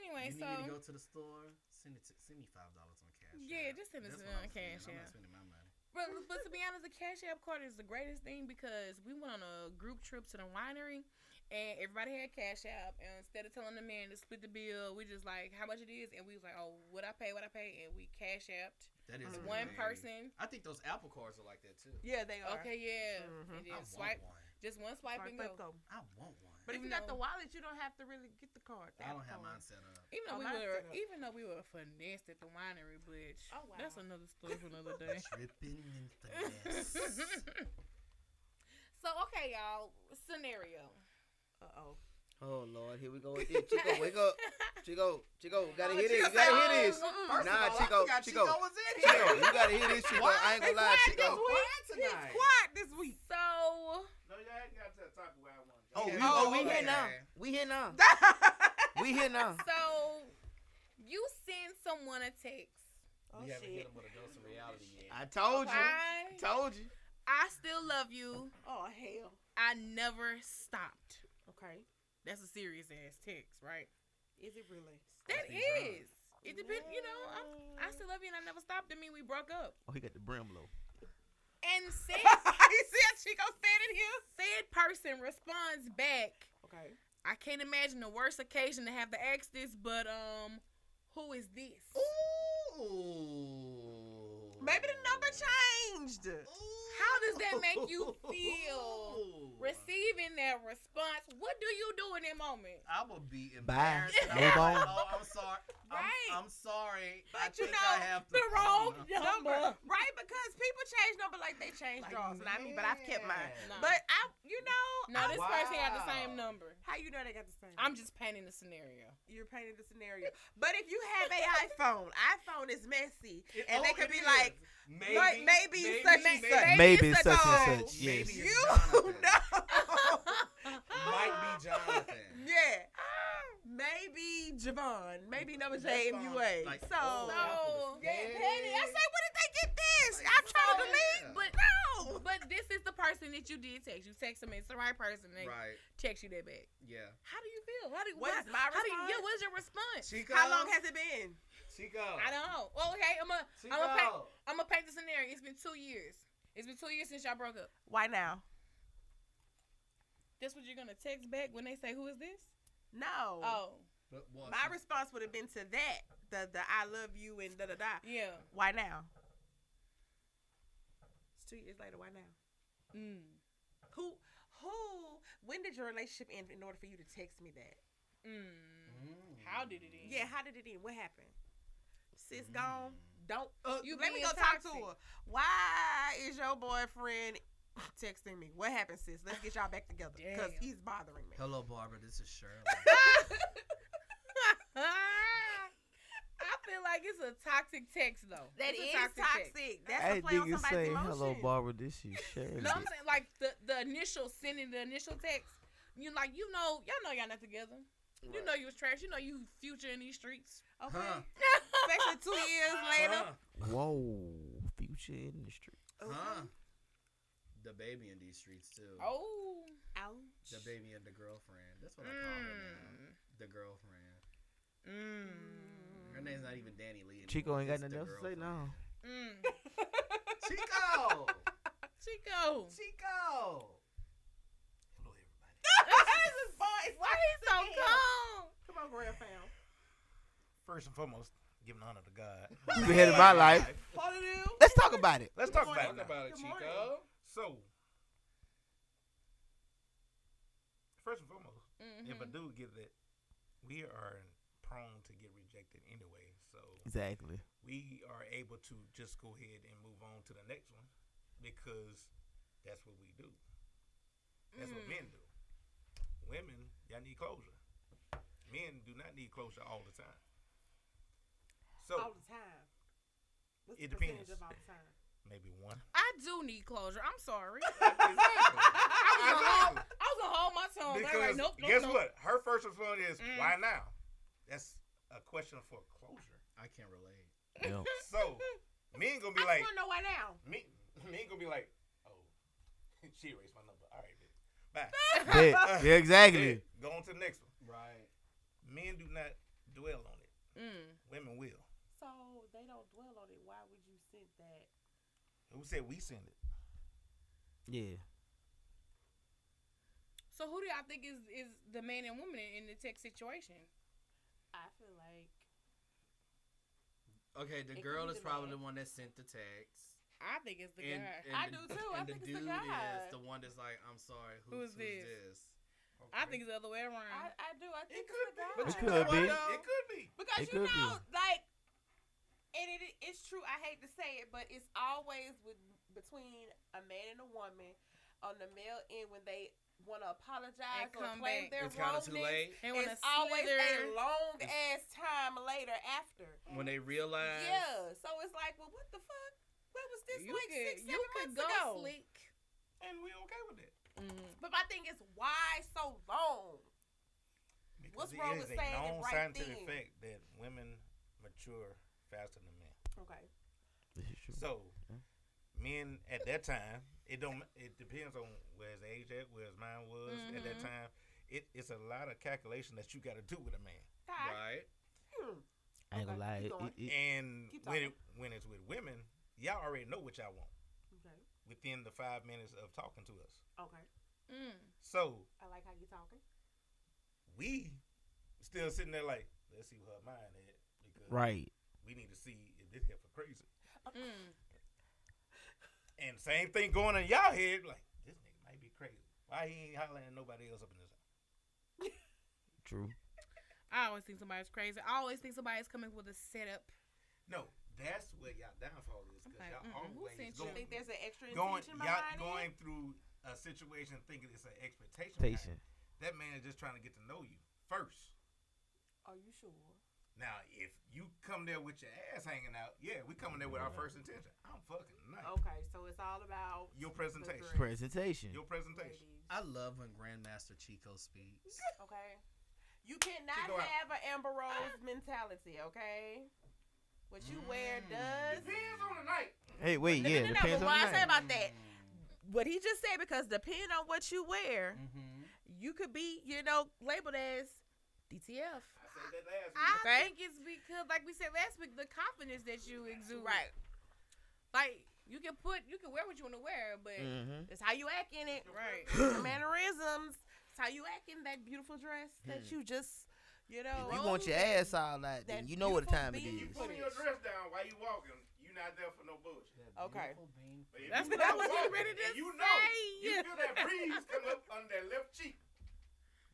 Speaker 2: Anyway,
Speaker 6: You
Speaker 2: so
Speaker 6: need me to go to the store? Send it to send me five dollars on cash.
Speaker 2: Yeah,
Speaker 6: App.
Speaker 2: just send us
Speaker 6: That's
Speaker 2: it
Speaker 6: what
Speaker 2: on
Speaker 6: I'm spending.
Speaker 2: Cash
Speaker 6: I'm not
Speaker 2: App.
Speaker 6: spending my money.
Speaker 2: But, but to be honest, the Cash App card is the greatest thing because we went on a group trip to the winery and everybody had Cash App. And instead of telling the man to split the bill, we just like, how much it is? And we was like, oh, what I pay, what I pay. And we Cash Apped
Speaker 6: That is
Speaker 4: Mm-hmm.
Speaker 5: Mhm.
Speaker 2: one
Speaker 6: amazing.
Speaker 2: person.
Speaker 6: I think those Apple cards are like that too.
Speaker 5: Yeah, they are.
Speaker 2: Okay, yeah. And
Speaker 5: Mhm.
Speaker 6: I
Speaker 2: then
Speaker 6: want
Speaker 2: swipe,
Speaker 6: one.
Speaker 2: just one swipe
Speaker 5: Swipe
Speaker 2: and
Speaker 5: up,
Speaker 2: go.
Speaker 5: go.
Speaker 6: I want one.
Speaker 5: But if
Speaker 2: Even
Speaker 5: you got the
Speaker 2: though-
Speaker 5: wallet, you don't have to really get the card.
Speaker 6: I don't have
Speaker 5: Apple
Speaker 6: mine
Speaker 5: Card.
Speaker 6: set up.
Speaker 2: Even
Speaker 5: Oh,
Speaker 2: though we
Speaker 5: mine's
Speaker 2: were,
Speaker 5: set up.
Speaker 2: even though we were finessed at the winery, bitch.
Speaker 5: Oh, wow.
Speaker 2: That's another story for another day.
Speaker 6: Tripping and finesse.
Speaker 2: so okay, y'all. Scenario.
Speaker 5: Uh-oh.
Speaker 4: Oh Lord, here we go with this. Chico, wake up. Chico, Chico, gotta hear this.
Speaker 6: Chico
Speaker 4: You gotta
Speaker 6: said,
Speaker 4: hear this.
Speaker 6: "Oh, First
Speaker 4: Nah,
Speaker 6: of all,
Speaker 4: Chico,
Speaker 6: I forgot
Speaker 4: Chico.
Speaker 6: Chico was in here.
Speaker 4: Chico, you gotta hear this. Chico, I ain't gonna lie,
Speaker 5: Quiet
Speaker 4: Chico.
Speaker 5: this week.
Speaker 6: Quiet
Speaker 5: He's
Speaker 6: tonight.
Speaker 5: quiet this week.
Speaker 2: So
Speaker 7: No, y'all ain't got to the topic where I want to go.
Speaker 4: Oh, we,
Speaker 6: Yeah.
Speaker 4: oh, we
Speaker 6: okay.
Speaker 4: here now. We here now.
Speaker 5: Oh.
Speaker 4: We here now.
Speaker 1: So you send someone a text.
Speaker 5: Oh
Speaker 6: we haven't hit
Speaker 5: shit.
Speaker 6: him with a dose of reality yet.
Speaker 4: I told you.
Speaker 1: Why?
Speaker 4: Told you.
Speaker 1: I still love you.
Speaker 5: Oh hell.
Speaker 1: I never stopped.
Speaker 5: Okay.
Speaker 1: That's a serious ass text, right?
Speaker 5: Is it really?
Speaker 1: That
Speaker 6: That's a
Speaker 1: is. It depends, you know. I'm, I still love you, and I never stopped. I mean, we broke up.
Speaker 4: Oh, he got the brim low.
Speaker 1: And said,
Speaker 5: you see how she gonna stand in here?
Speaker 1: said person responds back.
Speaker 5: Okay.
Speaker 1: I can't imagine a worse occasion to have to ask this, but um, who is this?
Speaker 6: Ooh.
Speaker 5: Maybe the number changed.
Speaker 1: How does that make you feel? Receiving that response, what do you do in that moment?
Speaker 6: I would be
Speaker 4: Bye.
Speaker 6: embarrassed. I would
Speaker 4: Move
Speaker 6: be
Speaker 4: on.
Speaker 6: like, Oh, I'm sorry.
Speaker 1: Right.
Speaker 6: I'm, I'm sorry. I
Speaker 5: But you
Speaker 6: think
Speaker 5: know,
Speaker 6: I have to
Speaker 5: the wrong
Speaker 6: Oh,
Speaker 5: number, right? Because people change number like they change draws, not me, but I've kept mine.
Speaker 1: No.
Speaker 5: But I, you know,
Speaker 1: No,
Speaker 5: I-
Speaker 1: this person had the
Speaker 2: Wow.
Speaker 1: same number.
Speaker 5: how you know they got the same?
Speaker 1: I'm just painting the scenario.
Speaker 5: you're painting the scenario. But if you have a iPhone, iPhone is messy,
Speaker 6: It-
Speaker 5: and they
Speaker 6: oh,
Speaker 5: could
Speaker 6: it
Speaker 5: be
Speaker 6: is.
Speaker 5: like,
Speaker 6: maybe,
Speaker 5: like, maybe such and such.
Speaker 1: Maybe
Speaker 4: Maybe
Speaker 1: it's a
Speaker 4: such and
Speaker 1: dog.
Speaker 4: such. Yes.
Speaker 6: Maybe it's
Speaker 5: you
Speaker 6: Jonathan.
Speaker 5: know,
Speaker 6: Might be Jonathan.
Speaker 5: yeah, maybe Javon, maybe number
Speaker 6: That's
Speaker 5: JMUA.
Speaker 6: fine. Like,
Speaker 5: so.
Speaker 6: oh.
Speaker 1: So,
Speaker 5: yeah, Penny. I say, where did they get this?
Speaker 6: Like,
Speaker 5: I'm trying to
Speaker 1: so-
Speaker 5: believe,
Speaker 6: yeah.
Speaker 5: but no.
Speaker 1: but this is the person that you did text. You text them, it's the right person. They
Speaker 6: Right.
Speaker 1: text you that back.
Speaker 6: Yeah.
Speaker 1: How do you feel? How do you?
Speaker 5: What is my
Speaker 1: how do you?
Speaker 5: response?
Speaker 1: Yeah, what's your response?
Speaker 6: Chico.
Speaker 5: How long has it been?
Speaker 2: Chico.
Speaker 1: I don't know. Well, okay, I'm gonna
Speaker 2: Chico.
Speaker 1: I'm gonna I'm gonna paint the scenario. It's been two years. It's been two years since y'all broke up.
Speaker 5: Why now?
Speaker 1: That's what you're gonna text back when they say, "Who is this?"
Speaker 5: No.
Speaker 1: Oh,
Speaker 6: But what?
Speaker 5: My response would have been to that. The the I love you and da da da.
Speaker 1: yeah.
Speaker 5: Why now? It's two years later. Why now?
Speaker 1: Mm.
Speaker 5: Who who? When did your relationship end? In order for you to text me that?
Speaker 1: Mm.
Speaker 6: Mm.
Speaker 1: How did it end?
Speaker 5: Yeah. How did it end? What happened? Sis
Speaker 6: Mm.
Speaker 5: gone. Don't. Mm. Uh,
Speaker 1: You
Speaker 5: let me
Speaker 1: being
Speaker 5: go talk
Speaker 1: toxic.
Speaker 5: to her. Why is your boyfriend texting me? What happened, sis? Let's get y'all back together because
Speaker 1: Damn.
Speaker 5: he's bothering me.
Speaker 6: Hello, Barbara. This is Shirley.
Speaker 1: I feel like it's a toxic text though.
Speaker 5: That
Speaker 1: It's
Speaker 5: is
Speaker 1: a
Speaker 5: toxic.
Speaker 1: text.
Speaker 5: That's a play on somebody's emotion.
Speaker 4: Barbara. This is Shirley."
Speaker 1: No, I'm saying like the the initial sending the initial text. You like you know y'all know y'all not together. You know you was trash. You know you future in these streets.
Speaker 5: Okay.
Speaker 6: Huh.
Speaker 5: Especially two years later.
Speaker 6: Huh.
Speaker 4: Whoa, future industry.
Speaker 6: Huh. The baby in these streets too.
Speaker 1: oh.
Speaker 6: The
Speaker 5: Ouch.
Speaker 6: baby and the girlfriend. That's what I call her now.
Speaker 1: Mm.
Speaker 6: The girlfriend.
Speaker 1: Mm.
Speaker 6: Her name's not even Danny Lee.
Speaker 4: Chico
Speaker 6: anymore.
Speaker 4: ain't got
Speaker 6: It's the
Speaker 4: nothing else to say
Speaker 6: girlfriend.
Speaker 4: now.
Speaker 1: Mm.
Speaker 2: Chico.
Speaker 1: Chico.
Speaker 2: Chico.
Speaker 6: Oh.
Speaker 2: Hello, everybody.
Speaker 5: His voice.
Speaker 1: Why he so calm?
Speaker 5: Come on, Grand Fam.
Speaker 7: First and foremost, giving honor to God.
Speaker 4: You ahead of my life.
Speaker 5: Part of you.
Speaker 4: Let's talk about it.
Speaker 7: Let's talk about it. now.
Speaker 5: it, Good Chico. morning.
Speaker 7: So, first and foremost, if a
Speaker 6: Mm-hmm.
Speaker 1: Mhm.
Speaker 7: dude get that, we are prone to get rejected anyway. So
Speaker 4: Exactly.
Speaker 7: we are able to just go ahead and move on to the next one because that's what we do. That's what
Speaker 1: Mm.
Speaker 7: men do. Women, y'all need closure. Men do not need closure all the time. So
Speaker 5: All the time. What's
Speaker 7: It
Speaker 5: the percentage
Speaker 7: depends.
Speaker 5: of all the time?
Speaker 7: maybe one.
Speaker 1: I do need closure. I'm sorry. I was gonna hold,
Speaker 7: Exactly.
Speaker 1: I was gonna hold my tongue. They
Speaker 7: because
Speaker 1: were Like, nope, nope,
Speaker 7: guess
Speaker 1: nope.
Speaker 7: what? Her first response is,
Speaker 1: Mm.
Speaker 7: "Why now?" That's a question for closure.
Speaker 6: I can't relate.
Speaker 4: Yep.
Speaker 7: So men gonna
Speaker 5: I
Speaker 7: be like,
Speaker 5: just want to know why now.
Speaker 7: me, men gonna be like, "Oh, she erased my number. All right, bitch. bye."
Speaker 4: Bet. Yeah, exactly.
Speaker 7: Then Go on to the next one.
Speaker 6: Right.
Speaker 7: Men do not dwell on it.
Speaker 1: Mm.
Speaker 7: Women will.
Speaker 5: So they don't dwell on it. Why would you send that?
Speaker 7: Who said we send it?
Speaker 4: Yeah.
Speaker 1: So who do y'all think is is the man and woman in, in the tech situation?
Speaker 5: I feel like
Speaker 6: Okay, the
Speaker 5: It
Speaker 6: girl
Speaker 5: could
Speaker 6: is
Speaker 5: be the
Speaker 6: probably
Speaker 5: man.
Speaker 6: the one that sent the text.
Speaker 1: I think it's the
Speaker 6: And,
Speaker 1: guy.
Speaker 6: and
Speaker 5: I
Speaker 6: the-
Speaker 5: do too. I
Speaker 6: and
Speaker 5: think
Speaker 6: the
Speaker 5: it's the
Speaker 6: dude
Speaker 5: guy.
Speaker 6: is the one that's like, I'm sorry, who's,
Speaker 1: Who is
Speaker 6: who's
Speaker 1: this?"
Speaker 6: this?
Speaker 1: I think it's the other way around.
Speaker 5: I, I do. I think
Speaker 7: It
Speaker 5: it's the
Speaker 7: could be.
Speaker 4: It could be.
Speaker 5: guy.
Speaker 7: But It could be.
Speaker 5: Because
Speaker 4: It
Speaker 5: you
Speaker 4: could be.
Speaker 5: know, like, and it, it's true. I hate to say it, but it's always with between a man and a woman on the male end when they want to apologize
Speaker 1: And
Speaker 5: or
Speaker 1: come back.
Speaker 5: claim their
Speaker 6: it's kind of
Speaker 5: wrongness.
Speaker 6: too late
Speaker 1: they want to
Speaker 5: It's always
Speaker 1: slither.
Speaker 5: a long ass time later after.
Speaker 6: when they realize.
Speaker 5: Yeah, so it's like, well, what the fuck? What was this
Speaker 1: you
Speaker 5: like
Speaker 1: could,
Speaker 5: six, seven
Speaker 1: you could go
Speaker 5: months ago?
Speaker 1: slick.
Speaker 7: And we okay with that.
Speaker 1: Mhm.
Speaker 5: But my thing is, why so long?
Speaker 7: Because
Speaker 5: What's
Speaker 7: it
Speaker 5: wrong
Speaker 7: is
Speaker 5: with
Speaker 7: a
Speaker 5: saying it
Speaker 7: known
Speaker 5: right
Speaker 7: scientific
Speaker 5: then?
Speaker 7: fact that women mature faster than men.
Speaker 5: Okay.
Speaker 4: This is true.
Speaker 7: So, men at that time, it don't. It depends on where his age at, where his mind was at
Speaker 5: Mm-hmm.
Speaker 7: that
Speaker 1: Mhm.
Speaker 7: time. It, it's a lot of calculation that you got to do with a man.
Speaker 5: God.
Speaker 6: Right.
Speaker 5: hmm.
Speaker 4: I ain't gonna
Speaker 5: Okay,
Speaker 4: lie.
Speaker 5: keep
Speaker 4: It,
Speaker 5: going.
Speaker 4: it-
Speaker 7: And
Speaker 5: Keep
Speaker 7: when it,
Speaker 5: talking.
Speaker 7: when it's with women, y'all already know what y'all want
Speaker 5: Okay.
Speaker 7: within the five minutes of talking to us.
Speaker 5: Okay.
Speaker 1: Mm.
Speaker 7: So
Speaker 5: I like how you talking.
Speaker 7: we still sitting there like, let's see what her mind at because
Speaker 4: right.
Speaker 7: we need to see if this heifer crazy.
Speaker 1: Mm.
Speaker 7: And same thing going on in y'all head, like this nigga might be crazy. Why he ain't hollering at nobody else up in this? house?
Speaker 4: True.
Speaker 1: I always think somebody's crazy. I always think somebody's coming with a setup.
Speaker 7: No, that's what y'all downfall is because
Speaker 1: Okay,
Speaker 7: y'all
Speaker 1: mm-mm, who
Speaker 7: always
Speaker 1: sent you?
Speaker 7: going,
Speaker 5: Think there's an extra
Speaker 7: going,
Speaker 5: intention
Speaker 7: y'all
Speaker 5: behind
Speaker 7: going
Speaker 5: it?
Speaker 7: through a situation thinking it's an expectation. behind
Speaker 4: Patient.
Speaker 7: it. That man is just trying to get to know you first.
Speaker 5: Are you sure?
Speaker 7: Now, if you come there with your ass hanging out, yeah, we coming there with our first intention. I'm fucking nice.
Speaker 5: Okay, so it's all about
Speaker 7: Your presentation.
Speaker 5: The dress,
Speaker 4: Presentation.
Speaker 7: Your presentation.
Speaker 5: ladies.
Speaker 6: I love when Grandmaster Chico speaks.
Speaker 5: Okay. You cannot
Speaker 7: go out.
Speaker 5: have an Amber Rose mentality, okay? What you wear
Speaker 6: Mm.
Speaker 5: does.
Speaker 7: Depends on the night.
Speaker 4: Hey, wait.
Speaker 5: No,
Speaker 4: Yeah.
Speaker 5: no, no,
Speaker 4: depends
Speaker 5: no, but
Speaker 4: on
Speaker 5: what
Speaker 4: the
Speaker 5: I say
Speaker 4: night.
Speaker 5: about that,
Speaker 6: Mm.
Speaker 5: what he just said, because depending on what you wear,
Speaker 6: Mm-hmm.
Speaker 5: you could be, you know, labeled as DTF.
Speaker 7: I said that last
Speaker 1: I
Speaker 7: week.
Speaker 1: think it's because, like we said last week, the confidence that you exude.
Speaker 5: Right.
Speaker 1: Like you can put, you can wear what you want to wear, but
Speaker 6: Mm.
Speaker 4: Mhm.
Speaker 5: That's how you act in it.
Speaker 1: right.
Speaker 5: Your mannerisms. That's how you act in that beautiful dress that you just, you know.
Speaker 4: If you want your ass all out, then
Speaker 5: that
Speaker 4: you know what the
Speaker 5: beautiful
Speaker 4: time it
Speaker 5: bean
Speaker 4: is.
Speaker 7: You putting your dress down while you walking, you not there for no bullshit.
Speaker 5: Okay.
Speaker 7: But if
Speaker 1: That's
Speaker 7: you
Speaker 1: what I
Speaker 7: walking
Speaker 1: was getting ready to
Speaker 7: and you know,
Speaker 1: say.
Speaker 7: you feel that breeze come up on that left cheek.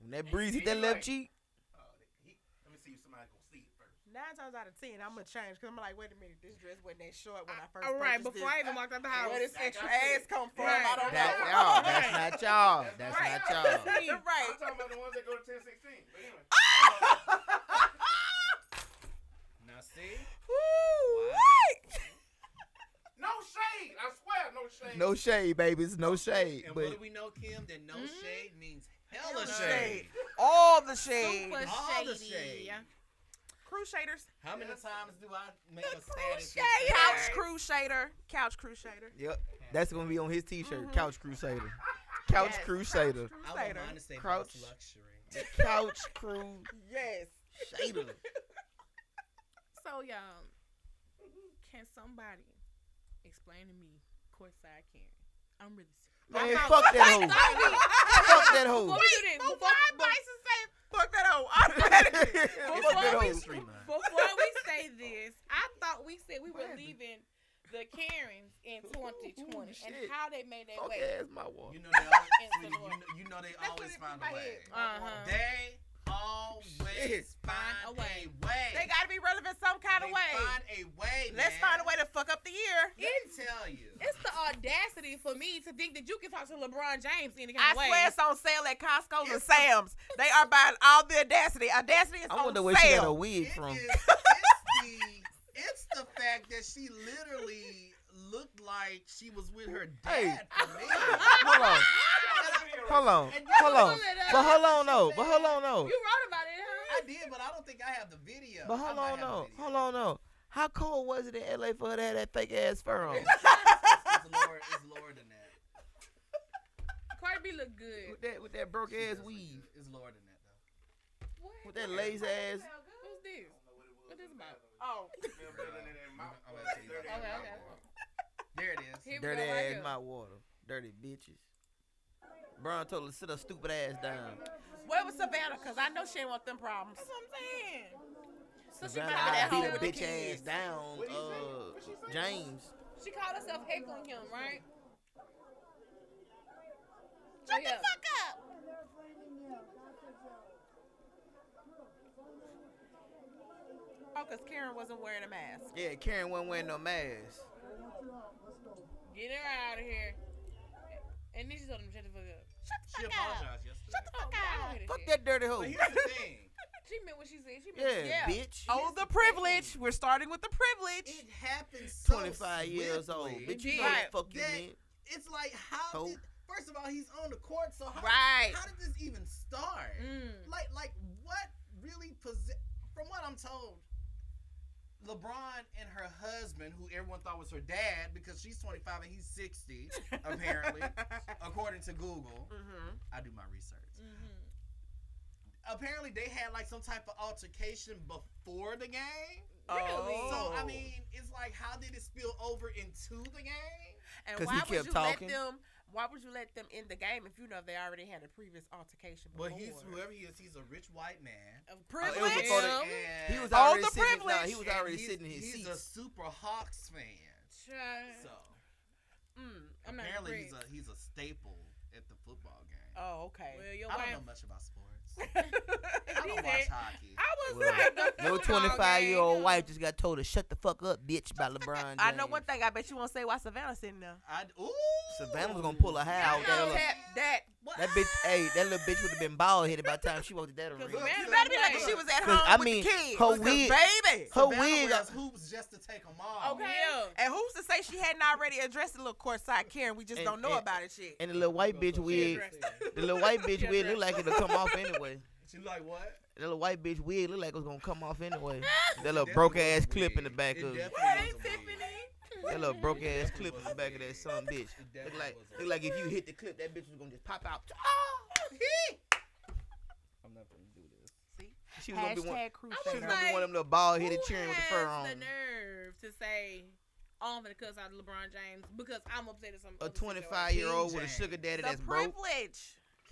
Speaker 4: When that breeze hit
Speaker 7: He
Speaker 4: that left
Speaker 7: like-
Speaker 4: cheek,
Speaker 7: Oh, he, let me see if somebody gonna see it first.
Speaker 5: Nine times out of ten, I'm gonna change because I'm like, wait a minute, this dress wasn't that short when I first.
Speaker 1: All right.
Speaker 5: purchased
Speaker 1: Before I even walked out the
Speaker 5: this.
Speaker 1: house,
Speaker 5: where this
Speaker 7: Like I
Speaker 5: extra
Speaker 7: said.
Speaker 5: ass come from,
Speaker 1: Right.
Speaker 5: I don't
Speaker 4: that,
Speaker 5: know.
Speaker 4: oh, that's not y'all. That's
Speaker 7: Right.
Speaker 4: not y'all.
Speaker 1: That's me.
Speaker 5: right.
Speaker 7: I'm talking about the ones that go to 1016. But anyway,
Speaker 6: Now see,
Speaker 5: Woo,
Speaker 6: Wow.
Speaker 5: what?
Speaker 7: no shade. I swear, no shade.
Speaker 4: No shade, baby. It's no shade.
Speaker 6: and what
Speaker 4: But
Speaker 6: do we know, Kim? That no
Speaker 1: Mhm.
Speaker 6: shade means hella
Speaker 5: Hella
Speaker 6: shade.
Speaker 5: shade. All the shade.
Speaker 1: Super
Speaker 6: All the
Speaker 1: shady.
Speaker 6: shade.
Speaker 5: Crusaders.
Speaker 6: How many times do I make a status?
Speaker 5: Couch crusader. Couch crusader.
Speaker 4: yep, that's gonna be on his T-shirt.
Speaker 5: Mhm.
Speaker 4: Couch Crusader. Couch
Speaker 1: Yes.
Speaker 4: Crusader.
Speaker 6: I want
Speaker 5: Crusader.
Speaker 6: mine to say
Speaker 4: Crouch.
Speaker 6: Crouch luxury.
Speaker 4: Couch Crusader.
Speaker 5: Yes.
Speaker 1: So y'all, can somebody explain to me? Of course I can. I'm really serious.
Speaker 4: Man,
Speaker 1: not-
Speaker 4: fuck that hoe.
Speaker 1: Stop it.
Speaker 4: Fuck that
Speaker 1: Before
Speaker 4: hoe.
Speaker 1: we do this,
Speaker 5: But
Speaker 1: before-
Speaker 5: why Bison say fuck that hoe automatically?
Speaker 4: Fuck that
Speaker 1: Before we
Speaker 4: hoe.
Speaker 6: History month.
Speaker 1: Before we say this, I thought we said we were leaving the Karens in 2020 and
Speaker 4: shit.
Speaker 1: how they made their
Speaker 4: Fuck
Speaker 1: way.
Speaker 4: ass, my wall.
Speaker 6: You know they always,
Speaker 1: It's the
Speaker 6: you, know,
Speaker 1: Lord.
Speaker 6: you know they
Speaker 5: That's
Speaker 6: always
Speaker 5: what it
Speaker 6: find
Speaker 5: in
Speaker 6: a
Speaker 5: my
Speaker 6: way.
Speaker 5: head.
Speaker 1: Uh-huh.
Speaker 6: They always find a way.
Speaker 5: They gotta be relevant some kind of
Speaker 6: They
Speaker 5: way.
Speaker 6: Find a way.
Speaker 5: Let's
Speaker 6: man.
Speaker 5: find a way to fuck up the year.
Speaker 6: Let me tell you.
Speaker 1: It's the audacity for me to think that you can talk to LeBron James any kind
Speaker 5: I
Speaker 1: of way.
Speaker 5: swear it's on sale at Costco's and Sam's. They are buying all the audacity. Audacity is
Speaker 4: I
Speaker 5: on
Speaker 4: wonder
Speaker 5: sale.
Speaker 4: where she got her
Speaker 6: It
Speaker 4: wig
Speaker 6: is-
Speaker 4: from.
Speaker 6: it's, the, it's the fact that she literally looked like she was with her
Speaker 4: Hey.
Speaker 6: dad. for me.
Speaker 4: Hold on, hold on, hold on. But hold on, no. But hold on, no.
Speaker 1: You wrote about it, huh?
Speaker 6: I did, but I don't think I have the video.
Speaker 4: But hold on, no. Hold on, no. How cold was it in LA for her to have that fake ass fur on?
Speaker 6: It's, it's, lower, it's lower than that.
Speaker 1: Cardi B look good.
Speaker 4: with that with that broke
Speaker 6: She
Speaker 4: ass
Speaker 6: does look
Speaker 4: weave,
Speaker 6: good. It's lower than that though.
Speaker 1: What?
Speaker 4: with that lazy ass.
Speaker 1: Who's this? What is about?
Speaker 5: Oh,
Speaker 1: Okay, okay.
Speaker 6: There it is.
Speaker 1: Here we
Speaker 4: Dirty
Speaker 1: go, right
Speaker 4: ass
Speaker 1: here.
Speaker 4: my water. Dirty bitches. Brown told her to sit her stupid ass down.
Speaker 5: where was Savannah? Cause I know she ain't want them problems.
Speaker 1: That's what I'm saying. So she
Speaker 4: Brown
Speaker 1: might have
Speaker 5: that
Speaker 4: beat
Speaker 5: hoe
Speaker 4: her
Speaker 5: with the
Speaker 4: bitch ass
Speaker 5: kids.
Speaker 4: down. Uh, James.
Speaker 1: She called herself heckling him, right? So,
Speaker 5: Shut
Speaker 1: yeah.
Speaker 5: the fuck up. Oh, cause Karen wasn't wearing a mask.
Speaker 4: Yeah, Karen wasn't wearing no mask.
Speaker 1: Get her out of here. And then she told him shut the fuck up.
Speaker 6: She apologized yesterday. Oh,
Speaker 1: Oh, man, I hated
Speaker 4: Fuck that dirty hoe.
Speaker 6: But here's the thing.
Speaker 1: She meant what she said. She meant
Speaker 4: Yeah,
Speaker 1: yeah.
Speaker 4: bitch.
Speaker 5: Oh, the privilege. We're starting with the privilege.
Speaker 6: It happens so
Speaker 4: 25 years old.
Speaker 6: swiftly.
Speaker 4: Bitch, you know what the
Speaker 1: Right.
Speaker 4: fuck you
Speaker 6: That-
Speaker 4: mean.
Speaker 6: It's like how
Speaker 4: Hoe.
Speaker 6: did First of all, he's on the court, so how,
Speaker 1: Right.
Speaker 6: how did this even start?
Speaker 1: Mm.
Speaker 6: Like, like what really possess? From what I'm told, LeBron and her husband, who everyone thought was her dad, because she's 25 and he's 60, apparently, according to Google.
Speaker 5: Mm-hmm.
Speaker 6: I do my research.
Speaker 1: Mhm. Mm-hmm.
Speaker 6: Apparently, they had like some type of altercation before the game.
Speaker 1: Really?
Speaker 6: So I mean, it's like, how did it spill over into the game?
Speaker 5: And
Speaker 4: 'Cause
Speaker 5: why
Speaker 4: he
Speaker 5: would
Speaker 4: kept
Speaker 5: you
Speaker 4: talking.
Speaker 5: let them? Why would you let them in the game if you know they already had a previous altercation before?
Speaker 6: But he's whoever he is, he's a rich white man. Uh,
Speaker 1: Of
Speaker 4: was
Speaker 1: privilege.
Speaker 4: before the-
Speaker 6: And-
Speaker 4: He was
Speaker 5: All
Speaker 4: already
Speaker 5: Oh, the
Speaker 4: sitting. Nah,
Speaker 5: privilege.
Speaker 4: Uh, he was
Speaker 6: and
Speaker 4: already
Speaker 6: he's-
Speaker 4: sitting in his
Speaker 6: He's
Speaker 4: seat.
Speaker 6: a super Hawks fan.
Speaker 1: Child.
Speaker 6: So
Speaker 5: Mm.
Speaker 1: I'm not
Speaker 6: apparently he's a
Speaker 1: impressed.
Speaker 6: he's a staple at the football game.
Speaker 5: Oh, okay.
Speaker 1: Well, your
Speaker 6: I
Speaker 1: wife.
Speaker 6: don't know much about sports. I
Speaker 1: He
Speaker 6: don't watch
Speaker 1: said-
Speaker 6: hockey.
Speaker 1: I was
Speaker 4: Well,
Speaker 1: like, the
Speaker 4: No
Speaker 1: football
Speaker 4: 25 year old
Speaker 1: game.
Speaker 4: wife just got told to shut the fuck up, bitch, by LeBron. James.
Speaker 5: I know one thing. I bet you won't say why Savannah's sitting there.
Speaker 6: I ooh
Speaker 4: Savannah was gonna pull her hair out.
Speaker 5: I know
Speaker 4: That,
Speaker 5: that. that
Speaker 6: What?
Speaker 4: that bitch, hey, that little bitch would have been bald headed by the time she walked to that arena.
Speaker 6: Look,
Speaker 1: Savannah
Speaker 6: you
Speaker 5: you
Speaker 6: know
Speaker 5: better be
Speaker 6: what?
Speaker 5: like she was at
Speaker 4: 'Cause,
Speaker 5: home
Speaker 4: I
Speaker 5: with
Speaker 4: mean,
Speaker 5: the kids.
Speaker 4: her
Speaker 5: 'Cause
Speaker 4: wig-
Speaker 5: baby.
Speaker 4: Her
Speaker 6: Savannah
Speaker 4: wig,
Speaker 6: wears hoops just to take them off.
Speaker 5: Okay.
Speaker 1: Oh, Yeah.
Speaker 5: And who's to say she hadn't already addressed the little courtside Karen? We just
Speaker 4: And-
Speaker 5: don't know
Speaker 4: and-
Speaker 5: about it shit.
Speaker 4: and the little white bitch wig, the little white bitch
Speaker 1: Yeah,
Speaker 4: wig looked
Speaker 1: dress.
Speaker 4: like it'll come off anyway.
Speaker 6: She's like, what?
Speaker 4: That little white bitch wig looked like it was gonna come off anyway. That
Speaker 6: It
Speaker 4: little
Speaker 6: definitely
Speaker 4: broke
Speaker 6: was
Speaker 4: ass
Speaker 6: a
Speaker 4: clip in
Speaker 6: wig.
Speaker 4: the back
Speaker 6: It
Speaker 4: of that
Speaker 6: definitely
Speaker 1: Hey,
Speaker 6: was a wig.
Speaker 1: Tiffany.
Speaker 4: little broke ass
Speaker 6: definitely
Speaker 4: clip in
Speaker 6: was
Speaker 4: the
Speaker 6: a
Speaker 4: back of that
Speaker 6: wig.
Speaker 4: son bitch.
Speaker 6: It
Speaker 4: Look
Speaker 6: definitely
Speaker 4: like,
Speaker 6: was a
Speaker 4: look
Speaker 6: wig.
Speaker 4: like if you hit the clip, that bitch was gonna just pop out.
Speaker 6: I'm not gonna do this.
Speaker 4: She was gonna be one.
Speaker 5: crew
Speaker 1: I
Speaker 4: She
Speaker 1: was
Speaker 4: was gonna be
Speaker 1: like,
Speaker 4: one of them little bald headed
Speaker 1: Who
Speaker 4: cheering with the
Speaker 1: has
Speaker 4: fur on.
Speaker 1: the nerve to say, oh, I'm going to cuss out LeBron James because I'm upset at some
Speaker 4: A
Speaker 1: other
Speaker 4: 25 year old with a
Speaker 6: James.
Speaker 4: sugar daddy
Speaker 5: The
Speaker 4: that's broke.
Speaker 5: privilege.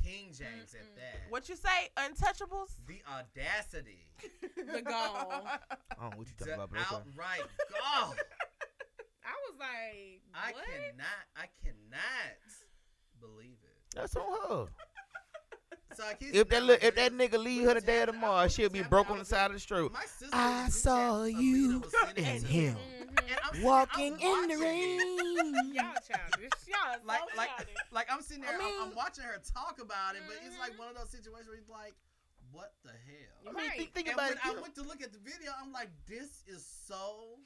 Speaker 6: King James
Speaker 1: Mm-mm.
Speaker 6: at that.
Speaker 5: What you say? Untouchables?
Speaker 6: The audacity.
Speaker 1: situation. The gall.
Speaker 4: I don't know what you talking
Speaker 6: The
Speaker 4: about, but okay.
Speaker 6: outright go.
Speaker 1: I was like,
Speaker 6: I
Speaker 1: what?
Speaker 6: cannot. I cannot believe it.
Speaker 4: That's on her.
Speaker 6: So I keep
Speaker 4: If that
Speaker 6: saying,
Speaker 4: look,
Speaker 6: like,
Speaker 4: if that nigga leave her today or tomorrow, she'll be broke on the side of the street.
Speaker 6: My sister
Speaker 4: I
Speaker 6: in the group
Speaker 4: saw
Speaker 6: chat,
Speaker 4: you
Speaker 6: Alina was sending it
Speaker 4: And
Speaker 6: to
Speaker 4: him
Speaker 6: me.
Speaker 1: Mhm.
Speaker 6: And I'm sitting there,
Speaker 4: walking
Speaker 6: I'm
Speaker 4: in the
Speaker 6: watching it.
Speaker 4: rain.
Speaker 1: Y'all childish. Y'all
Speaker 6: Like,
Speaker 1: so
Speaker 6: like,
Speaker 1: childish.
Speaker 6: like I'm sitting there, I am
Speaker 4: mean-
Speaker 6: I'm watching her talk about it, but it's like
Speaker 1: Mhm.
Speaker 6: one of those situations where it's like, what the hell?
Speaker 4: I mean,
Speaker 1: Right.
Speaker 4: think, think
Speaker 6: and
Speaker 4: about
Speaker 6: when
Speaker 4: it.
Speaker 6: I
Speaker 4: you-
Speaker 6: went to look at the video, I'm like, this is so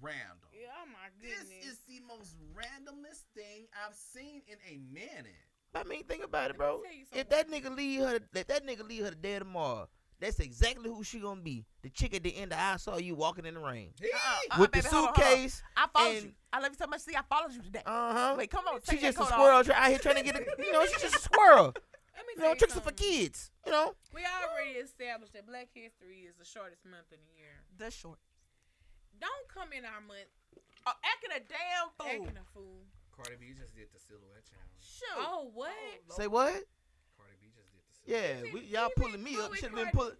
Speaker 6: random.
Speaker 1: Yeah, oh my
Speaker 6: This
Speaker 1: goodness.
Speaker 6: is the most randomest thing I've seen in a minute.
Speaker 4: I mean, think about it, bro.
Speaker 1: Let me tell you
Speaker 4: If that
Speaker 1: something.
Speaker 4: nigga leave her, if that nigga leave her today or tomorrow, that's exactly who she gonna be. The chick at the end of I saw you walking in the rain
Speaker 5: Uh-uh, uh-uh,
Speaker 4: with the
Speaker 5: baby, hold on, hold on.
Speaker 4: suitcase.
Speaker 5: I followed
Speaker 4: and-
Speaker 5: you. I love you so much. See, I followed you today.
Speaker 4: Uh huh.
Speaker 5: Wait, come on.
Speaker 4: She
Speaker 5: take that
Speaker 4: just a
Speaker 5: coat off.
Speaker 4: squirrel try, out here trying to get a, you know, she's just a squirrel.
Speaker 1: Let me
Speaker 4: You
Speaker 1: tell
Speaker 4: know,
Speaker 1: you
Speaker 4: tricks are for
Speaker 1: something.
Speaker 4: kids. You know,
Speaker 1: We already established that Black History is the shortest month of the year.
Speaker 5: The short.
Speaker 1: Don't come in our month uh,
Speaker 5: Oh, acting a damn fool.
Speaker 1: acting a fool.
Speaker 6: Cardi B just did the silhouette challenge.
Speaker 5: Shoot.
Speaker 1: Oh, what?
Speaker 4: say what?
Speaker 6: Cardi B just did the
Speaker 4: Yeah, we, y'all pulling me up. Should have been pulling.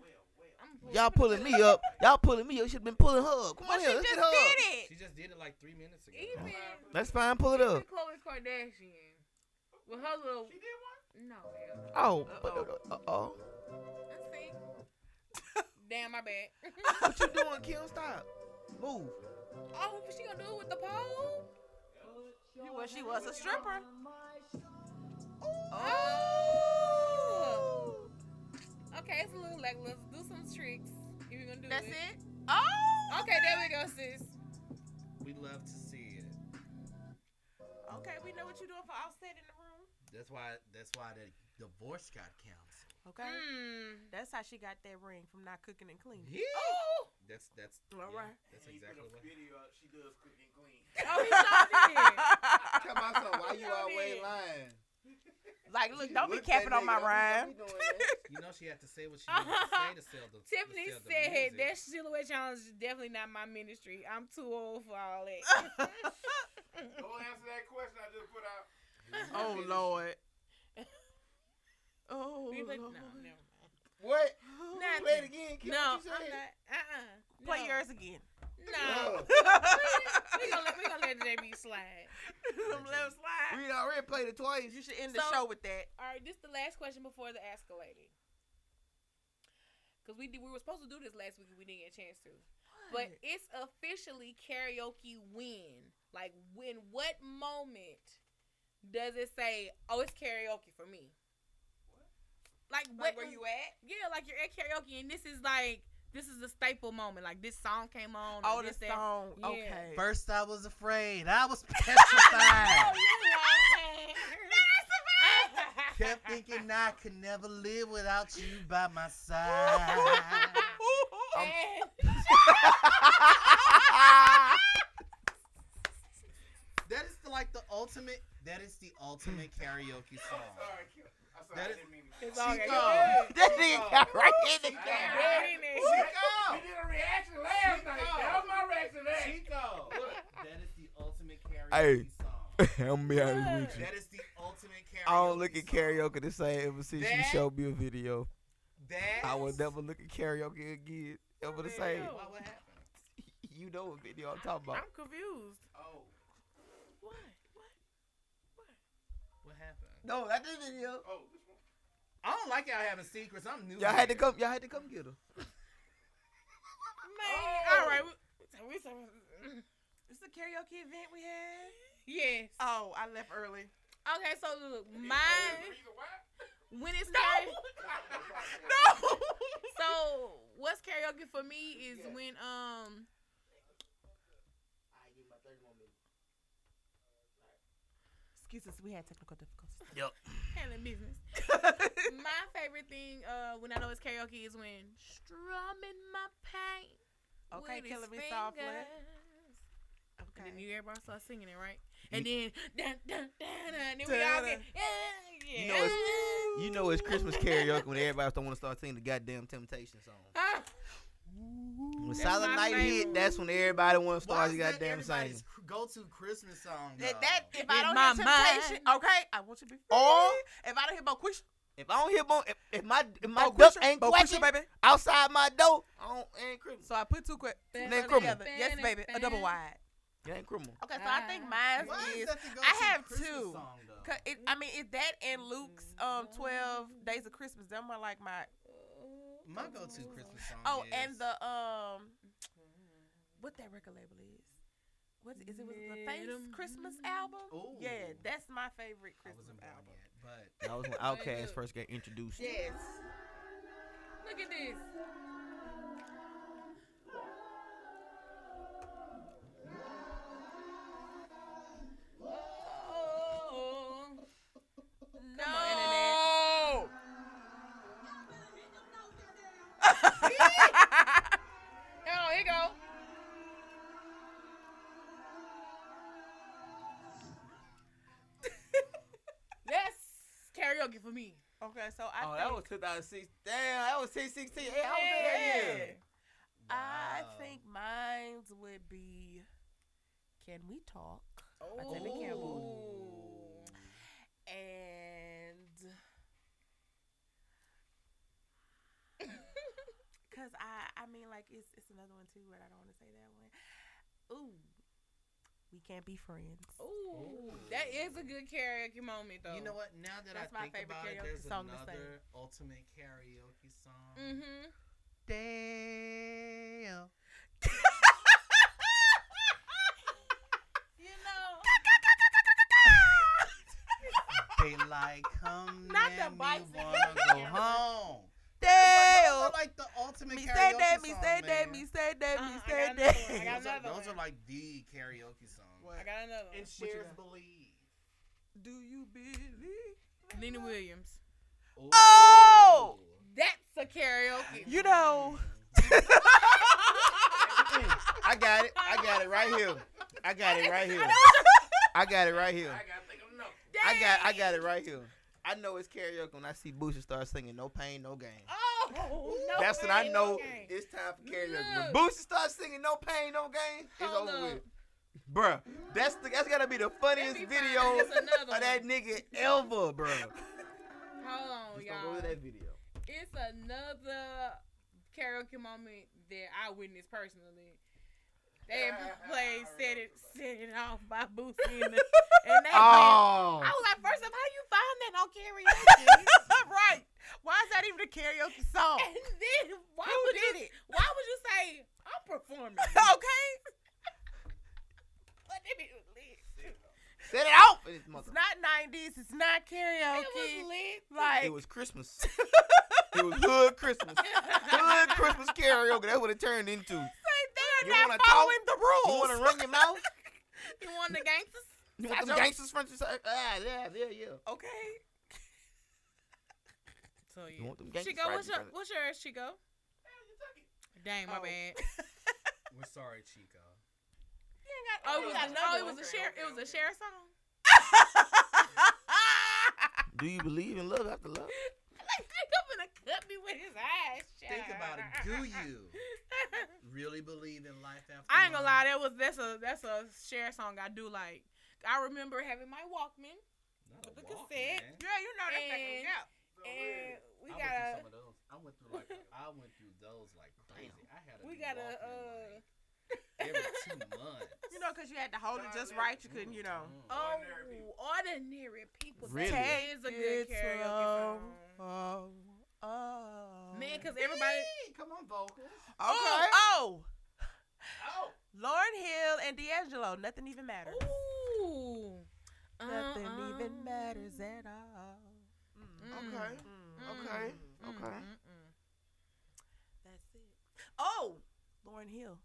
Speaker 1: I'm
Speaker 4: Y'all pulling me up. Y'all pulling me up. Should have been pulling her up. Come
Speaker 1: Oh,
Speaker 5: well,
Speaker 4: on
Speaker 5: she
Speaker 4: here, let's get
Speaker 5: just did
Speaker 4: her up.
Speaker 5: it.
Speaker 6: just did it like three minutes
Speaker 1: Even,
Speaker 4: That's fine. Pull it
Speaker 1: even
Speaker 4: up.
Speaker 1: Khloe Kardashian. With her little. No, hell.
Speaker 4: Oh, uh oh.
Speaker 1: I see. Damn, my bad.
Speaker 4: What you doing, Kim? Stop. Move.
Speaker 1: oh, she gonna do it with the pole?
Speaker 5: Well, she was a stripper.
Speaker 1: Oh. Okay, it's a little like let's do some tricks. If you're gonna do
Speaker 5: That's
Speaker 1: it.
Speaker 5: it. Oh.
Speaker 1: Okay, there we go, sis.
Speaker 6: We love to see it.
Speaker 5: Okay, we know what you're doing for offset in the room.
Speaker 6: That's why. That's why the divorce got canceled.
Speaker 5: Okay.
Speaker 1: Mm.
Speaker 5: That's how she got that ring from not cooking and cleaning. Oh,
Speaker 6: That's that's.
Speaker 5: All right.
Speaker 6: That's exactly what.
Speaker 2: She does cook and clean.
Speaker 1: Oh, he shot it.
Speaker 2: Tell myself, why you
Speaker 1: Y'all
Speaker 2: always
Speaker 1: did.
Speaker 2: lying?
Speaker 5: like, look,
Speaker 2: She
Speaker 5: don't be
Speaker 2: looked that
Speaker 5: capping on
Speaker 2: nigga
Speaker 5: my
Speaker 2: up,
Speaker 5: rhyme.
Speaker 2: he doing that.
Speaker 6: You know she had to say what she wanted to say to sell the. to
Speaker 1: Tiffany
Speaker 6: sell the
Speaker 1: said
Speaker 6: music.
Speaker 1: that silhouette challenge is definitely not my ministry. I'm too old for all that.
Speaker 2: Go answer that question I just put out.
Speaker 5: oh Lord. Oh
Speaker 1: We like, no,
Speaker 5: Lord.
Speaker 1: never
Speaker 2: What?
Speaker 1: mind.
Speaker 2: Play it
Speaker 1: Nothing.
Speaker 2: again. Kim,
Speaker 1: No, I'm
Speaker 2: what you
Speaker 1: not.
Speaker 2: said?
Speaker 1: Uh-uh. No.
Speaker 5: Play yours again.
Speaker 2: Oh,
Speaker 1: No. we gonna let we gonna let JB slide.
Speaker 5: Them little slide.
Speaker 4: We already played it twice.
Speaker 5: You should end the
Speaker 1: So-
Speaker 5: show with that.
Speaker 1: All right, this is the last question before the ask a lady. Cause we did, we were supposed to do this last week, and we didn't get a chance to. But it's officially karaoke when. Like when what moment does it say, Oh, it's karaoke for me? Like what
Speaker 5: Like, where you at?
Speaker 1: Yeah, like you're at karaoke and this is like this is the staple moment. Like this song came on.
Speaker 5: Oh,
Speaker 1: or
Speaker 5: the
Speaker 1: this, that.
Speaker 5: song.
Speaker 1: Yeah.
Speaker 5: Okay.
Speaker 6: First, I was afraid. I was petrified.
Speaker 1: Oh, you lying.
Speaker 6: Kept thinking I could never live without you by my side. that is the, like the ultimate. That is the ultimate karaoke song.
Speaker 2: I'm sorry,
Speaker 6: That
Speaker 2: I
Speaker 6: is-
Speaker 2: didn't mean to.
Speaker 1: It's all
Speaker 6: She
Speaker 1: good.
Speaker 6: gone.
Speaker 4: That nigga got right
Speaker 5: Oh,
Speaker 4: in the
Speaker 2: Yeah.
Speaker 1: Good in
Speaker 2: She
Speaker 1: it.
Speaker 2: go.
Speaker 8: We did a reaction last night. That was my reaction last night.
Speaker 6: Chico, look, that is the ultimate karaoke
Speaker 4: Hey.
Speaker 6: song.
Speaker 4: I'm gonna be
Speaker 1: honest with
Speaker 6: That is the ultimate karaoke.
Speaker 4: I don't look at
Speaker 6: song.
Speaker 4: karaoke the same ever since you
Speaker 6: That-
Speaker 4: showed me a video.
Speaker 6: That
Speaker 4: I will never look at karaoke again ever the same.
Speaker 6: Why what happened?
Speaker 4: You know what video I'm talking about.
Speaker 1: I'm confused.
Speaker 6: Oh,
Speaker 1: What? What?
Speaker 6: what happened?
Speaker 4: No, that did video.
Speaker 2: Oh, which one?
Speaker 6: I don't like y'all having secrets. I'm new.
Speaker 4: Y'all had to
Speaker 6: here.
Speaker 4: come. Y'all had to come get her.
Speaker 1: Man, all right. We, we, we,
Speaker 5: It's a karaoke event we had.
Speaker 1: yes.
Speaker 5: Oh, I left early.
Speaker 1: Okay, so look,
Speaker 2: Oh,
Speaker 1: my
Speaker 2: Reason why?
Speaker 1: when it's time.
Speaker 5: No.
Speaker 1: So what's karaoke for me is when um
Speaker 5: Excuse us, we had technical difficulties.
Speaker 1: handling business. my favorite thing uh when I know it's karaoke is when strumming my pain.
Speaker 5: Okay,
Speaker 1: with his
Speaker 5: Killer Miss Softly.
Speaker 1: fingers. And then
Speaker 5: Okay.
Speaker 1: you everybody start singing it, right? And then dun, dun, dun, dun, and then we all get yeah.
Speaker 4: You know it's you know it's Christmas karaoke when everybody don't want to start singing the goddamn Temptation song.
Speaker 1: Ah,
Speaker 4: When
Speaker 1: That's
Speaker 4: Silent
Speaker 1: my
Speaker 4: Night hit,
Speaker 1: favorite.
Speaker 4: that's when everybody want to
Speaker 6: Why
Speaker 4: start
Speaker 6: is
Speaker 4: the
Speaker 6: that
Speaker 4: goddamn singing.
Speaker 6: everybody's Go to Christmas song.
Speaker 5: That,
Speaker 6: though?
Speaker 5: that if
Speaker 1: In
Speaker 5: I don't
Speaker 1: my
Speaker 5: hear temptation,
Speaker 1: mind.
Speaker 5: okay, I want you to be free.
Speaker 4: Or-
Speaker 5: if I don't hear Boquisha,
Speaker 4: If I don't hear more, if, if my if
Speaker 5: Oh,
Speaker 4: my duck
Speaker 5: Boquisha,
Speaker 4: ain't
Speaker 5: Boquisha,
Speaker 4: quacking
Speaker 5: baby.
Speaker 4: outside my door, I don't it ain't Christmas.
Speaker 5: So I put two quick
Speaker 1: Bam,
Speaker 4: bam,
Speaker 5: together.
Speaker 1: bam,
Speaker 5: Yes, baby, a double
Speaker 1: bam.
Speaker 5: wide. Ah.
Speaker 4: It ain't Christmas.
Speaker 5: Okay, so I think mine
Speaker 6: Why is
Speaker 5: is.
Speaker 6: that the go-to
Speaker 5: I have
Speaker 6: Christmas
Speaker 5: two.
Speaker 6: Song, though?
Speaker 5: Cause it, I mean, it's that and Luke's um twelve days of Christmas. Them are like my
Speaker 6: My go-to Christmas song.
Speaker 5: oh,
Speaker 6: is,
Speaker 5: and the um, what that record label is? What is it? Was it the Face
Speaker 1: Madam.
Speaker 5: Christmas album?
Speaker 6: Ooh.
Speaker 5: Yeah, that's my favorite
Speaker 6: I
Speaker 5: Christmas
Speaker 6: wasn't born
Speaker 5: album.
Speaker 6: yet, but
Speaker 4: That was when Outkast first got introduced.
Speaker 5: Yes.
Speaker 1: Look at this. Oh,
Speaker 5: No.
Speaker 1: oh here go. That's karaoke for me.
Speaker 5: okay, so I
Speaker 4: Oh,
Speaker 5: think
Speaker 4: that was 2006. Damn, that was 2016. Hey, how was that
Speaker 5: Yeah.
Speaker 4: year?
Speaker 5: I
Speaker 6: Wow.
Speaker 5: think mine would be Can We Talk? by Tevin Campbell.
Speaker 6: Ooh.
Speaker 5: And cause I I mean like it's it's another one too, but I don't want to say that one. Ooh. We can't be friends.
Speaker 1: Ooh, that is a good karaoke moment though.
Speaker 6: You know what? Now that
Speaker 5: That's
Speaker 6: I
Speaker 5: my
Speaker 6: think
Speaker 5: favorite
Speaker 6: about it,
Speaker 5: karaoke
Speaker 6: there's
Speaker 5: song to
Speaker 6: another
Speaker 5: sing.
Speaker 6: ultimate karaoke song.
Speaker 1: Mm-hmm.
Speaker 6: Damn.
Speaker 1: You know.
Speaker 6: Daylight come
Speaker 5: Not the
Speaker 6: and we
Speaker 5: bison.
Speaker 6: wanna go home. Those
Speaker 5: Damn.
Speaker 6: are like the ultimate
Speaker 5: Me
Speaker 6: karaoke
Speaker 5: say that,
Speaker 6: song,
Speaker 5: me say that,
Speaker 6: man.
Speaker 5: me say that, me
Speaker 1: Uh-uh, I got
Speaker 5: say
Speaker 1: another one, I got
Speaker 5: that.
Speaker 6: Those are,
Speaker 1: another
Speaker 6: those are
Speaker 1: one.
Speaker 6: like the karaoke songs.
Speaker 1: I got another one.
Speaker 2: And shares believe.
Speaker 5: Do you believe?
Speaker 1: Nina Williams.
Speaker 6: Ooh.
Speaker 5: Oh!
Speaker 1: That's a karaoke.
Speaker 5: You know.
Speaker 4: I got it. I got it right here. I got it right here. I got it right here.
Speaker 2: I gotta think of no.
Speaker 4: I got I got it right here. I know it's karaoke when I see Boosie start singing "No Pain, No Gain."
Speaker 1: Oh, no
Speaker 4: That's when I
Speaker 1: way,
Speaker 4: know
Speaker 1: okay.
Speaker 4: it's time for karaoke.
Speaker 1: Look.
Speaker 4: When Boosie starts singing "No Pain, No Gain," it's
Speaker 1: Hold
Speaker 4: over
Speaker 1: up.
Speaker 4: with, bruh. That's the that's gotta be the funniest
Speaker 1: Let me find-
Speaker 4: video
Speaker 1: it's another
Speaker 4: of that
Speaker 1: one. Oh,
Speaker 4: nigga ever, bruh.
Speaker 1: Hold on,
Speaker 4: Just
Speaker 1: y'all.
Speaker 4: gonna go to that video.
Speaker 1: It's another karaoke moment that I witnessed personally. They played "Set It Set It Off" by Boosie, and, the, and they went-
Speaker 4: Oh,
Speaker 1: I was like, first of all, how you find that on karaoke?
Speaker 5: right. Why is that even a karaoke song?
Speaker 1: and then why
Speaker 5: Who
Speaker 1: would
Speaker 5: did
Speaker 1: you,
Speaker 5: it?
Speaker 1: Why would you say I'm performing?
Speaker 5: okay.
Speaker 1: But it was lit.
Speaker 4: set it out for this
Speaker 5: It's
Speaker 4: mother.
Speaker 5: not 90s. It's not karaoke.
Speaker 1: It was lit.
Speaker 5: Like,
Speaker 4: It was Christmas. it was hood Christmas. Hood Christmas karaoke. That's what it turned into. You
Speaker 5: they're
Speaker 4: You
Speaker 5: not
Speaker 4: wanna
Speaker 5: following the
Speaker 4: want
Speaker 5: rules.
Speaker 4: to run your mouth?
Speaker 1: You want the gangsters?
Speaker 4: You want them gangsters from the side? Ah, yeah, yeah, yeah.
Speaker 5: okay.
Speaker 1: So
Speaker 4: You
Speaker 1: yeah.
Speaker 4: want them gangsta
Speaker 1: Chico, what's
Speaker 4: stripes,
Speaker 1: your
Speaker 4: brother.
Speaker 1: what's yours, Chico? Dang, my
Speaker 5: Oh.
Speaker 1: bad.
Speaker 6: We're sorry, Chico.
Speaker 5: You ain't got,
Speaker 1: Oh,
Speaker 5: you
Speaker 1: it was,
Speaker 5: got
Speaker 1: a,
Speaker 5: another
Speaker 1: oh, it
Speaker 5: one.
Speaker 1: was a share. It was a share song.
Speaker 4: Do you believe in love after love?
Speaker 1: Like, I'm gonna cut me with his eyes.
Speaker 6: Think about it. Do you
Speaker 1: it.
Speaker 6: really believe in life after?
Speaker 1: I ain't gonna lie, that was
Speaker 6: love?
Speaker 1: that's a that's a share song I do like. I remember having my Walkman,
Speaker 6: Not
Speaker 1: with the
Speaker 6: a walk,
Speaker 1: cassette.
Speaker 6: man.
Speaker 5: Girl, you know that's not gonna
Speaker 1: And-
Speaker 5: count.
Speaker 1: and we
Speaker 6: I
Speaker 1: got
Speaker 6: went
Speaker 1: a
Speaker 6: through some of those. I went through like I went through those like crazy. I had a
Speaker 1: we
Speaker 6: new
Speaker 1: got a
Speaker 6: Walkman,
Speaker 1: uh
Speaker 6: like, every two months.
Speaker 5: You know, because you had to hold it just right. You couldn't, you know.
Speaker 6: Mm.
Speaker 1: oh
Speaker 2: Ordinary People.
Speaker 1: ordinary people.
Speaker 4: Mm-hmm. Really?
Speaker 1: That is a good
Speaker 5: It's
Speaker 1: karaoke
Speaker 5: all-
Speaker 1: song.
Speaker 4: Oh,
Speaker 1: Oh, Man, cause everybody
Speaker 2: Hey, come on, vocals.
Speaker 4: Okay.
Speaker 5: Oh, oh,
Speaker 2: Oh,
Speaker 5: Lauren Hill and D'Angelo. Nothing even matters.
Speaker 1: Ooh.
Speaker 5: Nothing
Speaker 1: Uh-uh.
Speaker 5: even matters at all. Mm.
Speaker 1: Mm,
Speaker 4: Okay.
Speaker 5: Mm.
Speaker 4: Okay.
Speaker 1: mm,
Speaker 4: Okay.
Speaker 1: mm, mm.
Speaker 5: That's it. Oh, Lauren Hill.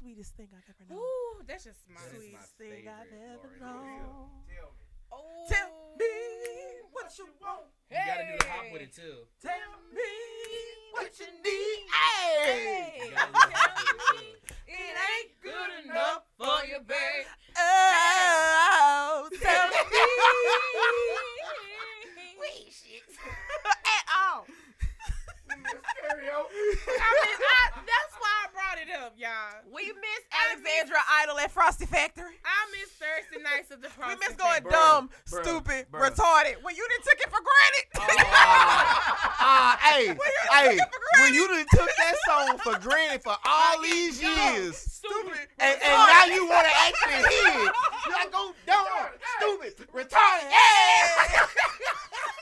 Speaker 5: Sweetest thing I've ever known.
Speaker 1: Ooh, that's just my
Speaker 6: That is my
Speaker 5: Sweetest thing I've
Speaker 6: favorite
Speaker 5: ever
Speaker 6: Lauryn Hill.
Speaker 5: known.
Speaker 2: tell me.
Speaker 1: Oh.
Speaker 5: Tell me what you want.
Speaker 6: You gotta do the hop with it too.
Speaker 5: Tell me what you need.
Speaker 4: Hey.
Speaker 6: You
Speaker 1: Hey.
Speaker 6: gotta do the hop with it too.
Speaker 1: It ain't good enough for you, babe.
Speaker 5: Oh, tell me at all.
Speaker 1: I mean, I, that's why I brought it up, y'all.
Speaker 5: We miss
Speaker 1: I miss-
Speaker 5: Alexandra Idol at Frosty Factory.
Speaker 1: I miss Thursday nights of the
Speaker 5: We
Speaker 1: Frosty
Speaker 5: miss going
Speaker 1: Factory.
Speaker 5: dumb,
Speaker 4: bruh,
Speaker 5: stupid,
Speaker 4: bruh.
Speaker 5: retarded. When you didn't took it for granted.
Speaker 4: Ah, hey, hey,
Speaker 5: took it for
Speaker 4: when you done took that song for granted for all these years,
Speaker 1: Stupid.
Speaker 4: and, and now you want to actually hear it, you like go dumb, stupid, retarded, yeah.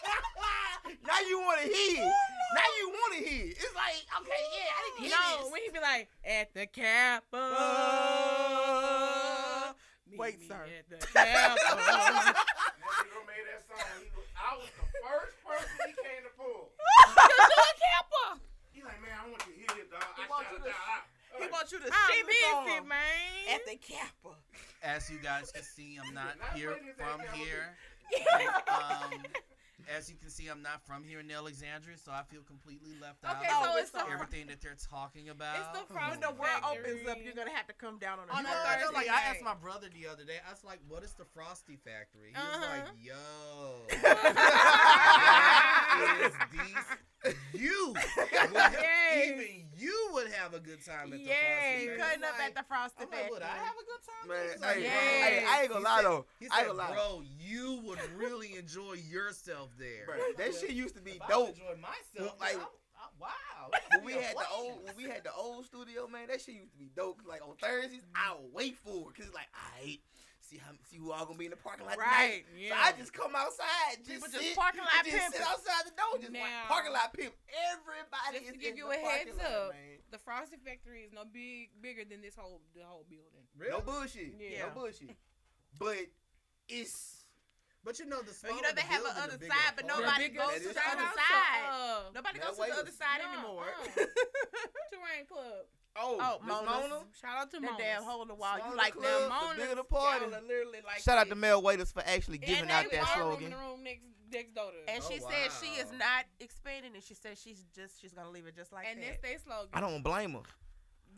Speaker 4: now you want to hear it. Now you want to hear it. It's like, okay, yeah, I didn't hear
Speaker 1: No,
Speaker 4: this.
Speaker 1: when he be like, at the Kappa. Meet
Speaker 5: Uh, Wait,
Speaker 1: me
Speaker 5: sir.
Speaker 1: At the Kappa.
Speaker 2: That nigga made that song. He was, I was the first person he came to pull.
Speaker 1: Kappa.
Speaker 2: He like, man, I want you here, dog. I
Speaker 5: wants
Speaker 2: shot
Speaker 5: you to-
Speaker 2: down. I-
Speaker 5: He
Speaker 2: Hey,
Speaker 5: wants you to
Speaker 1: I
Speaker 5: shimmy
Speaker 1: miss
Speaker 5: song
Speaker 1: it, man.
Speaker 5: at the Kappa.
Speaker 6: As you guys can see, I'm not
Speaker 2: Not
Speaker 6: here
Speaker 2: putting his
Speaker 6: from
Speaker 2: hand down.
Speaker 6: here. And, um, as you can see, I'm not from here in Alexandria, so I feel completely left
Speaker 1: okay,
Speaker 6: out.
Speaker 1: so
Speaker 5: Oh,
Speaker 1: it's
Speaker 5: it's
Speaker 1: the,
Speaker 5: all right.
Speaker 6: Everything that they're talking about.
Speaker 1: it's the
Speaker 5: When
Speaker 1: Frosty
Speaker 5: the world
Speaker 1: Factory.
Speaker 5: opens up, you're gonna have to come down on a
Speaker 1: On a
Speaker 6: You know,
Speaker 5: Thursday.
Speaker 1: Thursday
Speaker 6: like, I asked my
Speaker 1: night.
Speaker 6: brother the other day. I was like, "What is the Frosty Factory?" He
Speaker 1: Uh-huh.
Speaker 6: was like, "Yo, that is these you? Would have,
Speaker 1: Yes.
Speaker 6: Even you would have a good time at the
Speaker 1: Yes.
Speaker 6: Frosty Factory."
Speaker 5: Cutting up at the Frosty
Speaker 6: I'm like, "Would I
Speaker 5: Factory.
Speaker 6: have a good time?"
Speaker 4: Man,
Speaker 6: He's like,
Speaker 4: hey,
Speaker 6: "Bro,
Speaker 4: hey, I ain't gonna lie though. I
Speaker 6: He
Speaker 4: ain't
Speaker 6: said,
Speaker 4: gonna lie.
Speaker 6: "Bro, you would really enjoy yourself there."
Speaker 2: bruh,
Speaker 4: That shit used to be
Speaker 6: If I would
Speaker 4: dope.
Speaker 6: enjoy myself.
Speaker 4: Well, like-
Speaker 6: I- I- wow.
Speaker 4: When we had the old when we had the old studio, man, that shit used to be dope. 'Cause, Like on Thursdays, I
Speaker 1: Mm-hmm.
Speaker 4: would wait for it. Cause it's like, alright, see how see who all gonna be in the parking lot tonight.
Speaker 1: Right. Yeah.
Speaker 4: So I just come outside, just
Speaker 5: People
Speaker 4: sit,
Speaker 5: just parking lot
Speaker 4: just sit
Speaker 5: pimping.
Speaker 4: outside the door, just like,
Speaker 1: Now-
Speaker 4: parking lot pimp. Everybody
Speaker 1: Just to
Speaker 4: is
Speaker 1: give
Speaker 4: in
Speaker 1: you
Speaker 4: the
Speaker 1: a heads
Speaker 4: parking lot,
Speaker 1: up.
Speaker 4: man.
Speaker 1: the Frosty Factory is no big bigger than this whole the whole building.
Speaker 6: Really?
Speaker 4: No bullshit.
Speaker 1: Yeah.
Speaker 4: No bullshit. But it's
Speaker 6: But you know the
Speaker 5: Well,
Speaker 6: smaller
Speaker 5: you know
Speaker 6: the
Speaker 5: they have
Speaker 6: building,
Speaker 5: another
Speaker 6: the bigger
Speaker 5: side,
Speaker 6: the
Speaker 5: but
Speaker 6: party.
Speaker 5: nobody
Speaker 1: Bigger
Speaker 5: goes
Speaker 4: That
Speaker 5: to
Speaker 4: is
Speaker 5: the
Speaker 4: true.
Speaker 5: other
Speaker 1: Also,
Speaker 5: side.
Speaker 1: uh,
Speaker 5: Nobody
Speaker 4: Mel
Speaker 5: goes to the other
Speaker 4: Waiters.
Speaker 5: side
Speaker 1: No,
Speaker 5: anymore.
Speaker 1: uh-uh. Terrain Club.
Speaker 4: oh,
Speaker 5: Oh,
Speaker 4: Miss
Speaker 5: Mona's.
Speaker 4: Mona.
Speaker 1: Shout out to
Speaker 5: That
Speaker 1: Mona.
Speaker 5: damn hole in the wall.
Speaker 4: Mona
Speaker 5: You like
Speaker 4: Club,
Speaker 5: them?
Speaker 4: the bigger the party.
Speaker 5: Y'all are literally like
Speaker 4: Shout out
Speaker 5: this.
Speaker 4: to Mel Waiters for actually
Speaker 1: And
Speaker 4: giving
Speaker 1: they
Speaker 4: out that
Speaker 1: were room in
Speaker 4: slogan.
Speaker 1: the room next next door to us.
Speaker 5: And
Speaker 6: Oh,
Speaker 5: she said she is
Speaker 6: wow.
Speaker 5: not expanding, and she said she's just she's gonna leave it just like
Speaker 1: And that's
Speaker 5: that.
Speaker 1: their slogan.
Speaker 4: I don't blame her.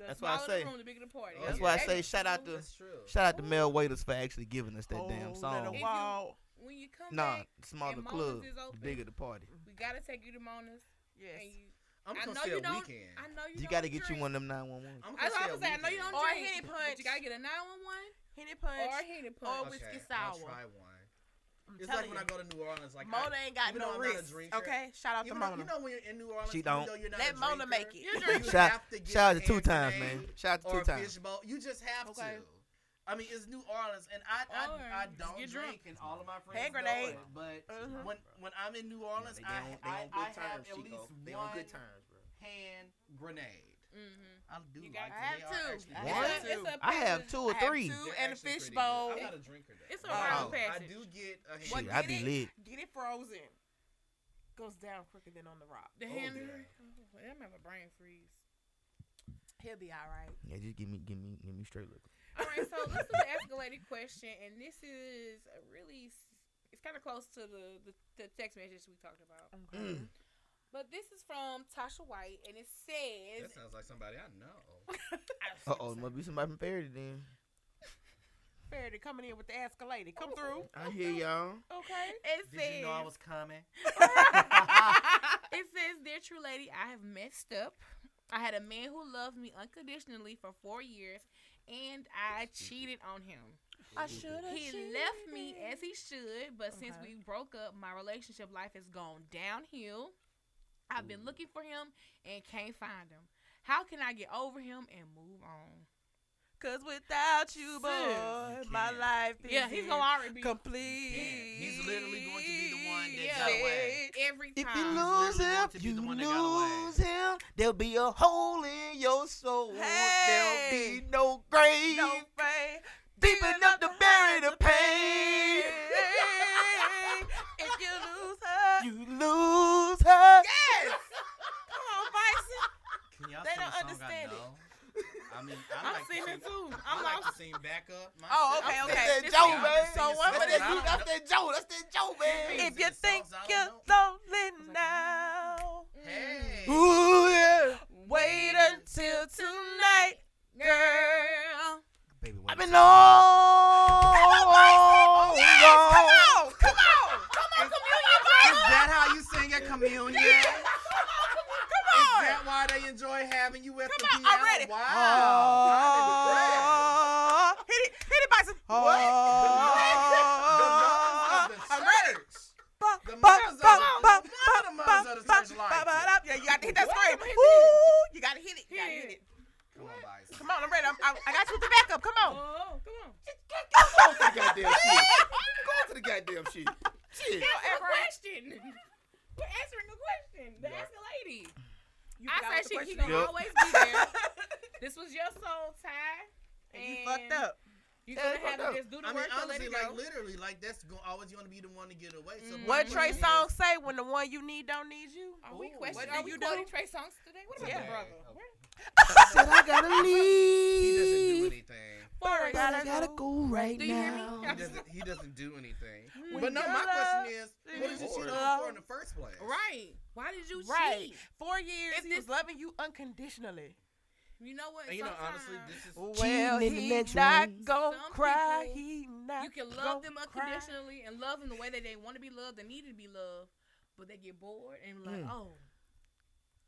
Speaker 1: the
Speaker 4: that's why I
Speaker 1: smaller the
Speaker 4: say-
Speaker 1: room, the bigger the party.
Speaker 6: Oh,
Speaker 4: That's
Speaker 6: yeah.
Speaker 4: why I
Speaker 6: That
Speaker 4: say
Speaker 1: is
Speaker 4: shout out
Speaker 1: true.
Speaker 4: to
Speaker 6: That's true.
Speaker 4: shout out to Mel Waiters for actually giving us that damn
Speaker 5: Hole in
Speaker 4: song.
Speaker 5: the wall.
Speaker 1: When you come
Speaker 4: Nah,
Speaker 1: back,
Speaker 4: the smaller the
Speaker 1: and
Speaker 4: club,
Speaker 1: Mona's is
Speaker 4: the
Speaker 1: open.
Speaker 4: bigger the party.
Speaker 1: we gotta take you to Mona's.
Speaker 5: Yes.
Speaker 1: And you,
Speaker 6: I'm
Speaker 1: I
Speaker 6: gonna
Speaker 1: know
Speaker 6: say
Speaker 1: you
Speaker 6: a
Speaker 1: don't.
Speaker 6: weekend.
Speaker 1: I know you.
Speaker 4: You
Speaker 1: don't
Speaker 4: gotta get you
Speaker 1: drink.
Speaker 4: one of them nine one one.
Speaker 6: I'm gonna
Speaker 1: That's
Speaker 6: say
Speaker 1: what I
Speaker 6: a
Speaker 1: was saying. I know you
Speaker 6: weekend.
Speaker 1: don't
Speaker 5: Or a
Speaker 1: drink.
Speaker 5: Henny
Speaker 1: But
Speaker 5: Punch.
Speaker 1: you gotta get a nine one one
Speaker 5: Henny punch.
Speaker 1: or a Henny punch.
Speaker 5: Or whiskey
Speaker 6: okay, I'll
Speaker 5: sour.
Speaker 6: try one.
Speaker 5: I'm
Speaker 6: It's
Speaker 5: telling
Speaker 6: like when I
Speaker 5: you.
Speaker 6: go to New Orleans, like
Speaker 5: Mona ain't got
Speaker 6: even though
Speaker 5: no
Speaker 6: I'm not a
Speaker 5: wrist.
Speaker 6: drinker,
Speaker 5: Okay, shout
Speaker 6: I,
Speaker 5: out to
Speaker 6: even though,
Speaker 5: Mona.
Speaker 6: you know when you're in New Orleans,
Speaker 4: She
Speaker 6: even though
Speaker 4: don't.
Speaker 6: you're not a
Speaker 5: Let Mona
Speaker 6: drinker,
Speaker 5: make it.
Speaker 1: You
Speaker 6: You
Speaker 1: drink.
Speaker 4: Shout-
Speaker 6: have to get
Speaker 4: Shout out to
Speaker 6: a
Speaker 4: two times,
Speaker 6: lemonade
Speaker 4: man. Shout out to
Speaker 6: Or
Speaker 4: two
Speaker 6: a
Speaker 4: times.
Speaker 6: fishbowl. You just have
Speaker 5: Okay.
Speaker 6: to. I mean, it's New Orleans, and I
Speaker 1: Or
Speaker 6: I, I
Speaker 1: just
Speaker 6: don't
Speaker 1: get
Speaker 6: drink,
Speaker 1: drunk.
Speaker 6: and all of my friends
Speaker 5: Hand
Speaker 6: know
Speaker 5: grenade.
Speaker 6: it, But
Speaker 5: Mhm.
Speaker 6: when when I'm in New Orleans,
Speaker 4: Yeah, they- they
Speaker 6: I,
Speaker 4: on- they on
Speaker 6: I,
Speaker 4: good
Speaker 6: I have
Speaker 4: terms,
Speaker 6: at
Speaker 4: Chico.
Speaker 6: least
Speaker 4: They
Speaker 6: one
Speaker 4: on good terms, bro.
Speaker 6: hand grenade.
Speaker 1: Mm-hmm.
Speaker 6: I do
Speaker 1: You
Speaker 6: like
Speaker 1: got-
Speaker 6: that.
Speaker 1: I
Speaker 5: have
Speaker 6: They are
Speaker 5: two.
Speaker 6: actually
Speaker 5: I
Speaker 6: good.
Speaker 4: have
Speaker 6: They're
Speaker 1: It's
Speaker 5: two.
Speaker 1: a
Speaker 4: I have
Speaker 1: present-
Speaker 4: two or
Speaker 5: I have
Speaker 4: three.
Speaker 5: two and a
Speaker 6: actually pretty
Speaker 5: fish
Speaker 6: good.
Speaker 5: bowl.
Speaker 6: I'm not a drinker though.
Speaker 1: It's a
Speaker 5: Wow.
Speaker 1: round
Speaker 6: I
Speaker 1: passage.
Speaker 6: do get a
Speaker 5: Well,
Speaker 4: Shit,
Speaker 6: hand.
Speaker 4: I
Speaker 5: get
Speaker 4: be
Speaker 5: it-
Speaker 4: lit.
Speaker 5: Get it frozen. Goes down quicker than on the rock.
Speaker 1: The
Speaker 6: Oh,
Speaker 1: hand.
Speaker 6: yeah.
Speaker 1: Oh, I'm have a brain freeze.
Speaker 5: He'll be all right.
Speaker 4: Yeah, just give me, give me, give me straight liquor.
Speaker 1: All right, so let's do the ask a lady question, and this is a really s- it's kind of close to the, the the text message we talked about.
Speaker 5: Okay.
Speaker 1: But this is from Tasha White, and it says,
Speaker 6: That sounds like somebody I know.
Speaker 4: Uh oh, must be somebody from Parody then.
Speaker 5: Faraday coming in with the escalator. Come through.
Speaker 4: I hear y'all.
Speaker 5: Okay.
Speaker 1: it says,
Speaker 6: coming?
Speaker 1: it says, Dear True Lady, I have messed up. I had a man who loved me unconditionally for four years, and I cheated on him.
Speaker 5: I should have.
Speaker 1: He left me as he should, but since
Speaker 5: Okay.
Speaker 1: we broke up, my relationship life has gone downhill. I've been looking for him and can't find him. How can I get over him and move on?
Speaker 5: Cause without you,
Speaker 1: Sis.
Speaker 5: boy,
Speaker 6: You
Speaker 5: my
Speaker 6: can't.
Speaker 5: life is
Speaker 1: Yeah, he's gonna already be
Speaker 5: complete.
Speaker 6: He's literally going to be the one that
Speaker 1: Yeah.
Speaker 6: got away.
Speaker 1: every
Speaker 4: If
Speaker 1: time.
Speaker 4: you
Speaker 6: literally
Speaker 4: lose him,
Speaker 6: want to be
Speaker 4: you
Speaker 6: the one that got away.
Speaker 4: lose him. There'll be a hole in your soul.
Speaker 5: Hey.
Speaker 4: There'll be no grave
Speaker 5: No way.
Speaker 4: deep enough to bury the pain.
Speaker 5: if you lose her,
Speaker 4: You lose her.
Speaker 5: yes. Come on, Bison.
Speaker 6: Can y'all
Speaker 5: They
Speaker 6: sing
Speaker 5: don't
Speaker 6: a song
Speaker 5: understand
Speaker 6: I
Speaker 5: it.
Speaker 6: know? I mean, I
Speaker 1: I'm
Speaker 6: like to
Speaker 1: singing
Speaker 6: sing,
Speaker 1: too.
Speaker 6: I
Speaker 1: I'm
Speaker 6: like
Speaker 1: lost.
Speaker 6: to sing back up.
Speaker 5: Oh,
Speaker 4: That's
Speaker 5: okay,
Speaker 6: myself.
Speaker 5: okay.
Speaker 4: that
Speaker 5: This-
Speaker 4: Joe,
Speaker 6: y'all
Speaker 4: man. So
Speaker 6: sing the
Speaker 4: what? That's
Speaker 6: songs I don't
Speaker 4: that's
Speaker 6: know.
Speaker 4: that Joe. That's that Joe, man.
Speaker 6: Hey.
Speaker 5: If you
Speaker 6: Songs I
Speaker 5: think
Speaker 6: don't
Speaker 5: you're
Speaker 6: know.
Speaker 5: lonely now,
Speaker 6: Hey.
Speaker 4: Ooh yeah.
Speaker 5: wait until tonight, girl.
Speaker 6: Baby, wait
Speaker 4: I've been
Speaker 6: a second.
Speaker 4: long gone.
Speaker 5: Yes, come on, come on, come on, communion,
Speaker 6: Is that how you sing at communion? Is
Speaker 5: come on.
Speaker 6: that why they enjoy having you at the
Speaker 5: Come on,
Speaker 6: piano?
Speaker 5: I'm ready.
Speaker 6: Wow.
Speaker 5: Hit it, hit it, Bison.
Speaker 6: The mothers of the
Speaker 5: I'm ready.
Speaker 6: church.
Speaker 5: Ba-
Speaker 6: The
Speaker 5: ba-
Speaker 6: mothers of-
Speaker 5: ba-
Speaker 6: the
Speaker 5: ba-
Speaker 6: mothers
Speaker 5: ba-
Speaker 6: of the
Speaker 5: ba-
Speaker 6: church
Speaker 5: ba-
Speaker 6: like
Speaker 5: ba-
Speaker 6: that.
Speaker 5: ba- Yeah, you gotta hit that scream.
Speaker 1: Hit it.
Speaker 5: Ooh, you gotta hit it. You gotta
Speaker 1: Hit
Speaker 5: hit
Speaker 1: it.
Speaker 5: it.
Speaker 6: Come on, Bison.
Speaker 5: Come on, I'm ready. I'm, I, I got you with the backup. Come on.
Speaker 1: Oh, come on.
Speaker 4: Go to the goddamn shit. Go to the goddamn shit. Shit.
Speaker 1: Answer a
Speaker 5: Ever-
Speaker 1: question. We're answering a question. The
Speaker 6: Yeah.
Speaker 1: ask a lady.
Speaker 5: You
Speaker 1: I
Speaker 5: forgot
Speaker 1: said
Speaker 5: what the
Speaker 1: she, he
Speaker 5: question
Speaker 1: gonna
Speaker 5: is.
Speaker 4: Yep.
Speaker 1: always be there. this was your soul, Ty.
Speaker 5: And you fucked up.
Speaker 1: You
Speaker 4: Yeah,
Speaker 1: gonna
Speaker 4: it's
Speaker 1: have
Speaker 4: fucked
Speaker 1: to just do the
Speaker 6: I mean,
Speaker 1: work to let
Speaker 6: honestly,
Speaker 1: it go.
Speaker 6: like literally, like that's go- always going to be the one to get away. So
Speaker 1: Mhm.
Speaker 5: Mm-hmm. What
Speaker 6: whoever
Speaker 5: Trey
Speaker 6: it is-
Speaker 5: song say when the one you need don't need you?
Speaker 1: are we
Speaker 6: Ooh.
Speaker 1: questioning?
Speaker 5: What do
Speaker 1: Are we
Speaker 5: you
Speaker 1: quoting
Speaker 5: do?
Speaker 1: Trey songs today? What about
Speaker 5: Yeah.
Speaker 1: the brother?
Speaker 6: Okay.
Speaker 1: Where-
Speaker 4: Said I gotta
Speaker 6: He doesn't do
Speaker 4: leave,
Speaker 6: anything.
Speaker 5: Forrest,
Speaker 4: but I gotta go right
Speaker 1: Do you hear me?
Speaker 4: now.
Speaker 6: He doesn't. He doesn't do anything.
Speaker 5: When
Speaker 6: But no,
Speaker 5: your
Speaker 6: my
Speaker 5: love
Speaker 6: question is, what is this shit on for in the first place?
Speaker 1: Right. Why did you
Speaker 5: Right.
Speaker 1: cheat?
Speaker 5: Four years,
Speaker 1: If
Speaker 5: he
Speaker 1: this-
Speaker 5: was loving you unconditionally.
Speaker 1: You know what?
Speaker 6: And you know, honestly, this is
Speaker 5: Well,
Speaker 4: Cheating in the
Speaker 5: he
Speaker 4: next
Speaker 5: not
Speaker 4: room.
Speaker 5: gonna
Speaker 1: Some
Speaker 5: cry.
Speaker 1: people,
Speaker 5: He not.
Speaker 1: you can
Speaker 5: gonna
Speaker 1: love them
Speaker 5: cry.
Speaker 1: unconditionally and love them the way that they want to be loved and need to be loved, but they get bored and like,
Speaker 4: Mm.
Speaker 1: oh,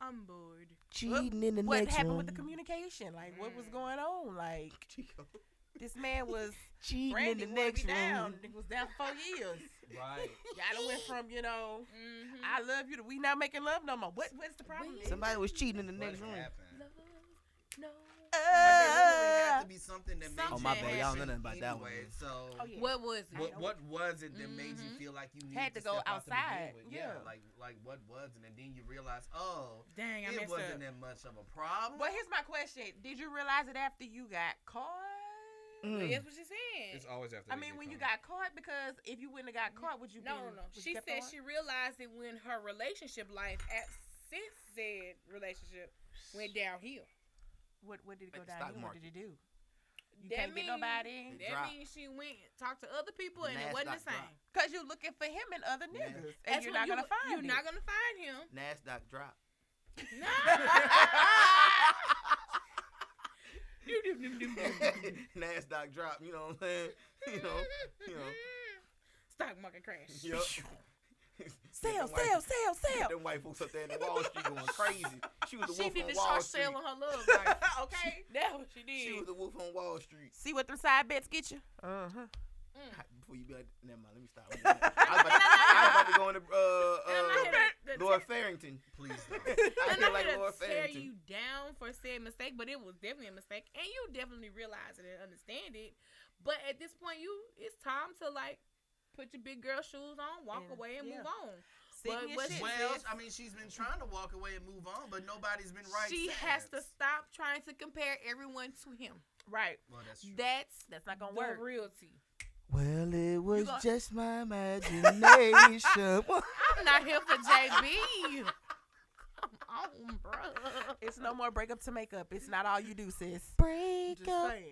Speaker 1: I'm bored.
Speaker 4: Cheating in the
Speaker 5: What
Speaker 4: next
Speaker 5: happened
Speaker 4: room.
Speaker 5: with the communication? Like, what was
Speaker 1: Mm.
Speaker 5: going on? Like, this man was
Speaker 4: Cheating
Speaker 5: Randy
Speaker 4: in the next
Speaker 5: be down.
Speaker 4: room.
Speaker 5: He was down four years.
Speaker 6: right.
Speaker 5: Y'all done went from you know,
Speaker 1: Mm-hmm.
Speaker 5: I love you to we not making love no more. What? What's the problem?
Speaker 1: We-
Speaker 5: is?
Speaker 4: Somebody was cheating in the
Speaker 6: What
Speaker 4: next room.
Speaker 6: happened?
Speaker 1: love, no.
Speaker 6: But there literally
Speaker 5: Uh,
Speaker 6: have to be something that
Speaker 1: Oh,
Speaker 6: makes
Speaker 1: my bad. Y'all
Speaker 4: know nothing about that one,
Speaker 6: anyway,
Speaker 4: man.
Speaker 6: So
Speaker 5: oh yeah. Mm-hmm.
Speaker 1: What was it?
Speaker 6: what what was it that made you
Speaker 1: Mhm.
Speaker 6: feel like you needed
Speaker 5: Had to go
Speaker 6: step out to begin
Speaker 5: outside,
Speaker 6: with? Yeah.
Speaker 5: yeah.
Speaker 6: Like like what was it, and then you realize, oh,
Speaker 1: Dang, I
Speaker 6: it
Speaker 1: messed
Speaker 6: wasn't
Speaker 1: up.
Speaker 6: that much of a problem.
Speaker 5: Well, here's my question: Did you realize it after you got caught?
Speaker 4: Mm.
Speaker 1: That's what she said.
Speaker 6: always after.
Speaker 5: I mean, when you got caught, because if you wouldn't have got caught, would you?
Speaker 1: No,
Speaker 5: been,
Speaker 1: no, no.
Speaker 5: would
Speaker 1: She
Speaker 5: you kept
Speaker 1: said
Speaker 5: on?
Speaker 1: she realized it when her relationship life at since said relationship went downhill.
Speaker 5: What What did it go
Speaker 4: Like the stock
Speaker 5: down? What did
Speaker 4: market.
Speaker 5: it do? You
Speaker 1: That
Speaker 5: can't
Speaker 1: mean-
Speaker 5: get nobody
Speaker 1: That
Speaker 4: dropped.
Speaker 1: means she went talked to other people
Speaker 4: The
Speaker 1: and it wasn't the
Speaker 4: Nasdaq
Speaker 1: same.
Speaker 4: dropped.
Speaker 5: because you're looking for him and other
Speaker 4: Yeah.
Speaker 5: niggas, and
Speaker 1: That's when
Speaker 5: you're not
Speaker 1: you-
Speaker 5: gonna find
Speaker 1: You're
Speaker 5: it.
Speaker 1: not gonna find him.
Speaker 4: Nasdaq drop.
Speaker 1: No.
Speaker 4: Nasdaq drop. You know what I'm saying? You know. You know.
Speaker 1: Stock market crash.
Speaker 4: Yup. Them
Speaker 5: Sell,
Speaker 4: white-
Speaker 5: sell, sell, sell.
Speaker 4: Them white folks up there in the Wall Street going crazy. She was the
Speaker 1: She
Speaker 4: wolf
Speaker 1: did
Speaker 4: on
Speaker 1: the
Speaker 4: Wall
Speaker 1: short
Speaker 4: Street.
Speaker 1: sale on her love life.
Speaker 5: okay.
Speaker 1: That's what she
Speaker 4: She was
Speaker 1: did.
Speaker 4: the wolf on Wall Street.
Speaker 5: See what them side bets get you? Uh
Speaker 6: Uh-huh.
Speaker 5: huh.
Speaker 4: Before you be like, never mind. Let me stop. I was about to, I was about to go into
Speaker 1: And I'm not
Speaker 4: uh,
Speaker 1: here to-
Speaker 4: uh, Laura Farrington.
Speaker 6: please
Speaker 4: I
Speaker 6: don't.
Speaker 1: I'm
Speaker 4: feel
Speaker 1: not
Speaker 4: like
Speaker 1: here
Speaker 4: Laura
Speaker 1: to tear
Speaker 4: Farrington.
Speaker 1: you down for said mistake, but it was definitely a mistake, and you definitely realize it and understand it. But at this point, you it's time to like put your big girl shoes on, walk
Speaker 5: Yeah.
Speaker 1: away, and
Speaker 5: Yeah.
Speaker 1: move on. Well,
Speaker 5: Singing
Speaker 1: what's-
Speaker 5: shit.
Speaker 6: Well,
Speaker 5: sis.
Speaker 6: I mean, she's been trying to walk away and move on, but nobody's been right.
Speaker 1: she
Speaker 6: since.
Speaker 1: has to stop trying to compare everyone to him.
Speaker 5: right.
Speaker 6: Well, that's true.
Speaker 1: That's
Speaker 5: That's not gonna
Speaker 1: the
Speaker 5: work.
Speaker 1: realty.
Speaker 4: Well, it was
Speaker 5: gon-
Speaker 4: just my imagination.
Speaker 1: I'm not here for JB. Come on, bro.
Speaker 5: It's no more breakup to make up. It's not all you do, sis.
Speaker 4: Break
Speaker 5: Just saying.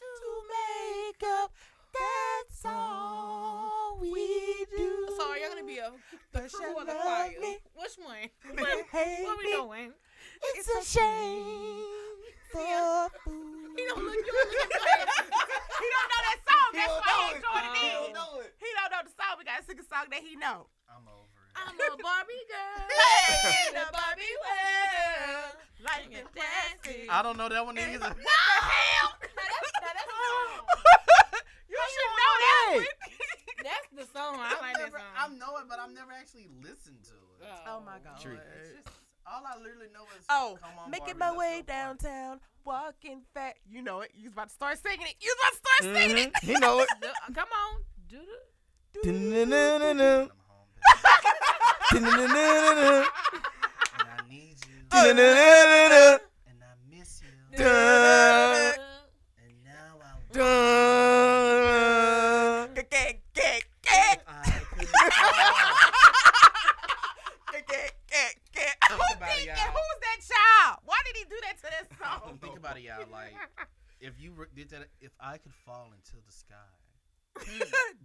Speaker 4: to make up. That's all we do.
Speaker 1: So are y'all gonna be a the
Speaker 5: But
Speaker 1: crew
Speaker 5: you
Speaker 1: or the
Speaker 5: love
Speaker 1: choir?
Speaker 5: me.
Speaker 1: Which one? Which one?
Speaker 4: baby.
Speaker 1: What we doing?
Speaker 4: It's, a shame for food.
Speaker 1: He don't look. You don't look impressed.
Speaker 5: He don't know that song.
Speaker 4: He
Speaker 5: That's
Speaker 4: don't
Speaker 5: why
Speaker 4: know
Speaker 5: he
Speaker 4: it.
Speaker 5: going
Speaker 1: He
Speaker 5: in.
Speaker 1: don't
Speaker 4: know it.
Speaker 5: He don't know the song. We gotta sing a song that he know.
Speaker 6: I'm over it.
Speaker 1: I'm a Barbie girl.
Speaker 5: Hey, in the Barbie world, life is plastic.
Speaker 6: I don't know that one
Speaker 5: What the
Speaker 6: either.
Speaker 5: hell?
Speaker 1: That's the song.
Speaker 5: You should know that
Speaker 4: that?
Speaker 5: one.
Speaker 1: That's the song. I like that
Speaker 6: never, I
Speaker 1: song.
Speaker 6: know it, but I've never actually listened to it.
Speaker 5: Oh my god.
Speaker 4: Trick.
Speaker 6: It's just, all I literally know is
Speaker 5: Oh,
Speaker 6: come on,
Speaker 5: making my
Speaker 6: Barbie, let's
Speaker 5: way
Speaker 6: go party."
Speaker 5: downtown, walking fat. You know it. You was about to start singing it. You was about to start singing it.
Speaker 4: Mhm. He know it.
Speaker 1: The- Come on. Do the.
Speaker 4: Dun-dun-dun-dun-dun.
Speaker 6: I'm home, baby,
Speaker 4: Dun-dun-dun-dun-dun.
Speaker 6: and I need you,
Speaker 4: Dun-dun-dun-dun-dun.
Speaker 6: and I miss you,
Speaker 4: Dun,
Speaker 5: Uh,
Speaker 6: and now I want
Speaker 4: dun.
Speaker 5: Gag, gag, gag,
Speaker 6: I could
Speaker 5: gag, gag, gag. Who
Speaker 6: Think about it,
Speaker 5: did that?
Speaker 6: y'all.
Speaker 5: Who's that child? Why did he do that to that song?
Speaker 6: think about it, y'all. Like, if you re- did that, if I could fall into the sky,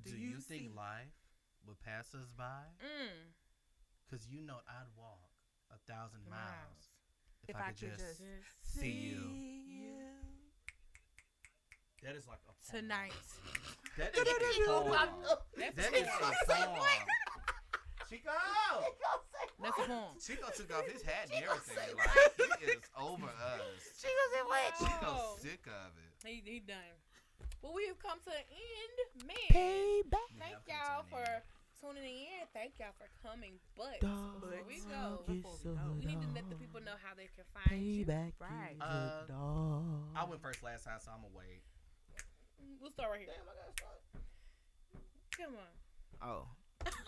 Speaker 6: do, you, think
Speaker 5: see-
Speaker 6: life would pass us by?
Speaker 1: Mm.
Speaker 6: Cause you know I'd walk a thousand
Speaker 1: Miles.
Speaker 6: miles if, I, could, just, see you. That is like a poem.
Speaker 1: Tonight.
Speaker 6: That is a poem. That is a poem. Chico,
Speaker 1: That's the poem.
Speaker 6: Chico took off his hat and everything. Like he is over us.
Speaker 1: Oh.
Speaker 6: Chico's sick of it.
Speaker 1: He, he done. Well, we have come to an end, man.
Speaker 6: We
Speaker 1: Thank
Speaker 6: have come to
Speaker 1: y'all
Speaker 6: an
Speaker 1: for
Speaker 6: end.
Speaker 1: tuning in. Thank y'all for coming. But
Speaker 4: Dog
Speaker 1: before we
Speaker 4: is
Speaker 1: go,
Speaker 4: so
Speaker 1: before we go, we need to let the
Speaker 4: dark.
Speaker 1: people know how they can find you.
Speaker 4: Payback is
Speaker 5: Right.
Speaker 4: a
Speaker 6: Uh,
Speaker 4: dog.
Speaker 6: I went first last time, so I'm gonna wait.
Speaker 1: We'll start right here. Come on.
Speaker 4: Oh,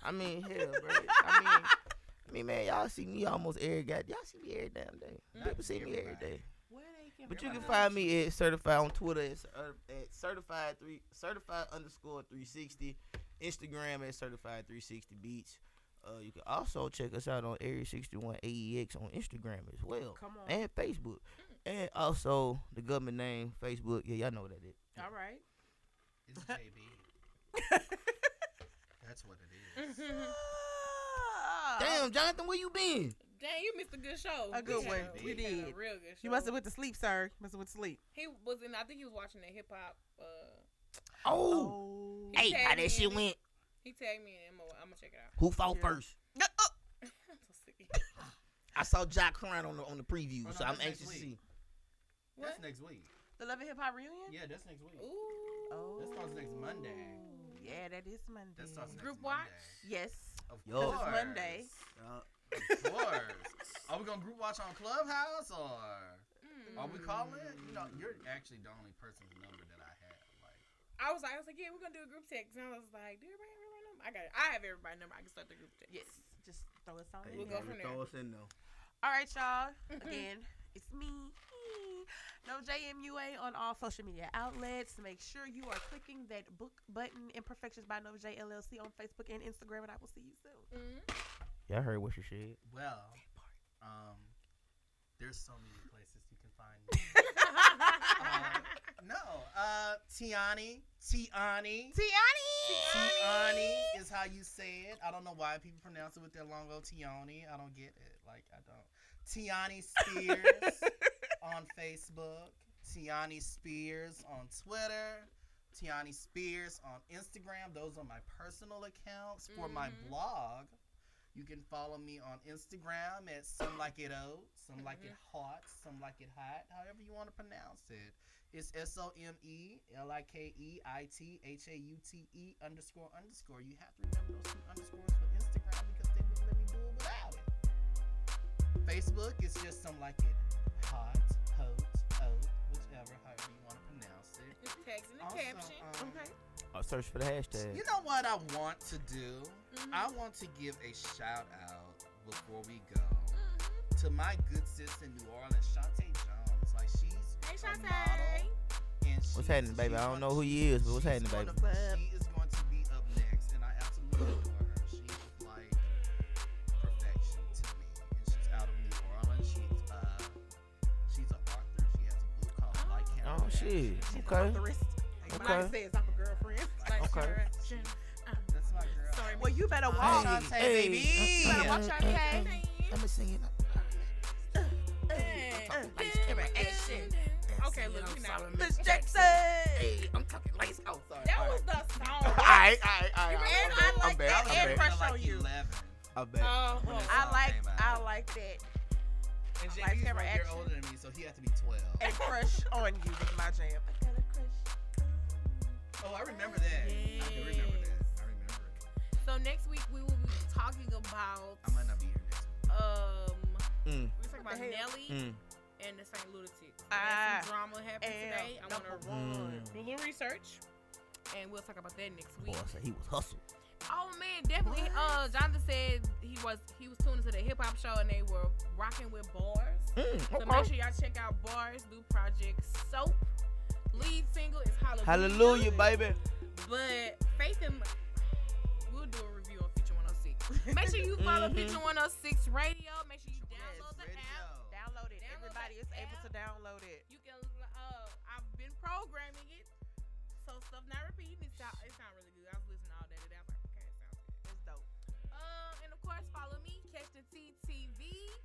Speaker 4: I mean, hell, bro. I mean, I mean, man, y'all see me almost every god. Y'all see me every damn day.
Speaker 1: Mm.
Speaker 4: People see me every
Speaker 6: Everybody.
Speaker 4: day.
Speaker 5: Where they can
Speaker 4: But you
Speaker 6: Everybody
Speaker 4: can
Speaker 6: knows
Speaker 4: find me at certified on Twitter at, cer- uh, at certified three certified underscore three sixty, Instagram at certified three sixty beats. Uh, you can also check us out on Area sixty one AEX on Instagram as well
Speaker 5: Come on.
Speaker 4: and Facebook, and also the government name Facebook. Yeah, y'all know what that is.
Speaker 5: All right.
Speaker 6: It's JB. That's what it
Speaker 1: Mm-hmm.
Speaker 6: is.
Speaker 5: Mm-hmm. Ah.
Speaker 4: Damn, Jonathan, where you been?
Speaker 1: Dang, you missed a good show.
Speaker 5: A good
Speaker 1: We
Speaker 5: one.
Speaker 1: had a-
Speaker 6: We
Speaker 1: had a
Speaker 5: did.
Speaker 1: real good show.
Speaker 5: You must have went to sleep, sir. You must have went to sleep.
Speaker 1: He was in. I think he was watching the hip hop. Uh,
Speaker 4: Oh,
Speaker 5: Oh.
Speaker 1: Hey.
Speaker 4: hey, how that shit went?
Speaker 1: he tagged me and I'm gonna, I'm gonna check it out.
Speaker 4: Who fought
Speaker 5: Yeah.
Speaker 4: first?
Speaker 5: No, oh.
Speaker 1: I'm so sick.
Speaker 4: I saw Jock crying on the on the preview,
Speaker 6: Oh, no,
Speaker 4: so I'm
Speaker 6: that's next
Speaker 4: anxious to
Speaker 6: week.
Speaker 4: see.
Speaker 1: What?
Speaker 6: That's next week.
Speaker 5: The Love and Hip Hop reunion.
Speaker 6: Yeah, that's next week.
Speaker 1: Ooh.
Speaker 6: That starts next Monday.
Speaker 5: Oh. Yeah, that is Monday.
Speaker 6: That starts next
Speaker 1: Group
Speaker 6: Monday.
Speaker 1: watch?
Speaker 5: Yes.
Speaker 6: Of
Speaker 4: Yo. 'Cause
Speaker 5: it's
Speaker 6: course.
Speaker 5: Monday.
Speaker 6: Of course. Are we gonna group watch on Clubhouse or
Speaker 1: Mm.
Speaker 6: are we calling? You know, you're actually the only person's number that I have. Like,
Speaker 1: I was like, I was like, yeah, we're gonna do a group text, and I was like, do everybody have everybody's number? I got it. I have everybody's number. I can start the group text.
Speaker 5: Yes. Just throw us on.
Speaker 1: We'll
Speaker 5: in.
Speaker 1: go from Mm-hmm. there.
Speaker 2: Throw us in though.
Speaker 5: All right, y'all. Again, it's me. No JMUA on all social media outlets. Make sure you are clicking that book button, Imperfections by No J LLC on Facebook and Instagram, and I will see you soon.
Speaker 1: Mm.
Speaker 4: Y'all heard what she said.
Speaker 6: well, um, there's so many places you can find me. Uh, no, uh, Tiani, Tiani. Tiani is how you say it. I don't know why people pronounce it with their long O Tiani. I don't get it. Like I don't. Tiani Spears on Facebook. Tiani Spears on Twitter. Tiani Spears on Instagram. Those are my personal accounts for my
Speaker 1: Mhm.
Speaker 6: blog. You can follow me on Instagram at some like it old, some like it
Speaker 1: Mm-hmm.
Speaker 6: hot, some like it hot, however you want to pronounce it. It's S O M E L I K E I T H A U T E underscore underscore. You have to remember those two underscores for Instagram because they wouldn't let me do it without it. Facebook is just some like it hot, hot, oat, whichever, however you want to pronounce it.
Speaker 1: Just tags in the
Speaker 6: Also,
Speaker 1: caption.
Speaker 6: um,
Speaker 5: Okay.
Speaker 4: I Uh, search for the hashtag.
Speaker 6: you know what I want to do?
Speaker 1: Mhm.
Speaker 6: I want to give a shout out before we go
Speaker 1: Mhm.
Speaker 6: to my good sister in New Orleans, Shantae Jones. Like she's
Speaker 1: Hey,
Speaker 6: a model,
Speaker 1: Shantae.
Speaker 6: and she's-
Speaker 4: happening, baby?
Speaker 6: she's
Speaker 4: I don't
Speaker 6: on-
Speaker 4: know who you is, but what's
Speaker 6: she's
Speaker 4: happening,
Speaker 6: on
Speaker 4: baby?
Speaker 6: the- She is going to be up next, and I absolutely adore her. She's like perfection to me, and she's out of New Orleans. She's uh, she's an author. She has a book called Like Camera.
Speaker 4: Oh shit.
Speaker 5: She's an
Speaker 4: Okay.
Speaker 5: authorist. Like
Speaker 4: Okay.
Speaker 5: Mariah says, I'm a girlfriend.
Speaker 1: Like
Speaker 4: Okay.
Speaker 1: correction. Um,
Speaker 6: That's my girl.
Speaker 1: Sorry,
Speaker 5: Well, you better
Speaker 1: Hey.
Speaker 5: watch.
Speaker 6: Shantae,
Speaker 4: Hey.
Speaker 6: baby.
Speaker 5: You better watch your K.
Speaker 1: Shantae.
Speaker 4: Let me sing it. Jackson. Lace interaction.
Speaker 2: Okay,
Speaker 4: Dancing,
Speaker 2: look,
Speaker 4: I'm
Speaker 2: we not-
Speaker 4: sorry,
Speaker 5: Miss Jackson.
Speaker 4: Hey, I'm talking lace. Oh, sorry.
Speaker 2: That
Speaker 4: All
Speaker 2: was
Speaker 4: right.
Speaker 2: the song.
Speaker 4: All right, all right, all right.
Speaker 2: You remember I
Speaker 4: I'm back, I'm
Speaker 5: like
Speaker 4: back,
Speaker 5: that
Speaker 4: I'm back,
Speaker 5: and pressure
Speaker 6: like
Speaker 5: on you.
Speaker 6: 11.
Speaker 4: I'm back.
Speaker 2: Oh,
Speaker 6: When it's-
Speaker 2: oh.
Speaker 5: I like I like that
Speaker 6: And
Speaker 5: Like
Speaker 6: Jackie's
Speaker 5: camera
Speaker 6: one year
Speaker 5: action.
Speaker 6: older than me, so he had to be 12.
Speaker 5: and crush on you is my jam. I got a crush.
Speaker 6: Oh, I remember that. I do remember that. I remember it.
Speaker 2: So next week we will be talking about
Speaker 6: I might not be here next week.
Speaker 2: um
Speaker 4: Mm.
Speaker 2: we're talking about
Speaker 5: What the hell?
Speaker 2: Nelly
Speaker 4: Mm.
Speaker 2: and the St. Lunatics. Ah,
Speaker 5: Ah,
Speaker 2: some drama happened
Speaker 5: L
Speaker 2: today. I want
Speaker 5: number
Speaker 2: to
Speaker 5: one.
Speaker 4: mm.
Speaker 2: do a little research, and we'll talk about that next
Speaker 4: Boy,
Speaker 2: week.
Speaker 4: I said he was hustled.
Speaker 2: Oh man, definitely.
Speaker 5: What?
Speaker 2: Uh, Jonathan said he was he was tuning to the hip hop show and they were rocking with bars.
Speaker 4: Mm,
Speaker 2: So make
Speaker 4: okay.
Speaker 2: sure y'all check out Bars new project Soap. Lead single is Hallelujah.
Speaker 4: Hallelujah, baby.
Speaker 2: But Faith and we'll do a review on Feature 106. Make sure you follow
Speaker 4: Mhm.
Speaker 2: Feature 106 Radio. Make sure you
Speaker 4: oh
Speaker 2: download the app.
Speaker 6: Radio.
Speaker 5: Download it.
Speaker 2: Download
Speaker 5: Everybody
Speaker 2: that
Speaker 5: is able
Speaker 2: app.
Speaker 5: to download it.
Speaker 2: You can. Uh, I've been programming it, so stuff not repeating. It sound, it sound really good. I was listening all day today. I was like, okay, it sounds good.
Speaker 5: It's dope.
Speaker 2: Um, and of course, follow me, Catch the TTV.